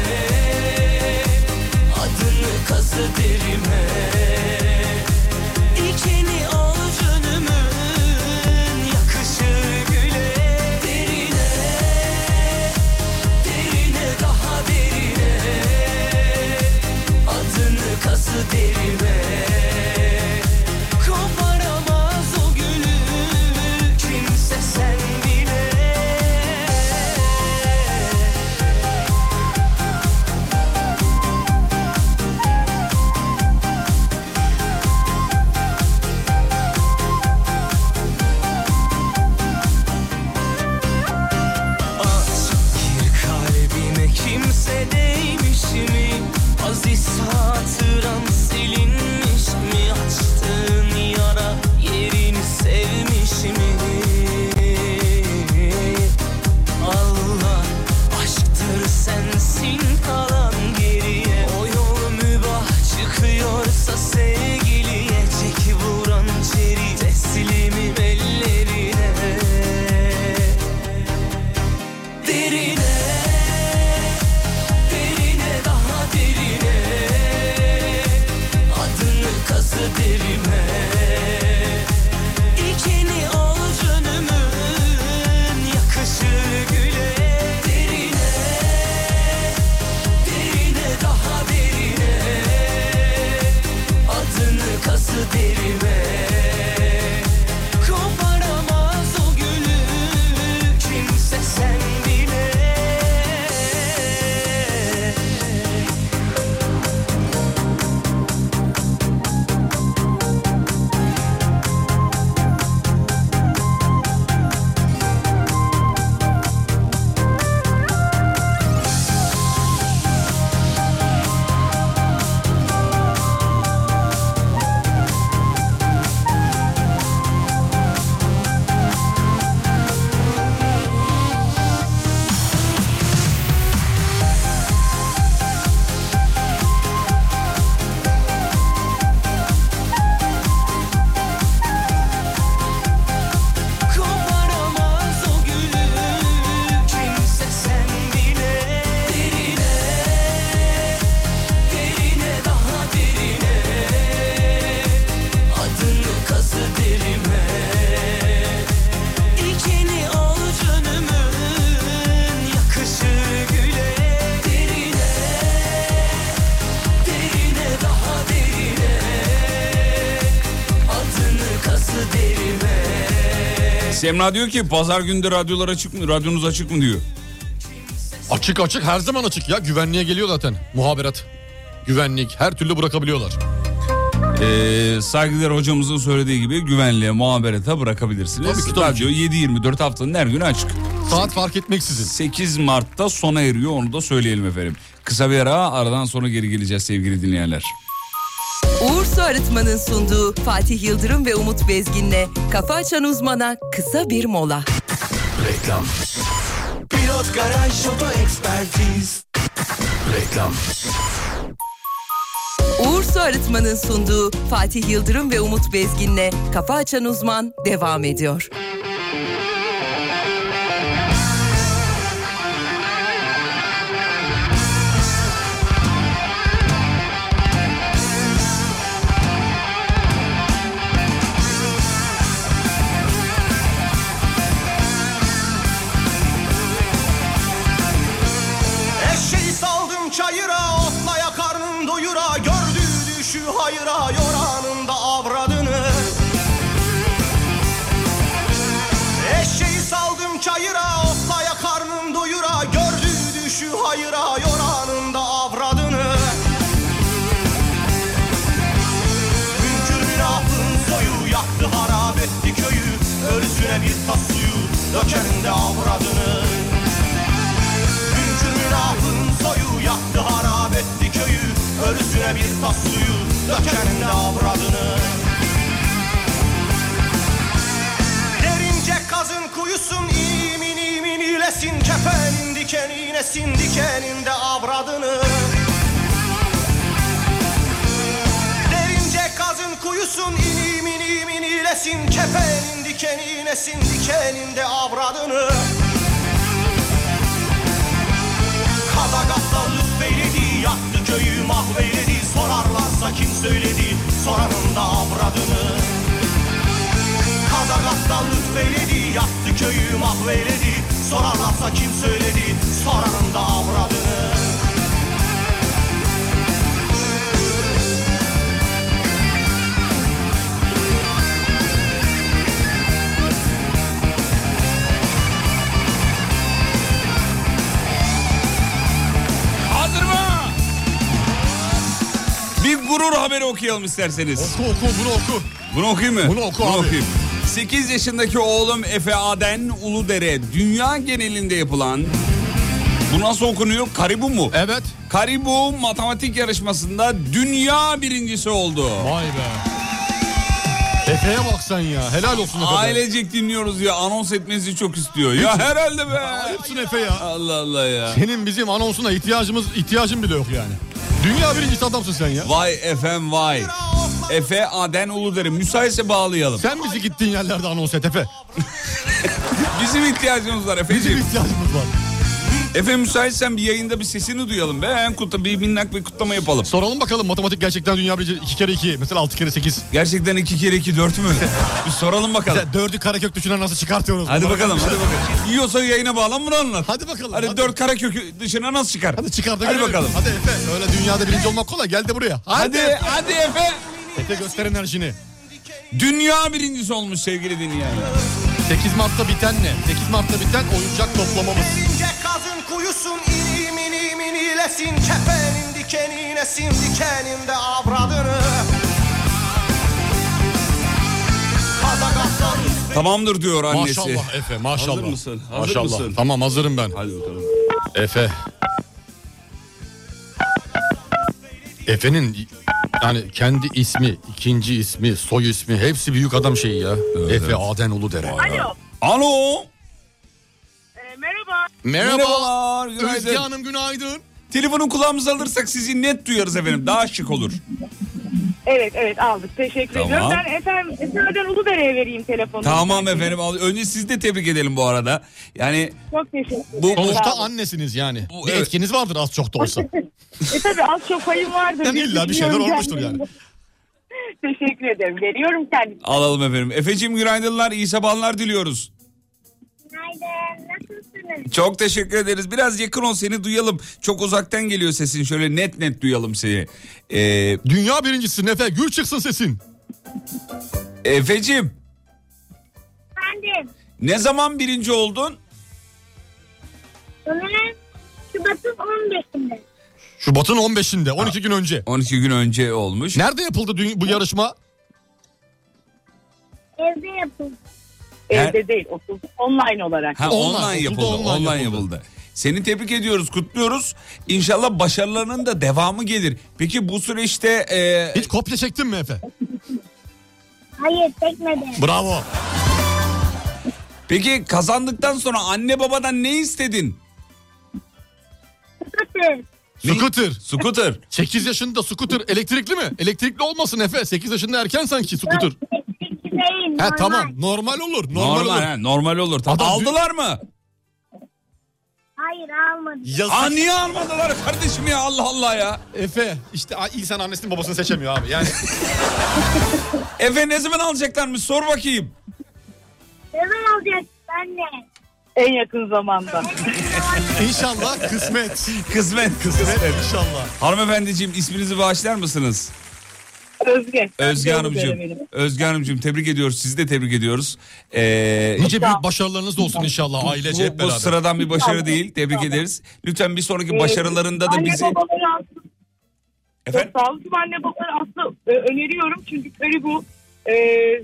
[SPEAKER 5] mi? Aziz hatıram silinmiş mi? Açtığın yara yerini sevmiş mi? Allah aşktır sensin kalan geriye O yol mübah çıkıyorsa sevgiliye Çeki vuran çeri teslimim ellerine Derine Derine daha derine Adını kazı derime İkini al canımın yakışır güle derine derine daha derine adını kası derime koparamaz o gülü kimse sen bile. Koparamaz o gülü kimse sen bile Derine, derine daha derine Adını kazı derime İkini al canımın yakışır güle Derine, derine daha derine Adını kazı derime
[SPEAKER 2] Semra diyor ki pazar günü de radyolar açık mı? Radyonuz açık mı diyor.
[SPEAKER 3] Açık açık her zaman açık ya. Güvenliğe geliyor zaten. Muhabirat. Güvenlik. Her türlü bırakabiliyorlar.
[SPEAKER 2] Ee, saygıdeğer hocamızın söylediği gibi güvenliğe, muhaberete bırakabilirsiniz.
[SPEAKER 3] Tabii ki, tabii
[SPEAKER 2] Radyo 7-24 haftanın her günü açık.
[SPEAKER 3] Saat fark etmeksizin.
[SPEAKER 2] 8 Mart'ta sona eriyor onu da söyleyelim efendim. Kısa bir ara aradan sonra geri geleceğiz sevgili dinleyenler.
[SPEAKER 1] Uğur Su Arıtma'nın sunduğu Fatih Yıldırım ve Umut Bezgin'le Kafa Açan Uzman'a kısa bir mola.
[SPEAKER 5] Pilot Garaj Oto Ekspertiz
[SPEAKER 1] Uğur Su Arıtma'nın sunduğu Fatih Yıldırım ve Umut Bezgin'le Kafa Açan Uzman devam ediyor.
[SPEAKER 5] Eşeği saldım çayıra Otlaya karnın doyura Gördüğü düşü hayıra Yoranında avradını Eşeği saldım çayıra Otlaya karnın doyura Gördüğü düşü hayıra Yoranında avradını Hünkür bir aklın soyu Yaktı harap etti köyü Ölüsüne bir tas suyu Dökerim de avradını Hünkür bir aklın soyu Yaktı harap etti köyü Ölüsüne bir tas suyu Dökerim de avradını Derince kazın kuyusun imin imin ilesin Kefenin dikeninesin dikeninde avradını Derince kazın kuyusun inim inim inilesin Kefenin dikeninesin dikeninde avradını Kadagatla lütfeyledi Yaktı köyü mahveyledi Sorarlarsa kim söyledi Soranın da avradını Kadagatla lütfeyledi Yaktı köyü mahveyledi Sorarlarsa kim söyledi Soranın da avradını
[SPEAKER 2] Kaldırma! Bir gurur haberi okuyalım isterseniz.
[SPEAKER 3] Oku oku bunu oku.
[SPEAKER 2] Bunu okuyayım mı?
[SPEAKER 3] Bunu oku abi.
[SPEAKER 2] 8 yaşındaki oğlum Efe Aden Uludere dünya genelinde yapılan Bu nasıl okunuyor? Karibu mu?
[SPEAKER 3] Evet.
[SPEAKER 2] Karibu matematik yarışmasında dünya birincisi oldu.
[SPEAKER 3] Vay be. Efe'ye bak sen ya. Helal olsun Efe.
[SPEAKER 2] Ailecek dinliyoruz ya anons etmenizi çok istiyor. Ya herhalde be.
[SPEAKER 3] Ayıpsın Efe ya.
[SPEAKER 2] Allah Allah ya.
[SPEAKER 3] Senin bizim anonsuna ihtiyacımız ihtiyacın bile yok yani. Dünya birincisi adamsın sen ya.
[SPEAKER 2] Vay efem vay. Efe Aden Uludere müsaitse bağlayalım.
[SPEAKER 3] Sen bizi gittiğin yerlerde anons et Efe.
[SPEAKER 2] Bizim ihtiyacımız var
[SPEAKER 3] Bizim
[SPEAKER 2] Efe'ciğim.
[SPEAKER 3] ihtiyacımız var.
[SPEAKER 2] Efe müsaitsen bir yayında bir sesini duyalım be. Hem kutla bir minnak bir kutlama yapalım.
[SPEAKER 3] Soralım bakalım matematik gerçekten dünya birincisi 2 kere 2 mesela 6 kere 8.
[SPEAKER 2] Gerçekten iki kere iki dört mü? (laughs) Bir soralım bakalım.
[SPEAKER 3] 4'ü karekök dışına nasıl çıkartıyoruz?
[SPEAKER 2] Hadi
[SPEAKER 3] Bunları
[SPEAKER 2] bakalım hadi (laughs)
[SPEAKER 3] görmüşler.
[SPEAKER 2] bakalım. Yiyorsa yayına bağlan bunu anlat.
[SPEAKER 3] Hadi bakalım,
[SPEAKER 2] Hadi,
[SPEAKER 3] hadi.
[SPEAKER 2] dört kara kökü dışına nasıl çıkar?
[SPEAKER 3] Hadi çıkar da
[SPEAKER 2] Hadi
[SPEAKER 3] görelim.
[SPEAKER 2] bakalım.
[SPEAKER 3] Hadi Efe öyle dünyada birinci olmak kolay gel de buraya.
[SPEAKER 2] Hadi hadi Efe.
[SPEAKER 3] Efe göster enerjini.
[SPEAKER 2] Dünya birincisi olmuş sevgili dinleyenler.
[SPEAKER 3] 8 Mart'ta biten ne? 8 Mart'ta biten oyuncak toplamamız.
[SPEAKER 5] İnce kazın kuyusun ilim ilim ililesin Kepenin dikenine sin dikeninde avradını Kazakastan
[SPEAKER 2] Tamamdır diyor annesi.
[SPEAKER 3] Maşallah Efe maşallah.
[SPEAKER 2] Hazır mısın? Hazır
[SPEAKER 3] maşallah.
[SPEAKER 2] mısın?
[SPEAKER 3] Tamam hazırım ben.
[SPEAKER 2] Hadi bakalım.
[SPEAKER 3] Efe. Efe'nin yani kendi ismi, ikinci ismi, soy ismi hepsi büyük adam şeyi ya. Efe Aden Uludere.
[SPEAKER 6] Alo.
[SPEAKER 2] Alo.
[SPEAKER 6] Ee, merhaba.
[SPEAKER 3] Merhaba.
[SPEAKER 2] günaydın.
[SPEAKER 3] Özge Hanım günaydın.
[SPEAKER 2] Telefonu kulağımıza alırsak sizi net duyarız efendim. Daha şık olur.
[SPEAKER 6] Evet evet aldık. Teşekkür
[SPEAKER 2] Tamam.
[SPEAKER 6] ediyorum. Ben efendim Esenler'den Uludere'ye vereyim telefonu.
[SPEAKER 2] Tamam efendim. al- Önce sizi de tebrik edelim bu arada. Yani
[SPEAKER 6] Çok teşekkür
[SPEAKER 2] Bu-
[SPEAKER 6] ederim.
[SPEAKER 3] Sonuçta
[SPEAKER 6] Sağ olun.
[SPEAKER 3] annesiniz yani.
[SPEAKER 2] Bu-
[SPEAKER 3] Bir
[SPEAKER 2] evet.
[SPEAKER 3] etkiniz vardır az çok da olsa.
[SPEAKER 6] E tabi az çok payım vardır.
[SPEAKER 3] Yani
[SPEAKER 6] diye
[SPEAKER 3] illa bir şeyler
[SPEAKER 6] düşünüyorum
[SPEAKER 3] olmuştur yani.
[SPEAKER 6] kendimi. teşekkür ederim. Veriyorum kendimi.
[SPEAKER 2] alalım efendim. Efeciğim günaydınlar, iyi sabahlar diliyoruz.
[SPEAKER 4] Günaydın, nasılsınız?
[SPEAKER 2] Çok teşekkür ederiz. Biraz yakın ol seni duyalım. Çok uzaktan geliyor sesin. Şöyle net net duyalım seni. Ee,
[SPEAKER 3] Dünya birincisi Efe. Gür çıksın sesin.
[SPEAKER 2] Efeciğim
[SPEAKER 4] Efendim,
[SPEAKER 2] ne zaman birinci oldun?
[SPEAKER 4] sanırım Şubat'ın 15'inde.
[SPEAKER 3] Şubat'ın 15'inde 12 gün önce.
[SPEAKER 2] 12 gün önce olmuş.
[SPEAKER 3] Nerede yapıldı dü- bu yarışma?
[SPEAKER 4] Evde yapıldı.
[SPEAKER 6] Evde değil okulda. Online olarak.
[SPEAKER 2] Ha,
[SPEAKER 3] Online,
[SPEAKER 2] online, yapıldı.
[SPEAKER 3] oldu,
[SPEAKER 2] Online,
[SPEAKER 3] online
[SPEAKER 2] yapıldı.
[SPEAKER 3] yapıldı.
[SPEAKER 2] Seni tebrik ediyoruz, kutluyoruz. İnşallah başarılarının da devamı gelir. Peki bu süreçte e,
[SPEAKER 3] Hiç kopya çektin mi Efe?
[SPEAKER 4] Hayır, tekmeden.
[SPEAKER 3] Bravo.
[SPEAKER 2] peki kazandıktan sonra anne babadan ne istedin?
[SPEAKER 4] Sıkıntı.
[SPEAKER 3] Scooter.
[SPEAKER 2] Scooter.
[SPEAKER 3] 8 yaşında scooter elektrikli mi? Elektrikli olmasın Efe. 8 yaşında erken sanki scooter.
[SPEAKER 4] Teknik değil,
[SPEAKER 3] Ha
[SPEAKER 4] normal.
[SPEAKER 3] tamam normal olur. Normal,
[SPEAKER 2] Normal,
[SPEAKER 3] olur.
[SPEAKER 2] ha, normal olur. Tamam.
[SPEAKER 3] Adam-
[SPEAKER 2] Aldılar mı?
[SPEAKER 4] Hayır, almadım.
[SPEAKER 3] Yazık.
[SPEAKER 2] Aa niye almadılar kardeşim ya Allah Allah ya.
[SPEAKER 3] Efe işte a- insan annesini babasını seçemiyor abi. (laughs) Yani
[SPEAKER 2] Efe ne zaman alacaklarmış sor bakayım.
[SPEAKER 4] Neden alacaksın anne?
[SPEAKER 6] En yakın zamanda.
[SPEAKER 3] inşallah kısmet.
[SPEAKER 2] Kısmet.
[SPEAKER 3] Kısmet inşallah.
[SPEAKER 2] Hanımefendiciğim isminizi bağışlar mısınız?
[SPEAKER 6] Özge.
[SPEAKER 2] Özge Hanımcığım.
[SPEAKER 6] Benim.
[SPEAKER 2] Özge Hanımcığım tebrik ediyoruz. Sizi de tebrik ediyoruz. Ee,
[SPEAKER 3] Nice büyük başarılarınız da olsun inşallah ailece hep
[SPEAKER 2] bu, bu
[SPEAKER 3] beraber.
[SPEAKER 2] sıradan bir başarı değil. Tebrik ederiz. Lütfen bir
[SPEAKER 3] Ee,
[SPEAKER 2] sonraki başarılarında da
[SPEAKER 6] Ee, Anne
[SPEAKER 2] bizi...
[SPEAKER 6] babaları aslında
[SPEAKER 2] Efendim?
[SPEAKER 6] sağlıklı anne babaları aslında e, öneriyorum. Çünkü böyle bu e,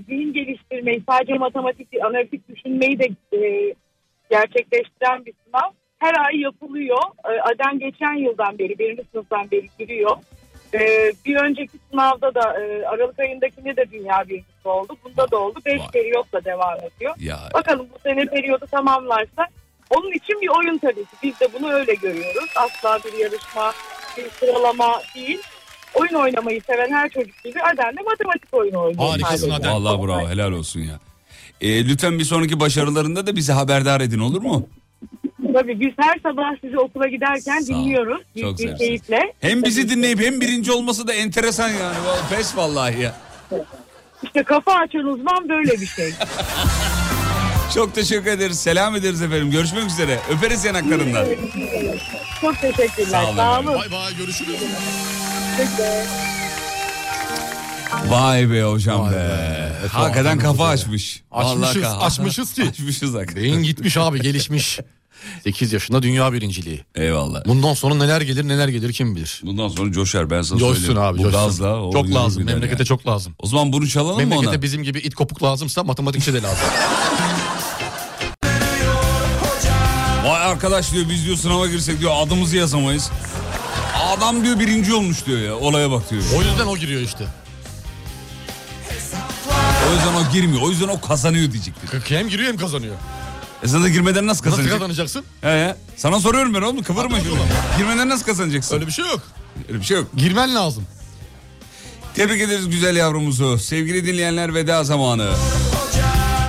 [SPEAKER 6] zihin geliştirmeyi sadece matematik değil analitik düşünmeyi de e, gerçekleştiren bir sınav. Her ay yapılıyor. E, Aden geçen yıldan beri, birinci sınıftan beri giriyor. E, bir önceki sınavda da e, Aralık ayındakinde de dünya birincisi oldu. Bunda da oldu. Beş
[SPEAKER 2] Vay.
[SPEAKER 6] periyotla devam ediyor.
[SPEAKER 2] Ya
[SPEAKER 6] Bakalım bu sene periyodu tamamlarsa onun için bir oyun tabii ki. Biz de bunu öyle görüyoruz. Asla bir yarışma, bir sıralama değil. Oyun oynamayı seven her çocuk gibi Aden de matematik oyunu oynuyor.
[SPEAKER 3] Harikasın
[SPEAKER 6] sadece.
[SPEAKER 3] Aden.
[SPEAKER 2] vallahi bravo helal olsun ya. Ee, lütfen bir sonraki başarılarında da bizi haberdar edin olur mu?
[SPEAKER 6] Tabii biz her sabah sizi okula giderken
[SPEAKER 2] Sağ ol.
[SPEAKER 6] dinliyoruz. Büyük
[SPEAKER 2] Çok
[SPEAKER 6] bir
[SPEAKER 2] sevimsiz.
[SPEAKER 6] keyifle.
[SPEAKER 2] Hem bizi
[SPEAKER 6] Tabii.
[SPEAKER 2] dinleyip hem birinci olması da enteresan yani. Vallahi Pes vallahi ya.
[SPEAKER 6] İşte kafa açan uzman böyle
[SPEAKER 2] (laughs)
[SPEAKER 6] bir şey.
[SPEAKER 2] Çok teşekkür ederiz. Selam ederiz efendim. Görüşmek üzere. Öperiz yanaklarından.
[SPEAKER 6] Çok teşekkürler.
[SPEAKER 2] Sağ
[SPEAKER 6] Sağ
[SPEAKER 2] olun.
[SPEAKER 6] olun.
[SPEAKER 3] Bay bay görüşürüz.
[SPEAKER 2] Vay be hocam be. Hakikaten kafa açmış.
[SPEAKER 3] Açmışız,
[SPEAKER 2] Vallahi kafa-
[SPEAKER 3] açmışız ki.
[SPEAKER 2] açmışız hakikaten.
[SPEAKER 3] Beyin gitmiş abi (laughs) gelişmiş. 8 yaşında dünya birinciliği.
[SPEAKER 2] Eyvallah.
[SPEAKER 3] Bundan sonra neler gelir neler gelir kim bilir.
[SPEAKER 2] Bundan sonra coşar ben sana
[SPEAKER 3] Coşsun
[SPEAKER 2] söyleyeyim.
[SPEAKER 3] abi
[SPEAKER 2] Bu
[SPEAKER 3] coşsun.
[SPEAKER 2] gazla. o
[SPEAKER 3] çok
[SPEAKER 2] yürür
[SPEAKER 3] lazım
[SPEAKER 2] gider
[SPEAKER 3] memlekete
[SPEAKER 2] yani.
[SPEAKER 3] çok lazım.
[SPEAKER 2] O zaman bunu çalalım mı
[SPEAKER 3] Memlekete
[SPEAKER 2] ona?
[SPEAKER 3] bizim gibi it kopuk lazımsa matematikçi de lazım.
[SPEAKER 2] Vay arkadaş diyor biz diyor sınava girsek diyor adımızı yazamayız. Adam diyor birinci olmuş diyor ya olaya bak diyor.
[SPEAKER 3] O yüzden o giriyor işte.
[SPEAKER 2] O yüzden o girmiyor o yüzden o kazanıyor diyecektir.
[SPEAKER 3] Hem giriyor hem kazanıyor.
[SPEAKER 2] E sen de girmeden nasıl
[SPEAKER 3] Nasıl
[SPEAKER 2] kazanacaksın?
[SPEAKER 3] kazanacaksın?
[SPEAKER 2] He he. Sana soruyorum ben oğlum kıvırma şunu. Girmeden nasıl kazanacaksın?
[SPEAKER 3] Öyle bir şey yok.
[SPEAKER 2] Öyle bir şey yok.
[SPEAKER 3] Girmen lazım.
[SPEAKER 2] Tebrik ederiz güzel yavrumuzu. Sevgili dinleyenler veda zamanı.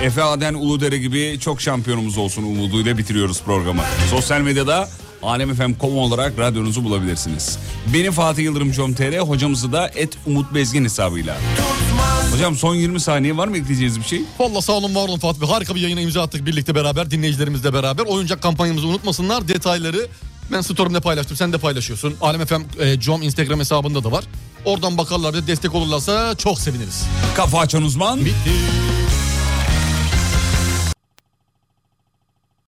[SPEAKER 2] Efe Aden Uludere gibi çok şampiyonumuz olsun umuduyla bitiriyoruz programı. Sosyal medyada alemfm.com olarak radyonuzu bulabilirsiniz. Beni Fatih Yıldırım.com.tr hocamızı da et Umut Bezgin hesabıyla. Hocam son 20 saniye var mı ekleyeceğiniz bir şey?
[SPEAKER 3] Valla sağ olun var olun Fatih Bey. Harika bir yayına imza attık birlikte beraber dinleyicilerimizle beraber. Oyuncak kampanyamızı unutmasınlar. Detayları ben story'imde paylaştım. Sen de paylaşıyorsun. Alem FM e, com Instagram hesabında da var. Oradan bakarlar da destek olurlarsa çok seviniriz.
[SPEAKER 2] Kafa açan uzman.
[SPEAKER 3] Bitti.